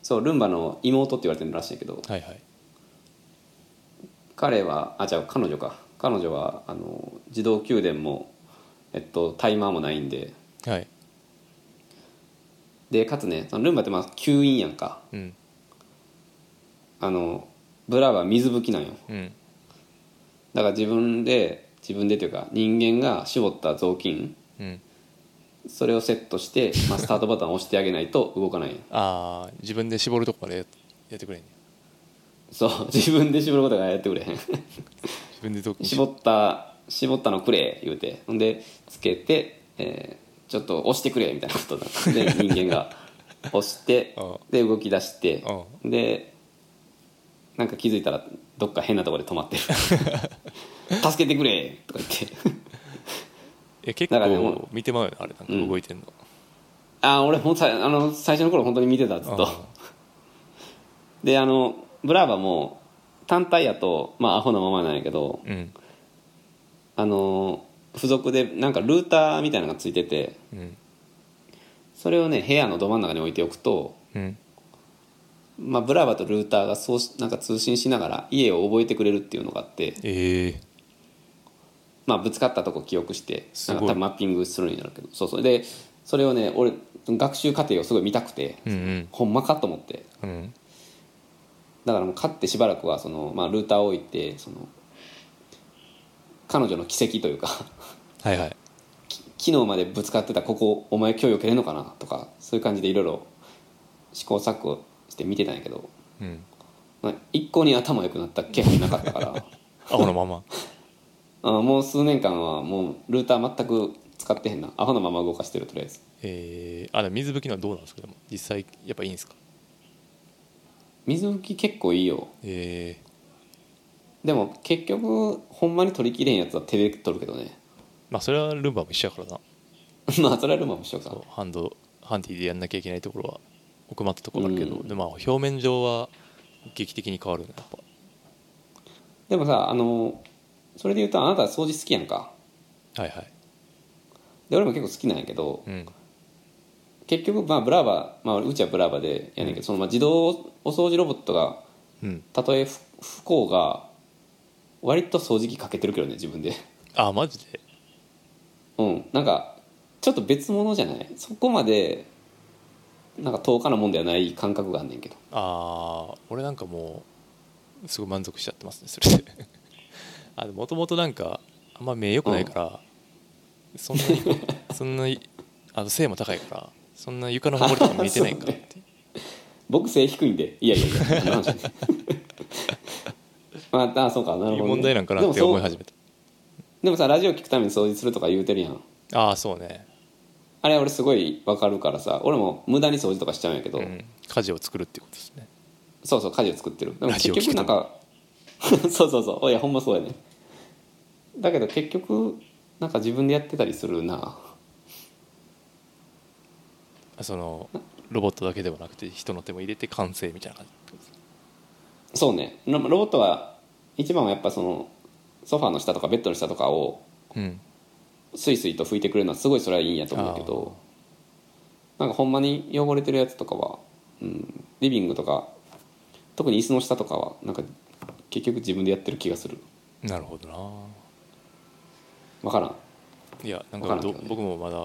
B: そうルンバの妹って言われてるらしいけど
A: はいはい
B: 彼はあじゃあ彼女か彼女はあの自動給電もえっとタイマーもないんで
A: はい
B: でかつねそのルンバってまあ吸引やんか
A: うん
B: あのブラーバは水拭きなんよ
A: うん
B: だから自分で自分でというか人間が絞った雑巾
A: うん
B: それをセットして、まあ、スタートボタンを押してあげないと動かない
A: ああ自分で絞るとこまでややってくれんね
B: そう自分で絞ることがやってくれへん
A: 自分でどっ
B: 絞った絞ったのくれ言うてほんでつけて、えーちょっと押してくれみたいなことだで人間が押して
A: ああ
B: で動き出して
A: あ
B: でなんか気づいたらどっか変なところで止ま ってる助けてくれとか言って
A: え結
B: だからねも
A: 構見てまうよねあれなんか動いてんの、
B: ああ俺ほんさあの最初の頃本当に見てたずっ
A: あ
B: とであのブラーバも単体やとまあアホなままなんやけど
A: うん
B: あの付属でなんかルーターみたいなのがついてて
A: うん
B: それをね部屋のど真ん中に置いておくと、
A: うん
B: まあ、ブラーバとルーターがそうしなんか通信しながら家を覚えてくれるっていうのがあって、
A: ええ
B: まあ、ぶつかったとこ記憶して
A: す
B: な
A: ごい
B: んか多分マッピングするんやろうけどそうそうでそれをね俺学習過程をすごい見たくて、
A: うん
B: ほんまかと思って
A: うんうん
B: だからもう勝ってしばらくはその、まあ、ルーターを置いてその彼女の軌跡というか
A: はいはい
B: 昨日までぶつかってたここお前今日よけれんのかなとかそういう感じでいろいろ試行錯誤して見てたんやけど、
A: うん
B: まあ、一向に頭良くなった気配なかったから。
A: あこのま ま
B: あもう数年間はもうルーター全く使ってへんなアホのまま動かしてるとりあえず
A: ええあでも水拭きのはどうなんですかでも実際やっぱいいんですか
B: 水拭き結構いいよ
A: ええ
B: でも結局ほんまに取りきれんやつは手で取るけどね
A: まあそれはルンバも一緒やからな
B: まあそれはルーマもしようか
A: そうハンドハンディでやんなきゃいけないところは奥まったところあるけど、
B: うん
A: でまあ表面上は劇的に変わるねやっぱ
B: でもさあのそれで言うとあなた掃除好きやんか
A: はいはい
B: で俺も結構好きなんやけど
A: うん
B: 結局まあブラーバまあうちはブラーバでやねんけど、そのまあ自動お掃除ロボットが
A: うん
B: たとえ不不幸が割と掃除機かけてるけどね自分で
A: あマジで
B: うんなんかちょっと別物じゃないそこまでなんか遠かなもんではない感覚があんねんけど
A: ああ俺なんかもうすごい満足しちゃってますねそれで あもともとなんかあんま目良くないから、そんなに そんなにあの背も高いからそんな床のほこりとか見えてないかって
B: 僕背低いんでいやいやいや そんな話 まああそうかなるほどね、
A: いう問題なんかなって思い
B: でもそ
A: 始めた
B: うでもさラジオ聞くために掃除するとか言うてるやん
A: ああそうね、
B: あれ俺すごいわかるからさ俺も無駄に掃除とかしちゃうんやけど、
A: うん、家事を作るっていうことですね
B: そうそう家事を作ってるでも
A: ラジ
B: 結
A: オ聞
B: 局
A: く
B: なんか そうそうそうおいやほんまそうやねだけど結局なんか自分でやってたりするな
A: そのロボットだけではなくて人の手も入れて完成みたいな感じってことですね
B: そうねロロボットは一番はやっぱそのソファーの下とかベッドの下とかを
A: うん
B: スイスイと拭いてくれるのはすごいそれはいいんやと思うけどなんかほんまに汚れてるやつとかは、うん、リビングとか特に椅子の下とかはなんか結局自分でやってる気がする
A: なるほどな
B: 分からん
A: いやなん
B: わ
A: か
B: からんけ
A: ど
B: どね
A: 僕もまだ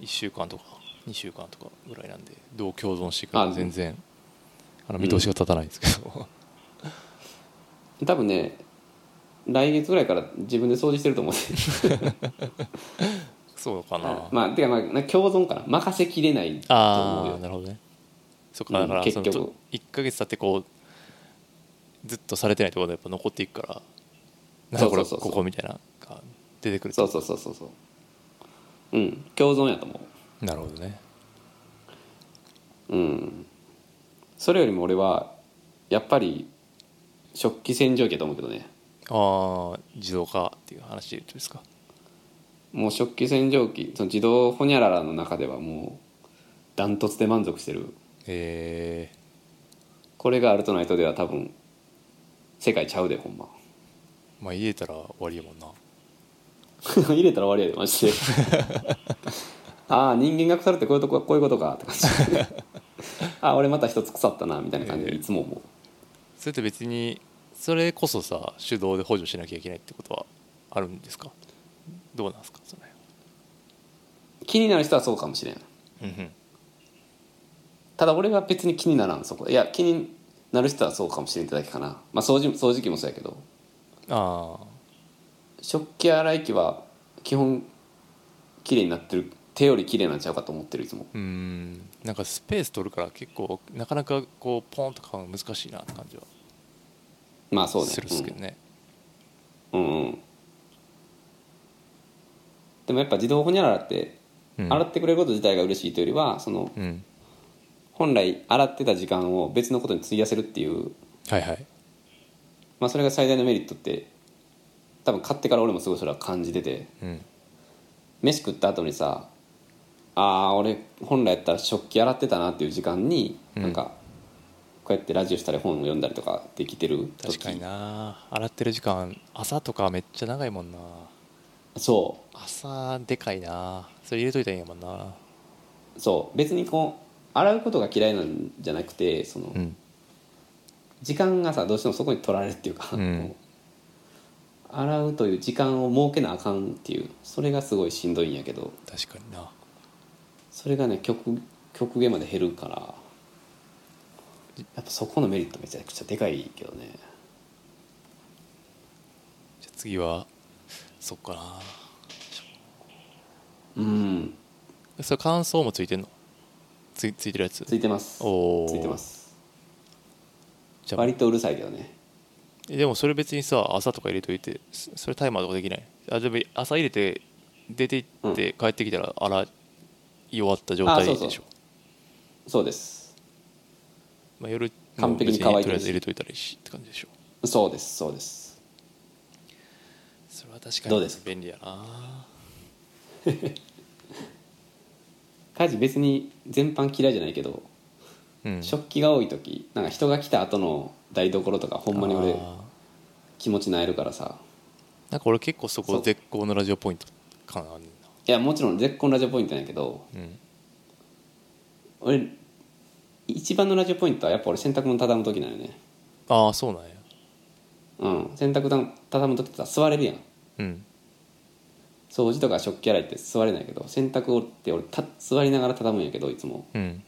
A: 1週間とか2週間とかぐらいなんでどう共存していくか
B: あ
A: 全然あの
B: うん
A: 見通しが立たないんですけど、
B: 多分ね来月ぐらいから自分で掃除してると思う
A: そうかな、
B: まあてかまあ共存かな任せきれないと思う
A: ああ
B: よ
A: なるほどねそっ
B: う
A: かだ
B: ん
A: からその
B: 結局
A: と1か月経ってこうずっとされてないところでやっぱ残っていくからなんだこれ
B: そう
A: こ
B: そうそうそう
A: こみたいなのが出てくる
B: そうそうそうそうそううん共存やと思
A: なるほどね
B: ううんそれよりも俺はやっぱり食器洗浄機やと思うけどね
A: ああ自動化っていう話で言うとですか
B: もう食器洗浄機その自動ホニャララの中ではもうダントツで満足してる
A: え
B: これがあるとないとでは多分世界ちゃうでほんま
A: ー、まあ入れたら終わりやもんな
B: 入れたら終わりやでマジで ああ人間が腐るってこういうとここういうことかって感じ ああ俺また一つ腐ったなみたいな感じでいつも思う
A: それって別にそれこそさ手動で補助しなきゃいけないってことはあるんですかどうなんですかそれ
B: 気になる人はそうかもしれん
A: うん
B: ただ俺は別に気にならんそこいや気になる人はそうかもしれんってだけかなまあ掃除掃除機もそうやけど
A: ああ
B: 食器洗い機は基本綺麗になってる手より綺麗なんちゃうかと思ってるいつも
A: うーんなんかスペース取るから結構なかなかこうポンと買うの難しいなって感じは
B: まあそうね
A: するっすけどね
B: うんうんうんでもやっぱ自動ホニャララって
A: うん
B: 洗ってくれること自体が嬉しいというよりはその
A: うん
B: 本来洗ってた時間を別のことに費やせるっていう、
A: はいはい
B: まあ、それが最大のメリットって多分買ってから俺もすごいそれは感じてて
A: うん
B: 飯食った後にさあー俺本来やったら食器洗ってたなっていう時間に、
A: うん
B: なんかこうやってラジオしたり本を読んだりとかできてる時
A: 確かにな洗ってる時間朝とかめっちゃ長いもんな
B: そ
A: 朝でかいなそれ入れといたらいいんやもんな
B: うそう別にこう洗うことが嫌いなんじゃなくてその、
A: うん
B: 時間がさどうしてもそこに取られるっていうか、
A: うん
B: こう洗うという時間を設けなあかんっていうそれがすごいしんどいんやけど
A: 確かにな
B: それがね極極限まで減るからやっぱそこのメリットめちゃくちゃでかいけどね
A: じゃあ次はそっかな
B: うん
A: それ乾燥もついてんのついついてるやつ
B: ついてます
A: おー
B: ついてます
A: じゃあ
B: 割とうるさいけどね
A: えでもそれ別にさ朝とか入れといてそそれタイマーとかできないあでも朝入れて出て行って帰ってきたら洗い終わった状態
B: あ
A: で
B: そう
A: し
B: そ
A: ょ
B: うそうです
A: まあ、夜
B: 完璧に
A: もう別
B: 乾いて
A: とりあえ
B: るし
A: ず入れといたらいいしって感じでしょ
B: そうですそうです
A: それは確かに
B: どうです
A: 便利やな
B: 家事別に全般嫌いじゃないけど、
A: うん
B: 食器が多い時なんか人が来た後の台所とかほんまに
A: あ
B: 俺
A: ー
B: 気持ちなえるからさ
A: なんか俺結構そこ
B: そう
A: 絶好のラジオポイント感あんねん
B: いやもちろん絶好のラジオポイントなんやけど
A: なうん
B: 俺一番のラジオポイントはやっぱ俺洗濯物畳む時なんよね
A: ああそうなんや
B: うん洗濯畳む畳む時ってさ座れるやん
A: うん
B: 掃除とか食器洗いって座れないけど洗濯をって俺た座りながら畳むんやけどいつも
A: うん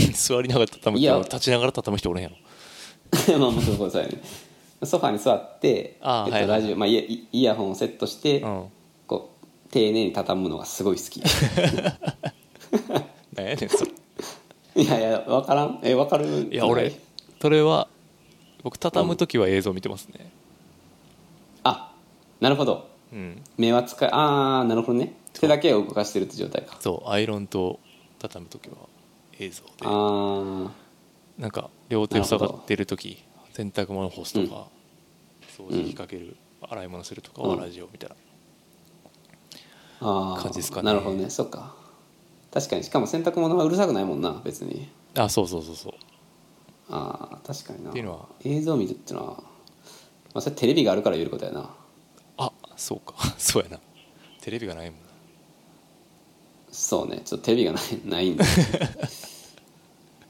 A: 座りながら畳むっ
B: い
A: て
B: や
A: 立ちながら畳む人おれんやろ
B: まあもちろんそうそうやねソファーに座って
A: あー
B: えっと
A: はいはい
B: ラジオ、まあ、イヤイイヤホンをセットして、
A: うん
B: こう丁寧に畳むのがすごい好き い
A: なんやねんそれ
B: やいや分からんえ分かる
A: いや俺それは僕畳む時は映像見てますね
B: あなるほど
A: うん
B: 目は使いああなるほどね手だけを動かしてるって状態か
A: そうアイロンと畳む時は映像で
B: ああ
A: なんか両手塞が
B: なるほ
A: っ
B: ど
A: てる時洗濯物干すとか、掃除機かける、洗い物するとかは
B: うん
A: ラジオみたいな、
B: あー
A: 感じですかね
B: なるほどねそっか確かにしかも洗濯物はうるさくないもんな別に
A: あそうそうそうそう
B: ああ確かにな
A: っていうのは
B: 映像見るってのは、まあ、それテレビがあるから言えることやな
A: あそうか そうやなテレビがないもんな
B: そうねちょっとテレビがない ないんで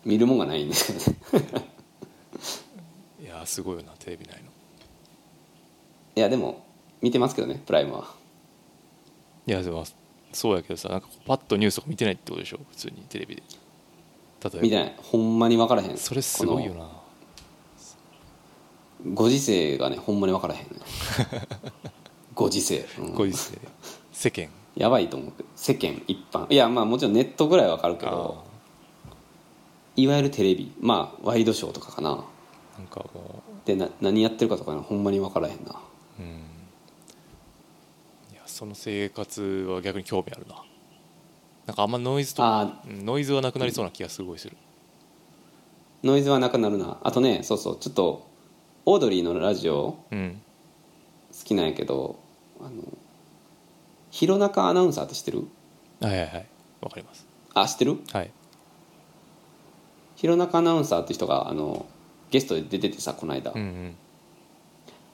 B: 見るもんがないんですけどね
A: いやーすごいよなテレビないの
B: いやでも見てますけどねプライムはい
A: やでもそうやけどさなんかこうパッとニュースとか見てないってことでしょ普通にテレビで例
B: 見
A: え
B: てないほんまに分からへん
A: ばそれすごいよ
B: こ
A: な
B: のご時世がねほんまに分か らへんご時世、うん
A: こういうですね世間
B: やばいと思う世間一般いやまあもちろんネットぐらい分かるけ
A: あ
B: どいわゆるテレビまあワイドショーとかかな
A: ーなんかも
B: でな何やってるかとかねほんまに分からへんな
A: ううんいやその生活は逆に興味あるななんかあんまノイズと
B: あ
A: うんノイズはなくなりそうな気がすごいする
B: ノイズはなくなるなあとねそうそうちょっとオードリーのラジオ
A: うん
B: 好きなんやけどあの弘中アナウンサーって知ってる
A: はいはいはいわかります
B: あ知ってる
A: はい
B: 弘中アナウンサーって人があのゲストで出ててさこの間、
A: うんうん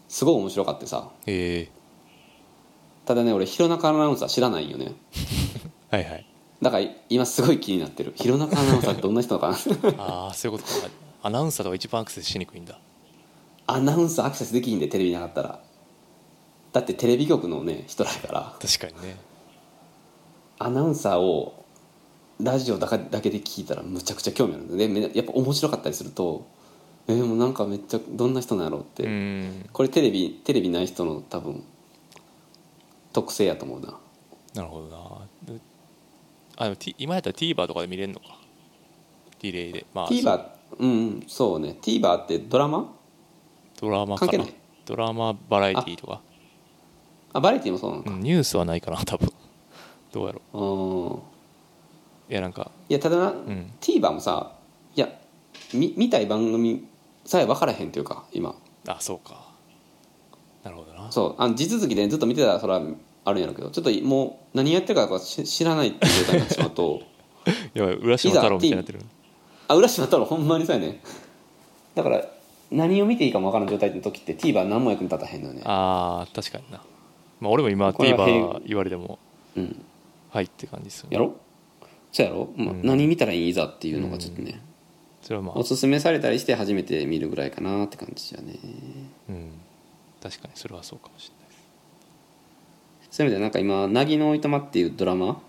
B: すごい面白かってさ
A: え
B: ただね俺弘中アナウンサー知らないんよね
A: ー、はいはい
B: だから今すごい気になってる弘中アナウンサーってどんな人かな
A: ああそういうことかアナウンサーとか一番アクセスしにくいんだ
B: アナウンサーアクセスできひんでテレビなかったらだってテレビ局のね人らやから
A: 確かにね
B: アナウンサーをラジオだかだけで聞いたらむちゃくちゃ興味あるんでめやっぱ面白かったりするとえーもうなんかめっちゃどんな人なんやろうって、
A: うん
B: これテレビテレビない人の多分特性やと思うな
A: なるほどなであでも T- 今やったら TVer とかで見れるのかディレイでまあ
B: TVer うんうんそうね TVer ってドラマ
A: ドラマか
B: 関係
A: な
B: ない
A: ドラマバラエティとか、
B: あバラエティもそうなの
A: う
B: か
A: んニュースはないかな多分どうやろ
B: うん
A: ういやなんか
B: いやただな、
A: ん
B: TVer もさいやみ見たい番組さえ分からへんというか今
A: あそうかなるほどな
B: そうあの地続きでずっと見てたらそれはあるんやろうけどちょっともう何やってるかがし知らないっていう状態になってしまうと
A: やばい浦島太郎みたいになってる
B: あ浦島太郎ほんまにそうやねだから何を見ていいかも分からん状態の時って TVer 何も役に立たへんのよね
A: あー確かになまあ俺も今
B: これは
A: TVer 言われても
B: うん
A: はいって感じですよ
B: や
A: ね
B: ろそうやろ、まあ
A: うん
B: 何見たらいいざっていうのがちょっとね、
A: それはまあ
B: おすすめされたりして初めて見るぐらいかなって感じやね
A: うん確かにそれはそうかもしれないです
B: そういう意味でなんか今「凪のおいとま」っていうドラマ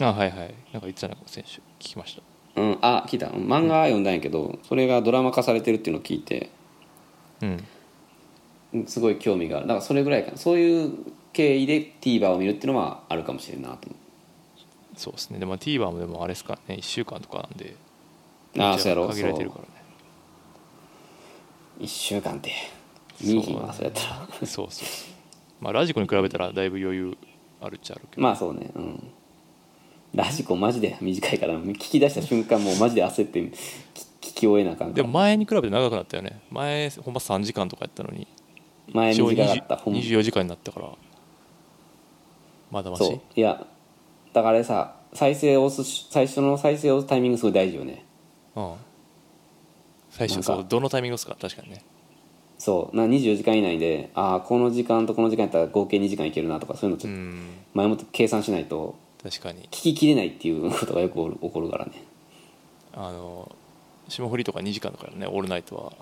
A: あはいはいなんか言ってたな選手聞きました
B: うん、あ聞いた漫画読んだんやけど、それがドラマ化されてるっていうのを聞いて
A: うん
B: うんすごい興味があるだからそれぐらいかなそういう経緯で TVer を見るっていうのはあるかもしれんなと思
A: そうですねでも TVer もでもあれですからね1週間とかなんで
B: うああそうやろ
A: 限られてるからね
B: 1週間って見いひんわそうやったら
A: そうそうそうまあラジコに比べたらだいぶ余裕あるっちゃあるけど、
B: まあそうねうんラジコマジで短いから聞き出した瞬間もうマジで焦って聞き聞き終えなあかんから
A: でも前に比べて長くなったよね前ほんま3時間とかやったのに
B: 前短かったほん
A: 24時間になったからまだまし
B: そういやだからあれさ再生を押すし最初の再生を押すタイミングすごい大事よね
A: うん、最
B: な
A: 初
B: んか
A: そうどのタイミングですか確かにね
B: そうな24時間以内でああこの時間とこの時間やったら合計2時間いけるなとかそういうのち
A: う
B: ょっと
A: ん
B: 前もって計算しないと
A: 確かに
B: 聞ききれないっていうことがよく起こる起こるからね
A: あの霜降りとか2時間とかねオールナイト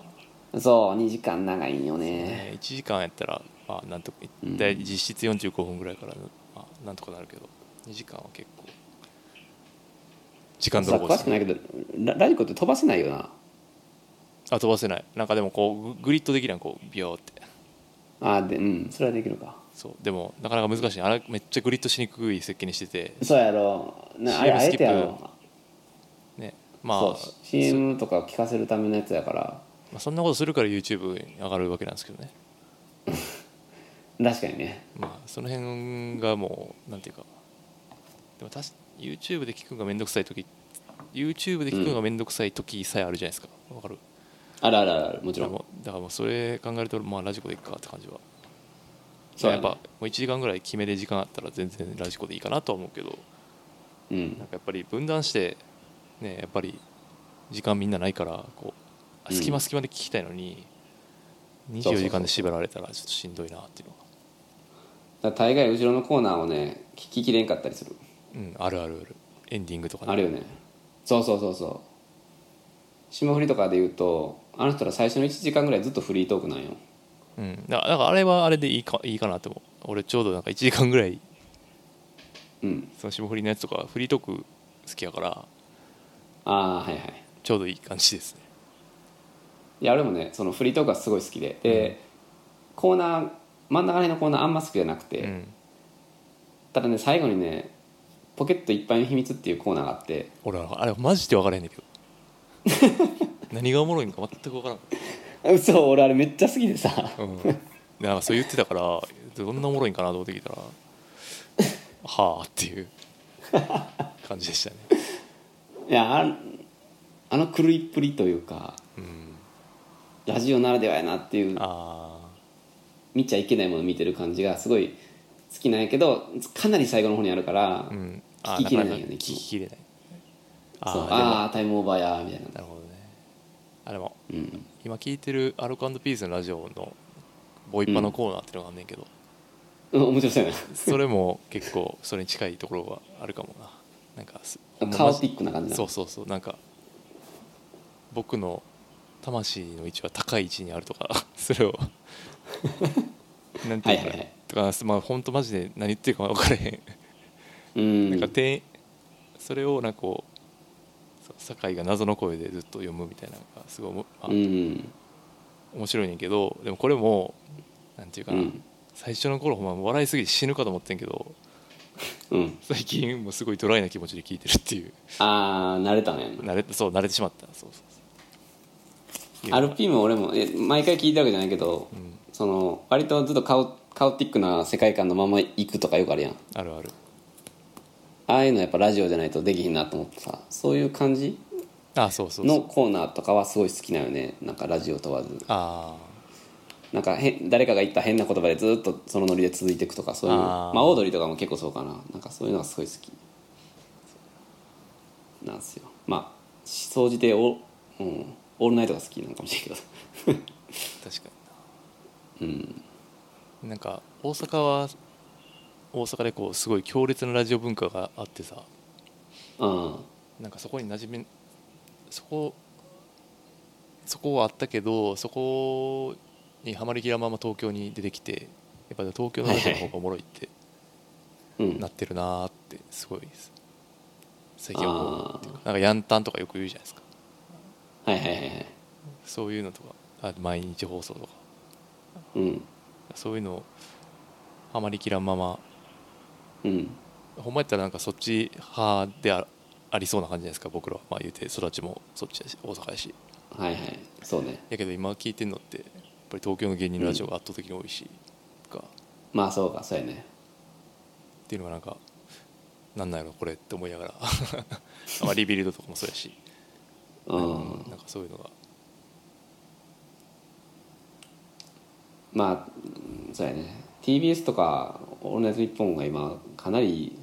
A: は、
B: そう2時間長いんよね
A: ね、1時間やったら、まあ、なんとか大体実質45分ぐらいから、まあ、なんとかなるけど2時間は結構時間
B: さ
A: 泥棒で
B: 詳し
A: す
B: くない
A: ね
B: けどララジコって飛ばせないよな
A: あ飛ばせないなんかでもこうググリッドできるやんこうビヨーって
B: ああでうんそれはできるか
A: そうでもなかなか難しいあれめっちゃグリッドしにくい設計にしてて
B: そうやろなあれ
A: CM
B: あえてやろ
A: ねまあ
B: そう CM とか聞かせるためのやつやから
A: まあ、そんなことするから YouTube に上がるわけなんですけどね、
B: 確かにね
A: まあ、その辺がもうなんていうかでも確か YouTube で聞くのがめんどくさい時 YouTube で聞くのがめんどくさい時さえあるじゃないですかわかる
B: あるあるあるも
A: で
B: ちろん
A: もだからもうそれ考えるとまあラジコでいくかって感じは
B: そう
A: やっ
B: やね
A: ぱもう1時間ぐらい決めで時間あったら全然ラジコでいいかなとは思うけど
B: うん
A: なんかやっぱり分断してねやっぱり時間みんなないからこうあ
B: うん
A: 隙間隙間で聞きたいのに
B: そう
A: 24
B: そうそう
A: 時間で縛られたらちょっとしんどいなっていうのが
B: だから大概後ろのコーナーをね聞ききれんかったりする
A: うん、あるあるあるエンディングとかね
B: あるよねそうそうそうそう霜降りとかで言うとあの人ら最初の1時間ぐらいずっとフリートークなんよ
A: うん、だだからあれはあれでいいかいいかなと思う俺ちょうどなんか1時間ぐらい
B: うん
A: その霜降りのやつとかフリートーク好きやから
B: ああはいはい
A: ちょうどいい感じですね
B: いや俺もねそのフリートークがすごい好きでで、コーナー真ん中らへんのコーナーあんま好きじゃなくて、
A: うん
B: ただね最後にね「ポケットいっぱいの秘密」っていうコーナーがあって
A: 俺はあれマジで分からへんねん けど何がおもろいんか全く分からん、
B: そう俺あれめっちゃ好きでさ
A: うん、なんかそう言ってたからどんなおもろいんかなと思ってきたらはあって いう感じでしたね
B: いやああの狂いっぷりというか
A: うん
B: ラジオならではやなっていう
A: あ
B: 見ちゃいけないものを見てる感じがすごい好きなんやけどかなり最後の方にあるから、
A: あうんあー
B: 聞ききれないよ
A: かか
B: ね
A: 聞ききれないあ
B: そう
A: ーでも
B: ああータイムオーバーやみたいな
A: なるほどねあでも
B: うん
A: 今聞いてるアルコピースのラジオのボイパのコーナーっていうのがあんねんけど、
B: うん面白そうや
A: それも結構それに近いところがあるかもななんかすほん
B: な
A: ま
B: カオティックな感じな
A: そうそうそうなんか僕の魂の位置は高い位置にあるとか それをなんていうのかな
B: はいはいはい
A: とかまあ本当マジで何言ってるか分からへん
B: うん
A: なんかてそれをなんかこうそう酒井が謎の声でずっと読むみたいなのがすごいおも、あ
B: うん
A: 面白いねんけどでもこれもなんていうか
B: う
A: な、
B: ん
A: 最初の頃ほんま笑いすぎて死ぬかと思ってんけど
B: うん
A: 最近もうすごいドライな気持ちで聞いてるっていう
B: ああ慣れたね
A: 慣れそう慣れてしまったそうそうそういや
B: RP も俺もえ毎回聞いてるわけじゃないけど、
A: うん
B: その割とずっとカオカオティックな世界観のまま行くとかよくあるやん
A: あるある
B: ああいうのやっぱラジオじゃないとできひんなと思ってさそういう感じ
A: あそうそうそう
B: のコーナーとかはすごい好きなよねなんかラジオ問わず
A: あ
B: なんかへん誰かが言った変な言葉でずっとそのノリで続いていくとかそういう
A: あー
B: まあオードリーとかも結構そうかななんかそういうのがすごい好きなんですよまあ総じてオ,、うん、オールナイトが好きなのかもしれんけ
A: あ確か
B: どうん
A: になんか大阪は大阪でこうすごい強烈なラジオ文化があってさ
B: あ
A: なんかそこに馴染めそこそこはあったけどそこにはまりきらまま東京に出てきてやっぱ東京のラジオの方がおもろいって
B: ーうん
A: なってるなーってすごいです最近思う
B: あ
A: っていうかなんかヤンタンとかよく言うじゃないですか
B: はいはいはいはい
A: そういうのとかあ毎日放送とか
B: うん
A: そういうのをあまりきらんまま
B: うん
A: ほんまやったらなんかそっち派であありそうな感じじゃないですか僕らはまあ言うて育ちもそっちやし大阪やし
B: はいはいそうね
A: やけど今聞いてんのってやっぱり東京の芸人のラジオが圧倒的に多いし、とかっ
B: まあそうかそうやね
A: ていうのがなんかなんなんやろこれって思いながら まあリビルドとかもそうやし
B: うん
A: なんかそういうのが
B: まあうんそうやね TBS とか「オールナイトニッポン」が今かなり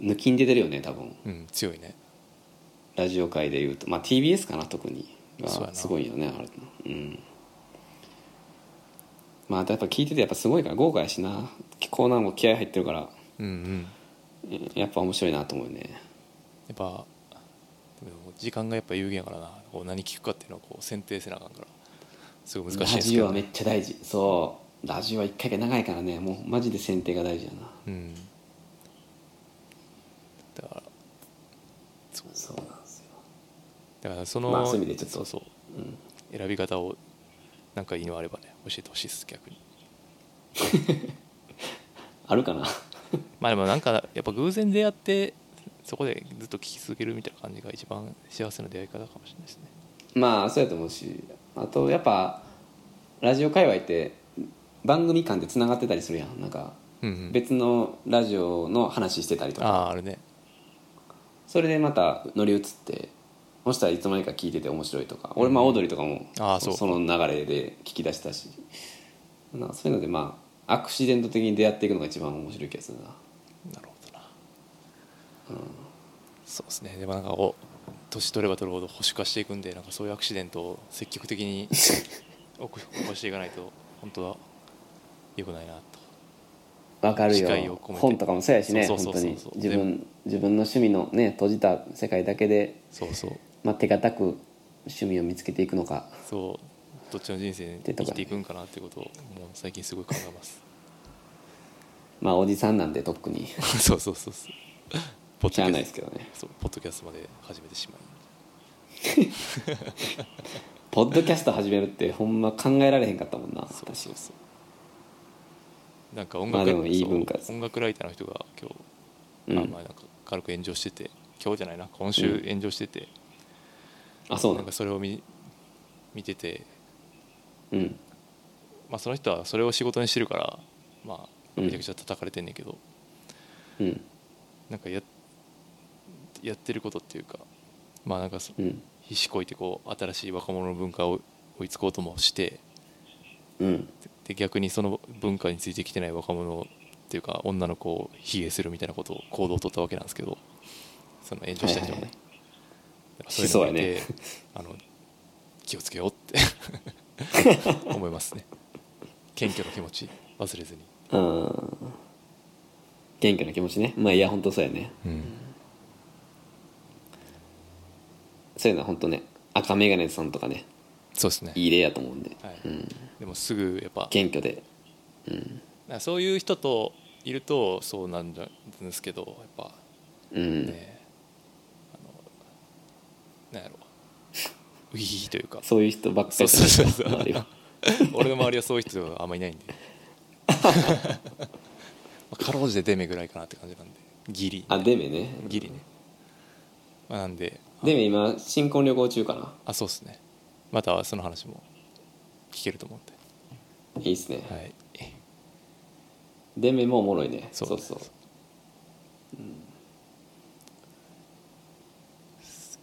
B: 抜きん出てるよね多分
A: うん強いね
B: ラジオ界でいうとまあ TBS かな特に
A: そうやな
B: がすごいよねあれうんまああとやっぱ聞いててやっぱすごいから豪華やしなコーナーも気合入ってるから
A: うんうん
B: えやっぱ面白いなと思うね
A: やっぱでも時間がやっぱ有限やからなこう何聞くかっていうのはこう選定せなあかんからすごい難しい
B: ラ
A: です
B: ジ
A: け
B: オは
A: ど、
B: めっ
A: ね
B: ちゃ大事そうラジオは一回が長いからねもうマジで選定が大事やな
A: うん、だからそう
B: そうなんですよ
A: だからその、
B: まあそういう意味でちょっと
A: そうそう選び方をなんかいいのあればね教えてほしいです逆に
B: あるかな
A: まあでもなんかやっぱ偶然出会ってそこでずっと聞き続けるみたいな感じが一番幸せな出会い方かもしれないですね
B: まあそうやと思うしあとやっぱラジオ界隈って番組間でつながってたりするやんなんか
A: うん、うん、
B: 別のラジオの話してたりと
A: あ
B: か
A: ああれね
B: それでまた乗り移ってもしたらいつの間にか聞いてて面白いとか俺まあオードリーとかも
A: あーそう
B: の流れで聞き出したしなんかそういうのでまあアクシデント的に出会っていくのが一番面白い気がするな
A: なるほどな、そうですねでもなんかこう年取れば取るほど保守化していくんでなんかそういうアクシデントを積極的 に起こ起こしていかないと本当は良くないなと
B: わかる
A: 機会を
B: よ
A: 込めて
B: 本とかもそうやしね
A: そう
B: 本
A: そう
B: 当
A: そうそう
B: に自
A: で
B: 分自分の趣味のね閉じた世界だけで、
A: そうそう
B: まあ、手堅く趣味を見つけていくのか
A: そうどっちの人生に
B: て
A: 生
B: と
A: き
B: こやね
A: ていくんかなっていうことをもう最近すごい考えます
B: まあおじさんなんでとっくに
A: そうそうそうそうポ
B: 知
A: ッ
B: ら
A: ド
B: ない
A: キャス
B: ですけどね
A: トそうポッドキャストまで始めてしまい
B: ポッドキャスト始めるってほんま考えられへんかったもんな
A: そう
B: 私
A: そうそうなんか音楽,、
B: まあでもいい
A: そう
B: 文化です
A: 音楽ライターの人が今
B: うん
A: 日、あまあなんか軽く炎上してて今日じゃないな今週炎上してて、
B: あそうな
A: なんん
B: だ
A: かそれを見見てて、
B: うん
A: まあ、その人はそれを仕事にしてるからまあ
B: うん
A: めちゃくちゃ叩かれてんねんけど、
B: うん
A: なんかややってることっていうかまあなんかそ
B: うん
A: ひしこいてこう新しい若者の文化を追いつこうともして
B: うん
A: で逆にその文化についてきてない若者っていうか女の子を卑下するみたいなことを行動を取ったわけなんですけどその炎上した人も
B: はいは
A: ね
B: いは
A: や
B: い
A: っぱそういうのを見て
B: しそ
A: あの気をつけようって 思いますね謙虚な気持ち忘れずに、
B: うん謙虚な気持ちねまあいや本当そうやねそういうのは本当ね赤眼鏡さんとかね
A: そうですね
B: いい例やと思うんで、
A: はい
B: うん、
A: でもすぐやっぱ
B: 謙虚で
A: なんかそういう人といるとそうなんじゃんですけどやっぱ
B: うん、
A: ね、あのなんやろうウィーというか
B: そういう人ばっか
A: そ
B: り
A: う
B: じゃないです
A: そうそう
B: か周りは
A: 俺の周りはそういう人があんまりいない んでまあかろうじてデメぐらいかなって感じなんでギリ
B: あデメね
A: ギリね、まあ、なんであ
B: デメ今新婚旅行中かな
A: あそうですねまたその話も聞けると思うん
B: いいっすね、
A: ではい
B: デメもおもろいね
A: そ
B: そううそうそう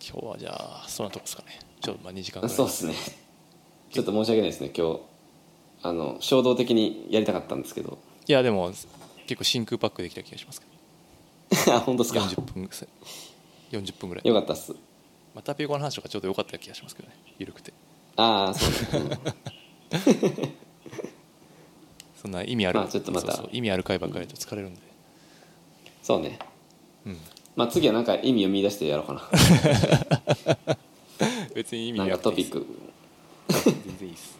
A: 今日はじゃあそんなとこですかねちょっとまあ2時間ぐらい
B: っすねちょっと申し訳ないですね今日あの衝動的にやりたかったんですけど
A: いやでも結構真空パックできた気がしますけど
B: あ本当ですか
A: 40分ぐらい40分ぐらい
B: よかったっす
A: まあ、タピオカの話とかちょっと良かった気がしますけどね緩くて
B: ああそうね、
A: そんな意味ある、
B: まあちょっとまた
A: そうそう意味ある回ばっかりだと疲れるんで、
B: そうね
A: うん、
B: まあ次はなんか意味を見出してやろうか
A: 別 に意味
B: なな
A: な
B: んか
A: くて
B: ト
A: いいっ
B: ピック
A: す全然いいっす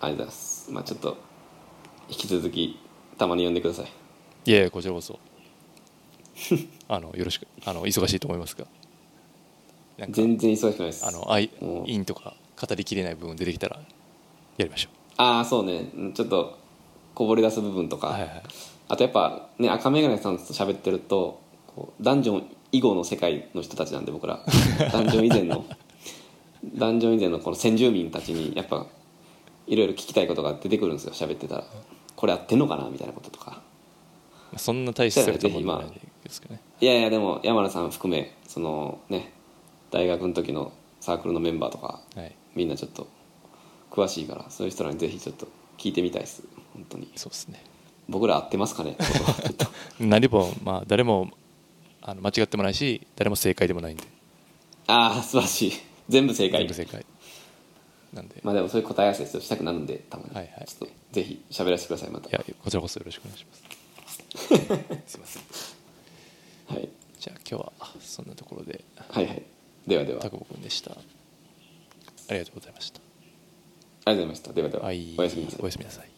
B: ありがとうございますまあちょっと引き続きたまに呼んでください
A: いやいやこちらこ そあのよろしくあの忙しいと思いますがなんか
B: 全然忙しくないです
A: あのあい
B: もう
A: インとか語りきれない部分出てきたらやりましょ
B: ああそうねうんちょっとこぼれ出す部分とか、
A: うはいはい
B: あとやっぱね赤眼鏡さんと喋ってるとこうダンジョン以後の世界の人たちなんで 僕らダンジョン以前のダンジョン以前のこの先住民たちにやっぱいろいろ聞きたいことが出てくるんですよ喋ってたらこれ合ってんのかなみたいなこととか
A: まあそんな大してすると思うんでない
B: そうやね
A: ですけどね
B: いやいやでも山田さん含めそのね大学の時のサークルのメンバーとか
A: はい
B: みんなちょっと詳しいからそういう人らにぜひちょっと聞いてみたいです本当に
A: そうですね
B: 僕ら合ってますかねちょっと
A: 何もまあ誰もあの間違ってもないし誰も正解でもないんで
B: ああ素晴らしい全部正解
A: 全部正解なんで、
B: まあでもそういう答え合わせちょっとしたくなるんでたまに、
A: はいはい
B: ちょっとぜひ喋らせてくださいまた
A: いやこちらこそよろしくお願いします すいません
B: はい、
A: じゃあ今日はそんなところで
B: はいはいではでは
A: タ
B: ありがと
A: クボくんでしたありがとうございました
B: うございましたではでは、
A: はい
B: おやすみなさい
A: おやすみなさい